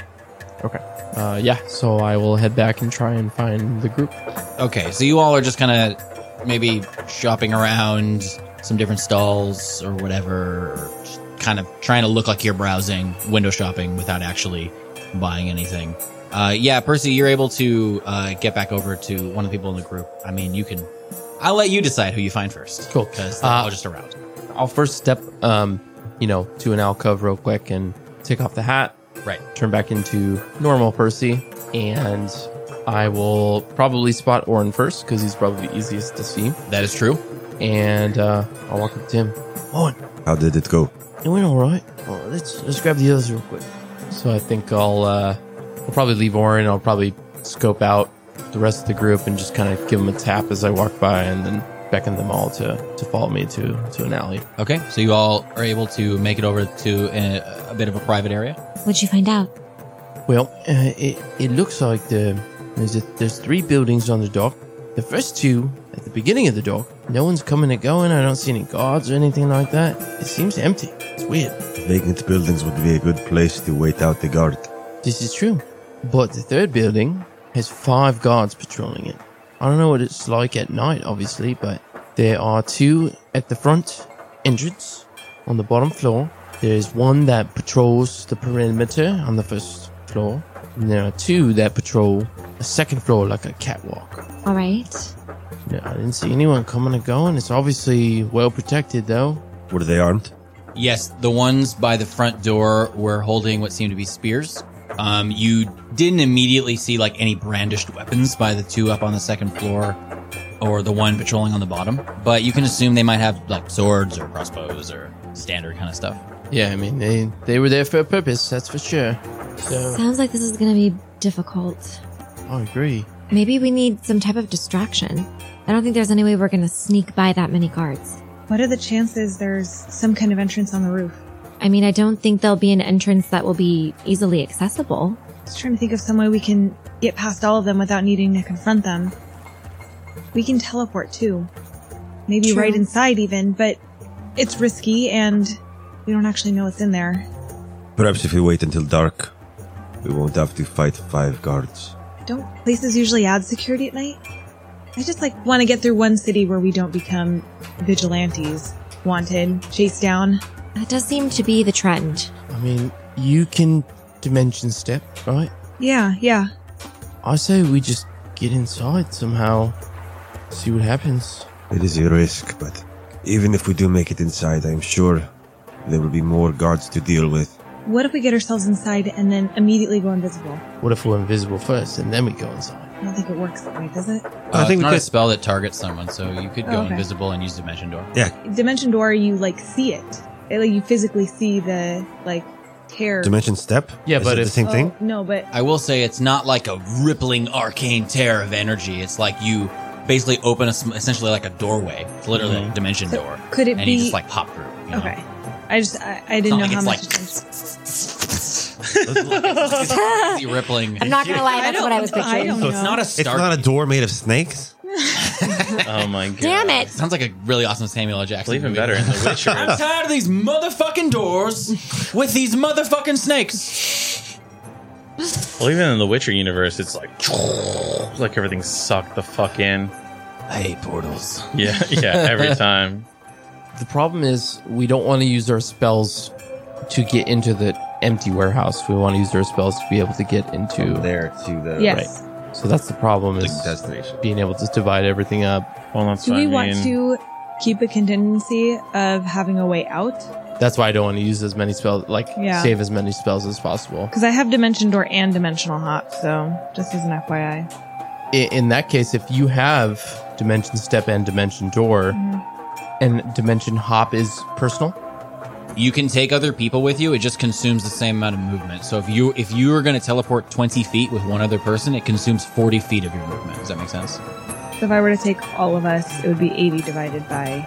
Speaker 5: Uh, yeah, so I will head back and try and find the group.
Speaker 1: Okay, so you all are just kind of maybe shopping around some different stalls or whatever, or just kind of trying to look like you're browsing, window shopping without actually buying anything. Uh, yeah, Percy, you're able to uh, get back over to one of the people in the group. I mean, you can. I'll let you decide who you find first.
Speaker 5: Cool.
Speaker 1: Because
Speaker 5: Uh,
Speaker 1: they're all just around.
Speaker 5: I'll first step, um, you know, to an alcove real quick and take off the hat.
Speaker 1: Right.
Speaker 5: Turn back into normal Percy, and I will probably spot Orin first because he's probably the easiest to see.
Speaker 1: That is true.
Speaker 5: And uh, I'll walk up to him.
Speaker 7: How did it go?
Speaker 12: It went all right. Oh, let's let's grab the others real quick.
Speaker 5: So I think I'll uh, I'll probably leave Orin. I'll probably scope out the rest of the group and just kind of give them a tap as I walk by, and then beckon them all to, to follow me to to an alley.
Speaker 1: Okay, so you all are able to make it over to uh, a, a bit of a private area.
Speaker 6: What'd you find out?
Speaker 12: Well, uh, it it looks like the there's a, there's three buildings on the dock. The first two at the beginning of the dock. No one's coming and going. I don't see any guards or anything like that. It seems empty. It's weird.
Speaker 7: Vacant buildings would be a good place to wait out the guard.
Speaker 12: This is true. But the third building has five guards patrolling it. I don't know what it's like at night, obviously, but there are two at the front entrance on the bottom floor. There's one that patrols the perimeter on the first floor. And there are two that patrol the second floor like a catwalk.
Speaker 6: All right.
Speaker 12: No, I didn't see anyone coming or going. It's obviously well protected, though.
Speaker 7: Were they armed?
Speaker 1: Yes, the ones by the front door were holding what seemed to be spears. Um, you didn't immediately see like any brandished weapons by the two up on the second floor or the one patrolling on the bottom, but you can assume they might have like swords or crossbows or standard kind of stuff.
Speaker 12: Yeah, I mean, they, they were there for a purpose, that's for sure. So,
Speaker 6: Sounds like this is going to be difficult.
Speaker 12: I agree.
Speaker 6: Maybe we need some type of distraction. I don't think there's any way we're going to sneak by that many guards.
Speaker 2: What are the chances there's some kind of entrance on the roof?
Speaker 6: I mean, I don't think there'll be an entrance that will be easily accessible.
Speaker 2: Just trying to think of some way we can get past all of them without needing to confront them. We can teleport too. Maybe
Speaker 6: True.
Speaker 2: right inside even, but it's risky and we don't actually know what's in there.
Speaker 7: Perhaps if we wait until dark, we won't have to fight five guards.
Speaker 2: Don't places usually add security at night? I just like want to get through one city where we don't become vigilantes, wanted, chased down.
Speaker 6: That does seem to be the trend.
Speaker 12: I mean, you can dimension step, right?
Speaker 2: Yeah, yeah.
Speaker 12: I say we just get inside somehow, see what happens.
Speaker 7: It is a risk, but even if we do make it inside, I'm sure there will be more guards to deal with.
Speaker 2: What if we get ourselves inside and then immediately go invisible?
Speaker 12: What if we're invisible first and then we go inside?
Speaker 2: I don't think it works that way, does it?
Speaker 1: Uh,
Speaker 7: I
Speaker 1: it's
Speaker 7: think we
Speaker 1: not a
Speaker 7: could-
Speaker 1: spell that targets someone, so you could go
Speaker 2: Oh, okay.
Speaker 1: invisible and use dimension door.
Speaker 2: Dimension Door, you like see it. It, like you physically see the like tear.
Speaker 7: Dimension step?
Speaker 5: Yeah,
Speaker 7: is
Speaker 5: but
Speaker 7: it the
Speaker 5: if-
Speaker 7: same thing?
Speaker 2: Oh, no, but
Speaker 1: I will say it's not like a rippling arcane tear of energy. It's like you basically open a, sm- essentially like a doorway. It's literally
Speaker 7: Mm-hmm.
Speaker 1: a dimension
Speaker 2: So
Speaker 1: door.
Speaker 2: could it
Speaker 1: and
Speaker 2: be?
Speaker 1: you just like pop through. You know?
Speaker 2: okay, I just I, I
Speaker 1: It's
Speaker 2: didn't
Speaker 1: not like
Speaker 2: know how
Speaker 1: it's
Speaker 2: much.
Speaker 1: like
Speaker 2: attention-
Speaker 1: you rippling.
Speaker 6: I'm not going to lie,
Speaker 2: I
Speaker 6: that's
Speaker 2: don't-
Speaker 6: what I was picturing.
Speaker 2: I don't
Speaker 7: So
Speaker 2: know.
Speaker 7: it's
Speaker 1: Not a
Speaker 7: It's
Speaker 1: star.
Speaker 7: not a door made of snakes?
Speaker 8: Oh my god!
Speaker 6: Damn it.
Speaker 1: Sounds like a really awesome Samuel L. Jackson.
Speaker 8: It's even
Speaker 1: movie.
Speaker 8: better in The Witcher.
Speaker 1: I'm
Speaker 8: it's-
Speaker 1: tired of these motherfucking doors with these motherfucking snakes.
Speaker 8: well, even in the Witcher universe, it's like like everything's sucked the fuck in.
Speaker 1: I hate portals.
Speaker 8: Yeah, yeah. Every time.
Speaker 5: The problem is we don't want to use our spells to get into the empty warehouse. We want to use our spells to be able to get into.
Speaker 7: There to the
Speaker 2: Yes.
Speaker 5: So that's the problem is
Speaker 7: destination.
Speaker 5: being able to divide everything up.
Speaker 8: Well, that's
Speaker 2: Do
Speaker 8: what
Speaker 2: we
Speaker 8: I
Speaker 2: want
Speaker 8: mean.
Speaker 2: to keep a contingency of having a way out?
Speaker 5: That's why I don't want to use as many spells, like
Speaker 2: Yeah.
Speaker 5: save as many spells as possible.
Speaker 2: Because I have Dimension Door and Dimensional Hop, so just as an FYI.
Speaker 5: I- In that case, if you have Dimension Step and Dimension Door,
Speaker 1: Mm-hmm.
Speaker 5: and Dimension Hop is personal,
Speaker 1: You can take other people with you. It just consumes the same amount of movement. So if you if you are going to teleport 20 feet with one other person, it consumes 40 feet of your movement. Does that make sense?
Speaker 2: So if I were to take all of us, it would be 80 divided by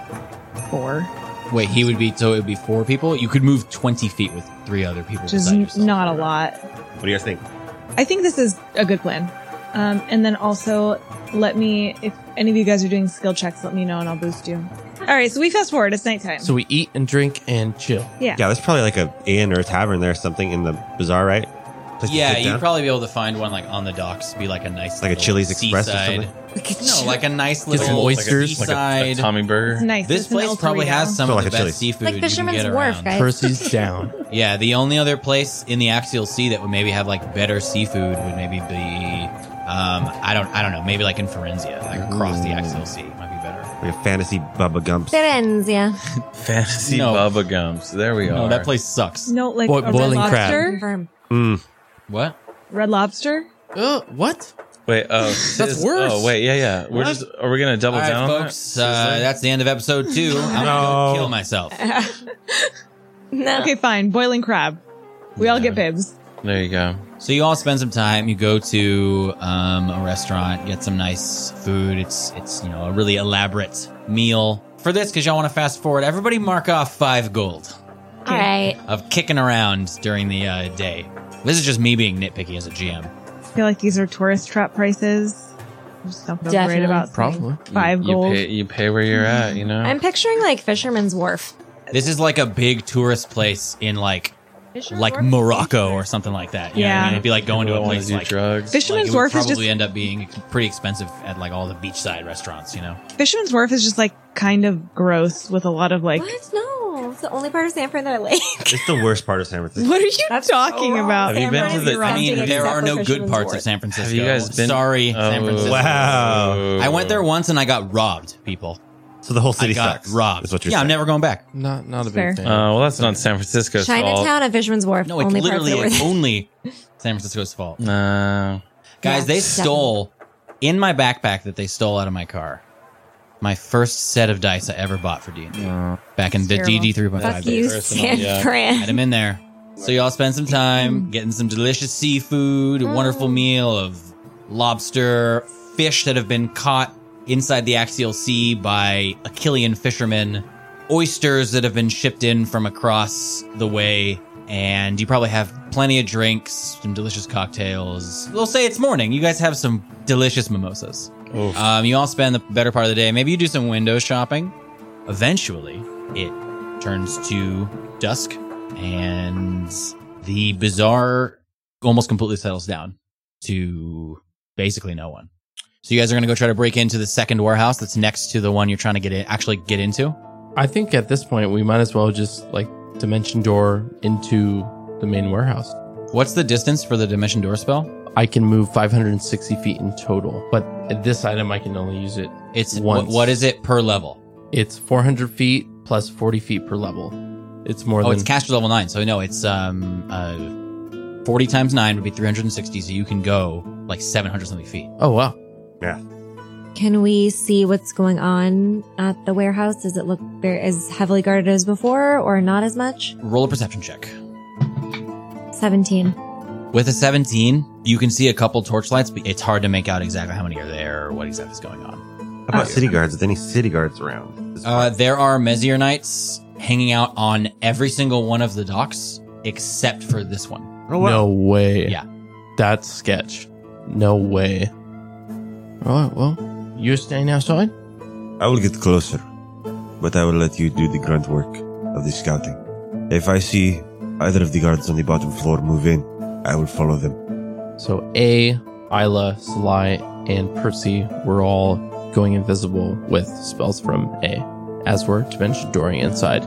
Speaker 2: four.
Speaker 1: Wait, he would be so it would be four people. You could move twenty feet with three other people.
Speaker 2: which is
Speaker 1: beside yourself.
Speaker 2: not a lot.
Speaker 7: What do you guys think?
Speaker 2: I think this is a good plan. Um, and then also, let me, if any of you guys are doing skill checks, let me know and I'll boost you. All right, so we fast forward. It's nighttime.
Speaker 13: So we eat and drink and chill.
Speaker 7: Yeah, there's probably like a inn or a tavern there or something in the bazaar, right? Place to
Speaker 1: Yeah,
Speaker 7: sit
Speaker 1: you'd
Speaker 7: down?
Speaker 1: probably be able to find one like on the docks. Be like a nice,
Speaker 7: Like a
Speaker 1: little
Speaker 7: Chili's Express or
Speaker 1: seaside- No, like a nice
Speaker 5: Get
Speaker 1: little
Speaker 5: some oysters,
Speaker 8: Like a, a
Speaker 1: seaside.
Speaker 8: Tommy
Speaker 2: it's
Speaker 8: burger.
Speaker 2: nice.
Speaker 1: this
Speaker 2: It's an
Speaker 1: place probably
Speaker 2: El
Speaker 1: has
Speaker 2: Torito.
Speaker 1: some
Speaker 7: Feel
Speaker 1: of
Speaker 7: like
Speaker 1: the
Speaker 7: a Chili's.
Speaker 1: best seafood
Speaker 6: Like
Speaker 1: you can
Speaker 6: Fisherman's
Speaker 1: get
Speaker 6: Wharf,
Speaker 1: around.
Speaker 6: guys.
Speaker 13: Percy's down.
Speaker 1: Yeah, the only other place in the axial sea that would maybe have like better seafood would maybe be, um, I don't, I don't know, maybe like in Forenzia, like across the axial sea might be better.
Speaker 7: Like a fantasy Bubba Gumps.
Speaker 6: Serenzia.
Speaker 8: Fantasy
Speaker 1: No.
Speaker 8: Bubba Gumps. There we
Speaker 1: No,
Speaker 8: are.
Speaker 1: that place sucks.
Speaker 2: No, like
Speaker 13: Bo-
Speaker 2: a red
Speaker 13: boiling crab.
Speaker 2: lobster.
Speaker 6: Confirm.
Speaker 7: Mm.
Speaker 1: What?
Speaker 2: Red lobster.
Speaker 5: Uh, what?
Speaker 8: Wait, oh,
Speaker 5: That's worse.
Speaker 8: Oh, wait, yeah, yeah. We're
Speaker 1: What?
Speaker 8: just are we gonna double
Speaker 1: All right,
Speaker 8: down, on
Speaker 1: folks, uh, that's the end of episode two. I'm gonna go kill myself.
Speaker 6: No.
Speaker 2: Okay, fine. Boiling crab. We all get bibs.
Speaker 8: that? There you go.
Speaker 1: So you all spend some time. You go to um, a restaurant, get some nice food. It's it's you know a really elaborate meal for this because y'all want to fast forward. Everybody mark off five gold
Speaker 6: All right.
Speaker 1: of kicking around during the uh, day. This is just me being nitpicky as a GM.
Speaker 2: I feel like these are tourist trap prices. There's something great
Speaker 6: Definitely.
Speaker 2: about
Speaker 5: Probably.
Speaker 2: saying five
Speaker 8: You
Speaker 2: gold.
Speaker 8: pay, you pay where you're at. You know.
Speaker 6: I'm picturing like Fisherman's Wharf.
Speaker 1: This is like a big tourist place in like
Speaker 6: Fisherman's
Speaker 1: like
Speaker 6: Wharf?
Speaker 1: Morocco or something like that. You know what I
Speaker 2: Yeah.
Speaker 1: mean? It'd be like going to a
Speaker 8: People wanna
Speaker 1: place
Speaker 8: do
Speaker 1: like.
Speaker 8: drugs.
Speaker 1: like,
Speaker 2: Fisherman's
Speaker 1: it would
Speaker 2: Wharf is
Speaker 1: probably
Speaker 2: just
Speaker 1: end up being pretty expensive at like all the beachside restaurants, you know.
Speaker 2: Fisherman's Wharf is just like kind of gross with a lot of like.
Speaker 6: What? No, it's the only part of Sanford that I like.
Speaker 7: It's the worst part of San Francisco.
Speaker 2: What are you talking about?
Speaker 8: Have you been to the- I
Speaker 1: I mean,
Speaker 8: Something
Speaker 1: there are no good parts of San Francisco.
Speaker 8: Have you guys been?
Speaker 1: Sorry, San
Speaker 8: Oh. Uh,
Speaker 1: Francisco.
Speaker 7: Wow.
Speaker 1: I went there once and I got robbed, people.
Speaker 7: So the whole
Speaker 1: I
Speaker 7: city
Speaker 1: got
Speaker 7: sucks.
Speaker 1: robbed.
Speaker 7: Is what you're
Speaker 1: yeah, I'm
Speaker 7: saying.
Speaker 1: never going back.
Speaker 5: Not not a
Speaker 2: Fair.
Speaker 5: big fan.
Speaker 8: Uh, well, that's not San Francisco's fault.
Speaker 6: Chinatown and Fisherman's Wharf.
Speaker 1: No, it's
Speaker 6: only
Speaker 1: literally
Speaker 6: parts
Speaker 1: it's
Speaker 6: that were
Speaker 1: only San Francisco's fault.
Speaker 8: No.
Speaker 1: Guys, they
Speaker 6: definitely.
Speaker 1: stole in my backpack that they stole out of my car. My first set of dice I ever bought for D&D back in the
Speaker 2: That's terrible.
Speaker 1: DD 3.5
Speaker 6: Fuck
Speaker 1: days.
Speaker 6: you,
Speaker 8: personal,
Speaker 6: San Mm.
Speaker 8: yeah.
Speaker 1: Had
Speaker 6: Fran.
Speaker 1: him in there. So y'all spend some time getting some delicious seafood, a wonderful meal of lobster, fish that have been caught inside the axial sea by Achillean fishermen, oysters that have been shipped in from across the way, and you probably have plenty of drinks, some delicious cocktails. We'll say it's morning. You guys have some delicious mimosas. Um, you all spend the better part of the day. Maybe you do some window shopping. Eventually, it turns to dusk and the bazaar almost completely settles down to basically no one. So you guys are going to go try to break into the second warehouse that's next to the one you're trying to get in, actually get into.
Speaker 5: I think at this point we might as well just like dimension door into the main warehouse.
Speaker 1: What's the distance for the dimension door spell?
Speaker 5: I can move 560 feet in total, but at this item I can only use it.
Speaker 1: It's what,
Speaker 5: Once.
Speaker 1: what is it per level?
Speaker 5: It's 400 feet plus 40 feet per level. It's more
Speaker 1: oh,
Speaker 5: than
Speaker 1: it's caster level nine. So no, it's um uh, 40 times nine would be 360. So you can go like 700 something feet.
Speaker 5: oh wow.
Speaker 6: Can we see what's going on at the warehouse? Does it look very, as heavily guarded as before, or not as much?
Speaker 1: Roll a perception check.
Speaker 6: Seventeen.
Speaker 1: With a 17, you can see a couple torch lights, but it's hard to make out exactly how many are there or what exactly is going on.
Speaker 7: How about city guards? Is there any city guards around?
Speaker 1: Uh, there are Messier Knights hanging out on every single one of the docks except for this one.
Speaker 7: oh, wow.
Speaker 5: No way.
Speaker 1: Yeah.
Speaker 5: That's sketch. No way. All right, well, you're staying outside?
Speaker 7: I will get closer, but I will let you do the grunt work of the scouting. If I see either of the guards on the bottom floor move in, I will follow them.
Speaker 5: So A, Isla, Sly, and Percy were all going invisible with spells from A, as were Dimension Dooring inside.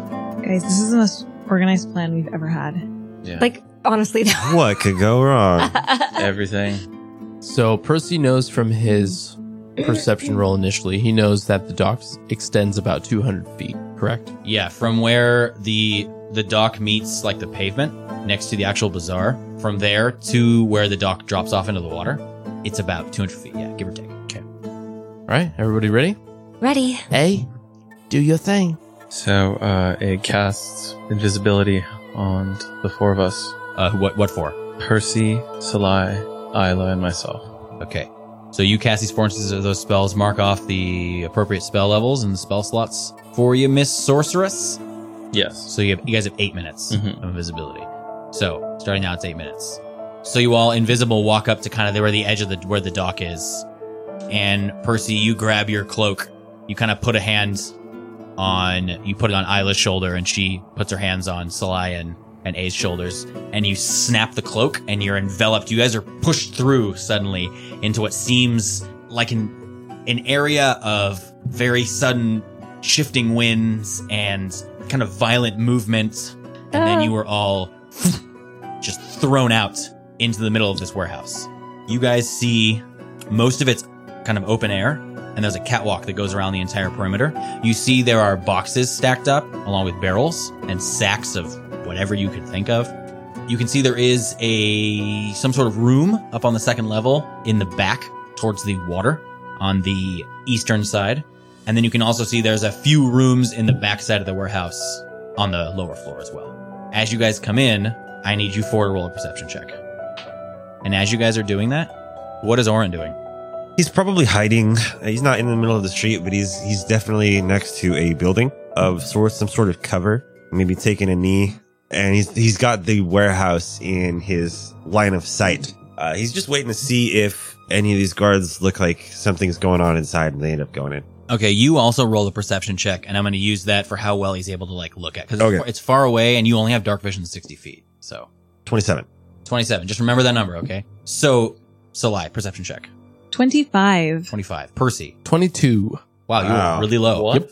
Speaker 2: Guys, this is the most organized plan we've ever had.
Speaker 8: Yeah.
Speaker 6: Like honestly,
Speaker 7: What could go wrong?
Speaker 6: though.
Speaker 8: everything.
Speaker 5: So Percy knows from his perception roll initially, he knows that the dock extends about 200 feet, correct?
Speaker 1: Yeah, from where the the dock meets like the pavement next to the actual bazaar, from there to where the dock drops off into the water, it's about 200 feet. Yeah, give or take. Okay.
Speaker 5: All right, everybody ready?
Speaker 6: Ready?
Speaker 13: Hey, do your thing.
Speaker 8: So uh, it casts invisibility on the four of us:
Speaker 1: Uh, what what for?
Speaker 8: Percy, Salai, Isla, and myself.
Speaker 1: Okay. So you cast these four instances of those spells, mark off the appropriate spell levels and the spell slots for you, Miss Sorceress.
Speaker 8: Yes.
Speaker 1: So you have you guys have eight minutes
Speaker 8: Mhm.
Speaker 1: of invisibility. So starting now, it's eight minutes. So you all invisible walk up to kind of where the edge of the where the dock is, and Percy, you grab your cloak. You kind of put a hand on you put it on Isla's shoulder, and she puts her hands on Salai and and A's shoulders, and you snap the cloak, and you're enveloped. You guys are pushed through suddenly into what seems like an an area of very sudden shifting winds and kind of violent movements, and then
Speaker 6: Ah.
Speaker 1: you were all just thrown out into the middle of this warehouse. You guys see most of it's kind of open air, and there's a catwalk that goes around the entire perimeter. You see there are boxes stacked up along with barrels and sacks of whatever you could think of. You can see there is a some sort of room up on the second level in the back towards the water on the eastern side. And then you can also see there's a few rooms in the back side of the warehouse on the lower floor as well. As you guys come in, I need you four to roll a perception check. And as you guys are doing that, what is Oren doing?
Speaker 7: He's probably hiding. Uh, He's not in the middle of the street, but he's he's definitely next to a building of sort some sort of cover. Maybe taking a knee, and he's he's got the warehouse in his line of sight. Uh, he's just waiting to see if any of these guards look like something's going on inside, and they end up going in.
Speaker 1: Okay, you also roll a perception check, and I'm going to use that for how well he's able to like look at because
Speaker 7: Okay.
Speaker 1: it's, far away, and you only have dark vision 60 feet. So
Speaker 7: Twenty-seven.
Speaker 1: 27. Just remember that number, okay? So Salai, perception check
Speaker 2: 25.
Speaker 1: 25. Percy,
Speaker 5: 22.
Speaker 1: wow, you
Speaker 7: Wow.
Speaker 1: were really low.
Speaker 8: What?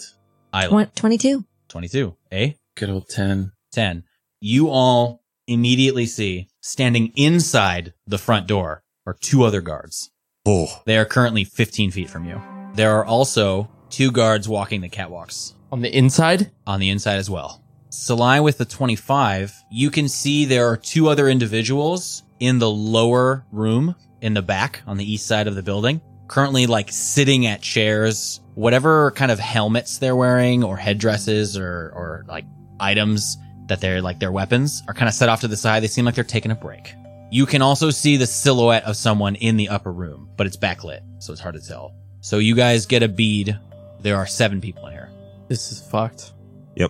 Speaker 1: Isla,
Speaker 6: Twen- 22.
Speaker 1: 22. Eh?
Speaker 8: Good old ten.
Speaker 1: 10, you all immediately see standing inside the front door are two other guards.
Speaker 7: Oh,
Speaker 1: They are currently 15 feet from you. There are also two guards walking the catwalks
Speaker 5: On the inside?
Speaker 1: on the inside as well. Salai with the 25, you can see there are two other individuals in the lower room in the back on the east side of the building, currently like sitting at chairs, whatever kind of helmets they're wearing or headdresses or, or like items that they're like their weapons are kind of set off to the side. They seem like they're taking a break. You can also see the silhouette of someone in the upper room, but it's backlit, so it's hard to tell. So you guys get a bead. There are seven people in here.
Speaker 5: This is fucked.
Speaker 1: So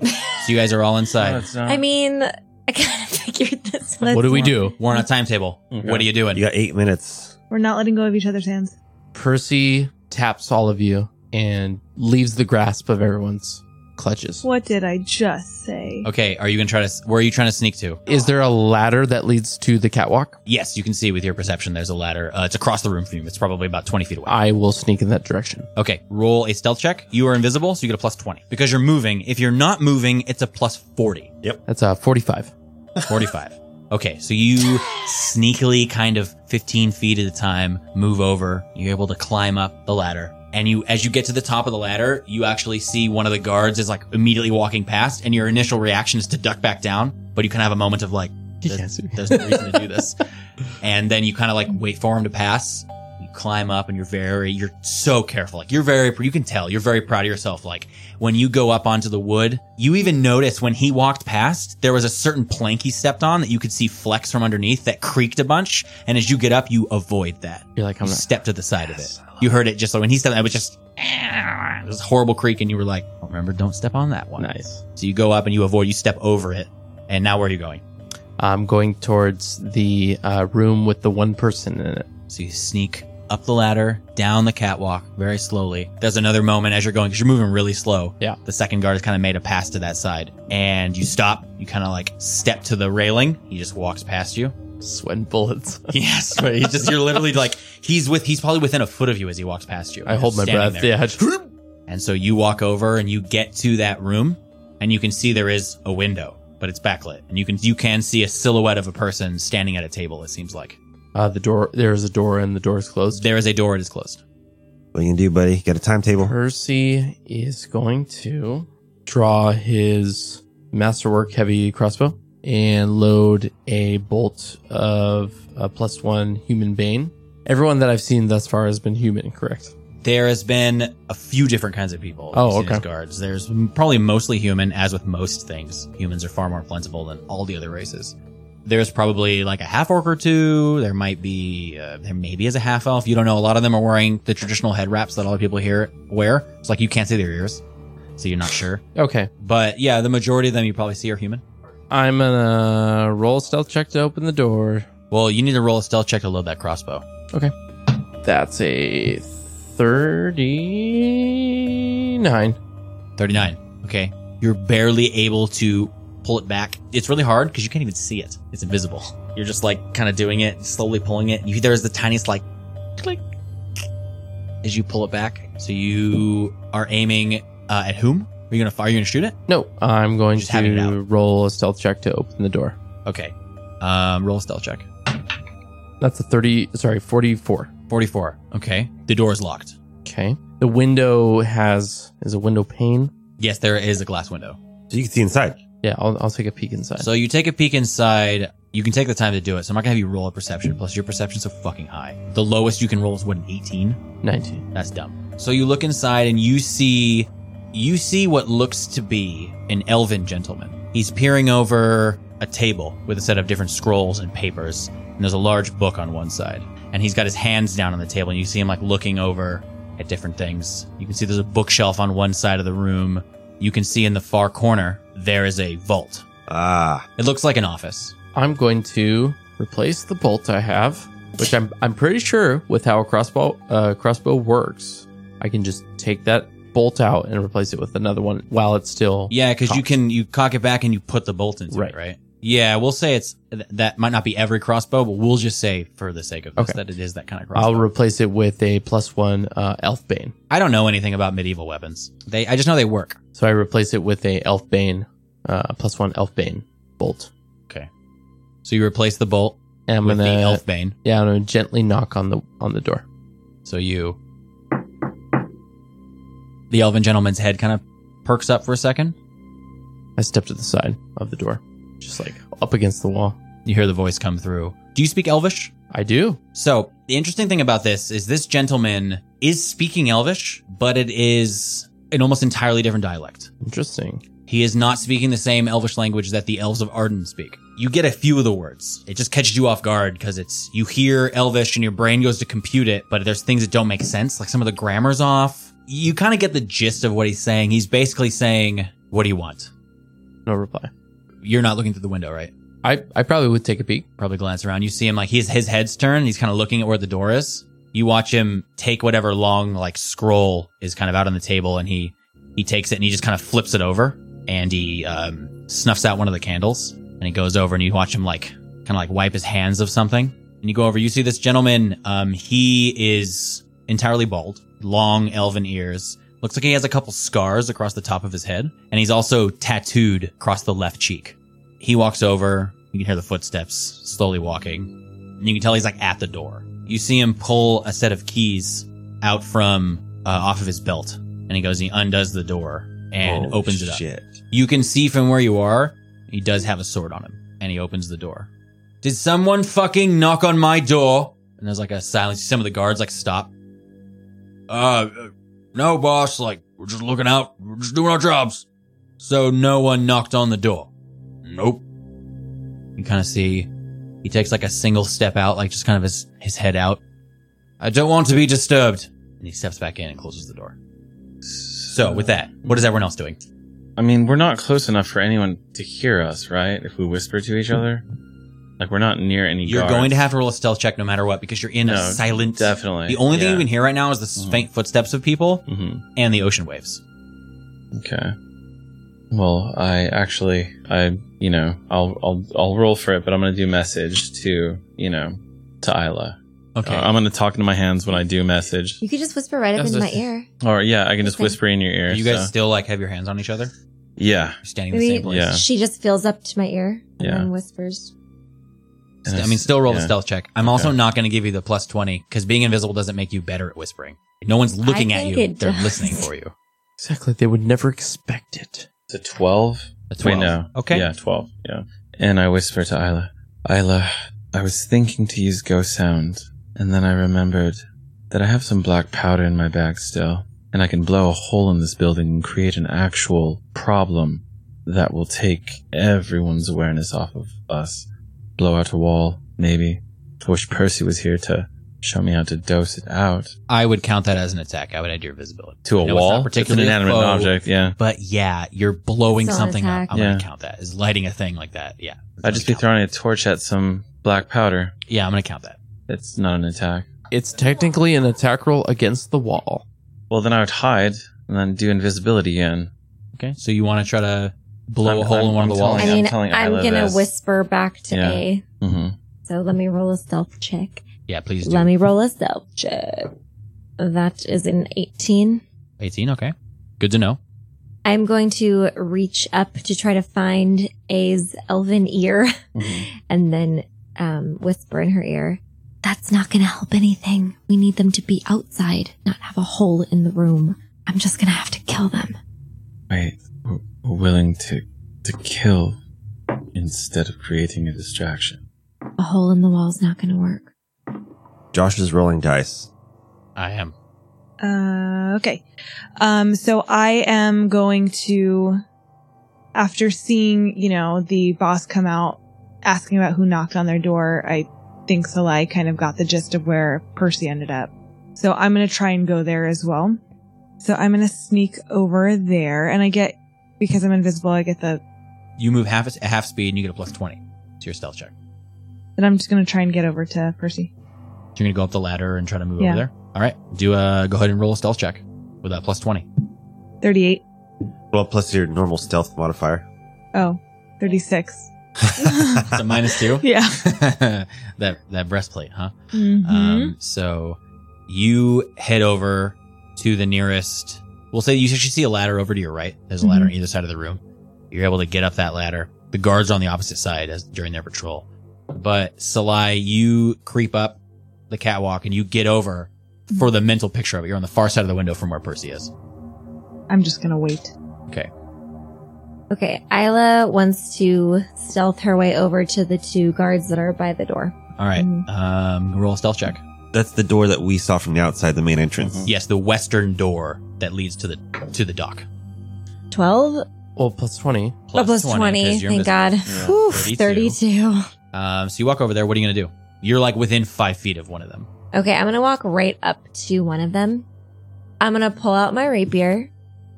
Speaker 1: you guys are all inside.
Speaker 8: No, it's Oh, not.
Speaker 6: I mean, I kind of figured this
Speaker 5: what do we do?
Speaker 1: We're on a timetable.
Speaker 8: Okay.
Speaker 1: What are you doing?
Speaker 7: you got eight minutes.
Speaker 2: We're not letting go of each other's hands.
Speaker 5: Percy taps all of you and leaves the grasp of everyone's clutches.
Speaker 2: What did I just say?
Speaker 1: Okay, are you gonna try to? Where are you trying to sneak to?
Speaker 5: Is there a ladder that leads to the catwalk?
Speaker 1: Yes, you can see with your perception. There's a ladder. Uh, it's across the room from you. It's probably about twenty feet away.
Speaker 7: Ah.
Speaker 5: I will sneak in that direction.
Speaker 1: Okay, roll a stealth check. You are invisible, so you get a plus twenty because you're moving. If you're not moving, it's a plus forty.
Speaker 5: That's uh, 45.
Speaker 1: 45. Okay, so you sneakily kind of 15 feet at a time move over. You're able to climb up the ladder. And you, as you get to the top of the ladder, you actually see one of the guards is like immediately walking past and your initial reaction is to duck back down, but you kind of have a moment of like, there's, there's no reason to do this. And then you kind of like wait for him to pass. You climb up and you're very, you're so careful. Like you're very, you can tell you're very proud of yourself. Like when you go up onto the wood, you even notice when he walked past, there was a certain plank he stepped on that you could see flex from underneath that creaked a bunch. And as you get up, you avoid that.
Speaker 5: You're like,
Speaker 1: You
Speaker 5: I'm not.
Speaker 1: step to the side of it. You heard it just like when he stepped, it was just "Ah," it was a horrible creak, and you were like, oh, "Remember, don't step on that one."
Speaker 5: Nice.
Speaker 1: So you go up and you avoid, you step over it, and now where are you going?
Speaker 5: I'm going towards the uh, room with the one person in it.
Speaker 1: So you sneak up the ladder, down the catwalk, very slowly. There's another moment as you're going because you're moving really slow.
Speaker 5: Yeah.
Speaker 1: The second guard has kind of made a pass to that side, and you stop. You kind of like step to the railing. He just walks past you.
Speaker 5: Sweating bullets.
Speaker 1: Yes, but he's just you're literally like he's with he's probably within a foot of you as he walks past you.
Speaker 5: I hold my
Speaker 1: Standing
Speaker 5: breath.
Speaker 1: there.
Speaker 5: Yeah. just-
Speaker 1: And so you walk over and you get to that room and you can see there is a window, but it's backlit. And you can you can see a silhouette of a person standing at a table, it seems like.
Speaker 5: Uh, the door. There's a door, and the door is closed.
Speaker 1: There is a door, it is closed.
Speaker 7: What you gonna do, buddy? Got a timetable.
Speaker 5: Percy is going to draw his masterwork heavy crossbow and load a bolt of a plus one human bane. Everyone that I've seen thus far has been human, correct?
Speaker 1: There has been a few different kinds of people.
Speaker 5: Oh,
Speaker 1: seen as
Speaker 5: okay.
Speaker 1: Guards. There's m- probably mostly human, as with most things. Humans are far more plentiful than all the other races. There's probably like a half orc or two. There might be, uh, there maybe is a half elf. You don't know. A lot of them are wearing the traditional head wraps that all the people here wear. It's like you can't see their ears. so you're not sure.
Speaker 5: Okay.
Speaker 1: But yeah, the majority of them you probably see are human.
Speaker 5: I'm gonna roll stealth check to open the door.
Speaker 1: Well, you need to roll a stealth check to load that crossbow.
Speaker 5: That's a 39.
Speaker 1: 39. Okay. You're barely able to pull it back. It's really hard because you can't even see it. It's invisible. You're just like kind of doing it, slowly pulling it. You, there's the tiniest like click as you pull it back. So you are aiming uh, at whom? Are you gonna fire? Are you gonna shoot it?
Speaker 5: No, I'm going
Speaker 1: Just having it
Speaker 5: to
Speaker 1: out.
Speaker 5: roll a stealth check to open the door.
Speaker 1: Okay. Um, roll a stealth check.
Speaker 5: That's a 30, sorry, 44.
Speaker 1: 44. Okay. The door is locked.
Speaker 5: Okay. The window has, is a window pane.
Speaker 1: Yes, there is a glass window.
Speaker 7: So you can see inside.
Speaker 5: Yeah, I'll, I'll take a peek inside.
Speaker 1: So you take a peek inside. You can take the time to do it. So I'm not gonna have you roll a perception. Plus your perception's so fucking high. The lowest you can roll is what an 18.
Speaker 5: 19.
Speaker 1: That's dumb. So you look inside and you see you see what looks to be an elven gentleman. He's peering over a table with a set of different scrolls and papers, and there's a large book on one side. And he's got his hands down on the table, and you see him like looking over at different things. You can see there's a bookshelf on one side of the room. You can see in the far corner there is a vault.
Speaker 7: Ah,
Speaker 1: It looks like an office.
Speaker 5: I'm going to replace the bolt I have, which I'm, I'm pretty sure with how a crossbow, uh, crossbow works, I can just take that bolt out and replace it with another one while it's still.
Speaker 1: Yeah, because you
Speaker 5: Cocked.
Speaker 1: can you cock it back and you put the bolt into
Speaker 5: Right.
Speaker 1: it, right? Yeah, we'll say it's th- that might not be every crossbow, but we'll just say for the sake of this
Speaker 5: Okay.
Speaker 1: that it is that kind of crossbow.
Speaker 5: I'll replace it with a plus one uh, elf bane.
Speaker 1: I don't know anything about medieval weapons. They I just know they work.
Speaker 5: So I replace it with a elf bane, uh, plus one elf bane bolt.
Speaker 1: So you replace the bolt
Speaker 5: And I'm
Speaker 1: with
Speaker 5: gonna
Speaker 1: the elf bane.
Speaker 5: yeah, I'm gonna gently knock on the on the door.
Speaker 1: So you the elven gentleman's head kind of perks up for a second.
Speaker 5: I step to the side of the door, just like up against the wall.
Speaker 1: You hear the voice come through. Do you speak Elvish?
Speaker 5: I do.
Speaker 1: So the interesting thing about this is this gentleman is speaking Elvish, but it is an almost entirely different dialect.
Speaker 5: Interesting.
Speaker 1: He is not speaking the same Elvish language that the elves of Arden speak. You get a few of the words. It just catches you off guard because it's you hear Elvish and your brain goes to compute it, but there's things that don't make sense, like some of the grammar's off. You kind of get the gist of what he's saying. He's basically saying, "What do you want?"
Speaker 5: No reply.
Speaker 1: You're not looking through the window, right?
Speaker 5: I I probably would take a peek.
Speaker 1: Probably glance around. You see him like his his head's turned. He's kind of looking at where the door is. You watch him take whatever long like scroll is kind of out on the table, and he he takes it and he just kind of flips it over and he um, snuffs out one of the candles and he goes over and you watch him like kind of like wipe his hands of something and you go over. You see this gentleman. Um, he is entirely bald, long elven ears. Looks like he has a couple scars across the top of his head, and he's also tattooed across the left cheek. He walks over. You can hear the footsteps slowly walking. And you can tell he's like at the door. You see him pull a set of keys out from uh, off of his belt. And he goes, he undoes the door and
Speaker 7: Holy
Speaker 1: opens it up.
Speaker 7: Shit.
Speaker 1: You can see from where you are, he does have a sword on him. And he opens the door. Did someone fucking knock on my door? And there's like a silence. Some of the guards like stop. Uh, uh, no, boss. Like, we're just looking out. We're just doing our jobs. So no one knocked on the door. Nope. You kind of see he takes like a single step out, like just kind of his, his head out. I don't want to be disturbed. And he steps back in and closes the door. So with that, what is everyone else doing?
Speaker 8: I mean, we're not close enough for anyone to hear us, right? If we whisper to each other, like we're not near any.
Speaker 1: You're
Speaker 8: guards.
Speaker 1: going to have to roll a stealth check no matter what because you're in a
Speaker 8: No,
Speaker 1: silent.
Speaker 8: definitely.
Speaker 1: The only thing
Speaker 8: yeah. Mm.
Speaker 1: you can hear right now is the s- faint footsteps of people
Speaker 8: Mhm.
Speaker 1: and the ocean waves.
Speaker 8: Mm-hmm. Okay. Well, I actually, I you know, I'll I'll I'll roll for it, but I'm gonna do message to you know to Isla.
Speaker 1: Okay.
Speaker 8: Uh, I'm gonna talk into my hands when I do message,
Speaker 6: You could just whisper right up
Speaker 5: That's
Speaker 6: into my
Speaker 5: just-
Speaker 6: ear.
Speaker 8: or yeah, I can just
Speaker 6: Okay.
Speaker 8: whisper in your ear.
Speaker 1: Do you guys
Speaker 8: so-
Speaker 1: still like have your hands on each other? You're
Speaker 8: Yeah.
Speaker 1: standing in the
Speaker 6: Maybe
Speaker 1: same place.
Speaker 8: Yeah.
Speaker 6: she just fills up to my ear and
Speaker 8: Yeah.
Speaker 6: then whispers.
Speaker 8: And
Speaker 1: I mean, still roll the
Speaker 8: yeah.
Speaker 1: stealth check. I'm also not going to give you the plus 20 because being invisible doesn't make you better at whispering. No one's looking at
Speaker 6: think
Speaker 1: you.
Speaker 6: it
Speaker 1: They're
Speaker 6: does.
Speaker 1: listening for you.
Speaker 5: Exactly. They would never expect it.
Speaker 8: It's a twelve.
Speaker 1: A
Speaker 8: Wait,
Speaker 1: 12.
Speaker 8: no.
Speaker 1: Okay.
Speaker 8: Yeah, 12. Yeah. And I whisper to Isla, Isla, I was thinking to use ghost sound, and then I remembered that I have some black powder in my bag still, and I can blow a hole in this building and create an actual problem that will take everyone's awareness off of us. Blow out a wall, maybe. I wish Percy was here to Show me how to dose it out
Speaker 1: I would count that as an attack. I would add your visibility.
Speaker 8: to a
Speaker 1: I know it's
Speaker 8: wall.
Speaker 1: not particularly
Speaker 8: it's an inanimate
Speaker 1: a foe,
Speaker 8: object. Yeah,
Speaker 1: But yeah, you're blowing
Speaker 6: It's still an
Speaker 1: something up.
Speaker 6: attack.
Speaker 1: I'm
Speaker 8: Yeah.
Speaker 1: gonna count that. Is lighting a thing like that? Yeah.
Speaker 8: I'd just be throwing a torch at some black powder.
Speaker 1: Yeah, I'm gonna count that.
Speaker 8: It's not an attack.
Speaker 5: It's technically an attack roll against the wall.
Speaker 8: Well, then I would hide and then do invisibility again.
Speaker 1: Okay. So you want to try to blow
Speaker 8: I'm-
Speaker 1: a hole
Speaker 8: I'm-
Speaker 1: in one
Speaker 8: I'm
Speaker 1: of the walls?
Speaker 8: telling
Speaker 6: I
Speaker 8: Oh, I'm
Speaker 6: mean,
Speaker 8: telling
Speaker 6: I'm
Speaker 8: Isla
Speaker 6: gonna
Speaker 8: this.
Speaker 6: whisper back to
Speaker 8: Yeah.
Speaker 6: A.
Speaker 8: hmm
Speaker 6: So let me roll a stealth check.
Speaker 1: Yeah, please do.
Speaker 6: Let me roll a stealth check. That is an 18.
Speaker 1: 18. Okay. Good to know.
Speaker 6: I'm going to reach up to try to find A's elven ear
Speaker 8: Mm-hmm.
Speaker 6: and then um, whisper in her ear, That's not going to help anything. We need them to be outside, not have a hole in the room. I'm just going to have to kill them.
Speaker 8: Wait, we're we're willing to to kill instead of creating a distraction.
Speaker 6: A hole in the wall's not going to work.
Speaker 7: Josh is rolling dice.
Speaker 1: I am.
Speaker 2: Uh, okay. Um, so I am going to, after seeing, you know, the boss come out asking about who knocked on their door, I think Salai kind of got the gist of where Percy ended up. So I'm going to try and go there as well. So I'm going to sneak over there and I get, because I'm invisible, I get the,
Speaker 1: You move half at half speed and you get a plus 20 to your stealth check.
Speaker 2: and I'm just going to try and get over to Percy.
Speaker 1: So you're gonna go up the ladder and try to move
Speaker 2: Yeah.
Speaker 1: over there. All right. Do uh go ahead and roll a stealth check with a plus 20.
Speaker 2: 38.
Speaker 7: Well, plus your normal stealth modifier.
Speaker 2: Oh, 36.
Speaker 1: It's a minus two.
Speaker 2: Yeah.
Speaker 1: that that breastplate, huh?
Speaker 2: Mhm.
Speaker 6: Mm-hmm.
Speaker 1: Um, so you head over to the nearest. We'll say you should see a ladder over to your right. There's a ladder
Speaker 6: Mm-hmm.
Speaker 1: on either side of the room. You're able to get up that ladder. The guards are on the opposite side as during their patrol. But Salai, you creep up the catwalk and you get over for the mental picture of it. You're on the far side of the window from where Percy is.
Speaker 2: I'm just going to wait.
Speaker 6: Okay, Isla wants to stealth her way over to the two guards that are by the door.
Speaker 1: All right.
Speaker 6: Mhm.
Speaker 1: Um, roll a stealth check.
Speaker 7: That's the door that we saw from the outside, the main entrance.
Speaker 1: Yes, the western door that leads to the to the dock.
Speaker 6: 12?
Speaker 5: Well, plus 20.
Speaker 6: Plus, oh, plus 20,
Speaker 1: 'cause you're
Speaker 6: thank God. Whew,
Speaker 1: 32.
Speaker 6: 32.
Speaker 1: Um, so you walk over there. What are you gonna do? You're like within five feet of one of them.
Speaker 6: Okay, I'm gonna walk right up to one of them. I'm gonna pull out my rapier,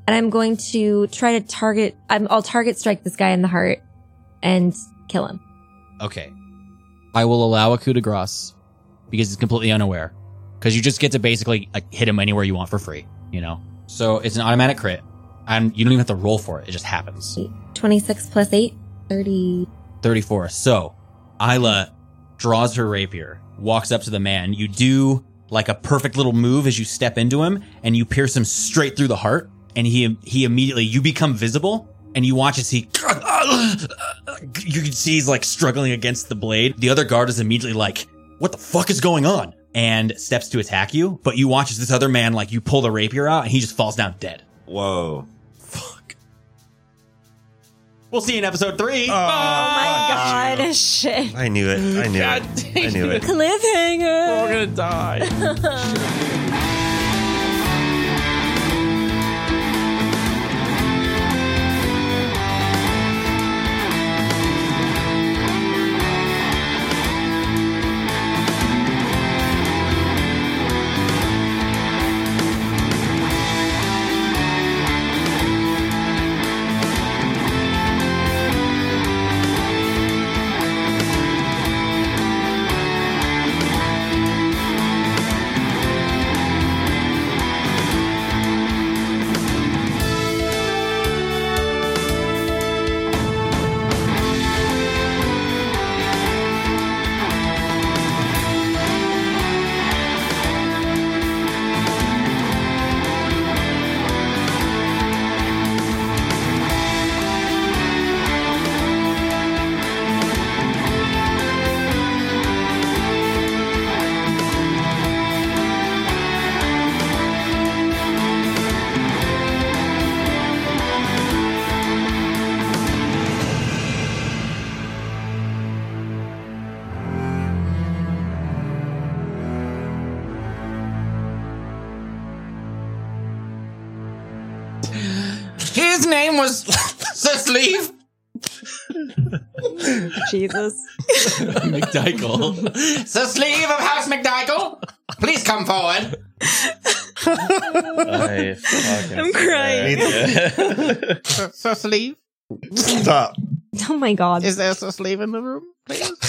Speaker 6: and I'm going to try to target. I'm, I'll target strike this guy in the heart and kill him.
Speaker 1: Okay, I will allow a coup de grace because he's completely unaware. Because you just get to basically like, hit him anywhere you want for free. You know, so it's an automatic crit, and you don't even have to roll for it. It just happens.
Speaker 6: 26 plus 8, 30.
Speaker 1: 34. So Isla draws her rapier, walks up to the man. You do like a perfect little move as you step into him and you pierce him straight through the heart. And he, he immediately, you become visible and you watch as he, you can see he's like struggling against the blade. The other guard is immediately like, what the fuck is going on? And steps to attack you. But you watch as this other man, like you pull the rapier out and he just falls down dead.
Speaker 7: Whoa.
Speaker 1: We'll see you in episode three.
Speaker 6: Oh
Speaker 7: Uh,
Speaker 6: my god, shit.
Speaker 7: Oh. I knew it. I knew it. I knew it.
Speaker 6: Cliffhanger!
Speaker 5: We're gonna die.
Speaker 1: His name was Sir Sleeve.
Speaker 6: Jesus.
Speaker 1: McDykel.
Speaker 7: So, sleeve of House McDykel, please come forward.
Speaker 8: I fucking
Speaker 6: I'm crying.
Speaker 8: swear.
Speaker 7: So, so sleeve,
Speaker 14: Stop.
Speaker 15: Oh my god.
Speaker 7: there so sleeve in the room? Please.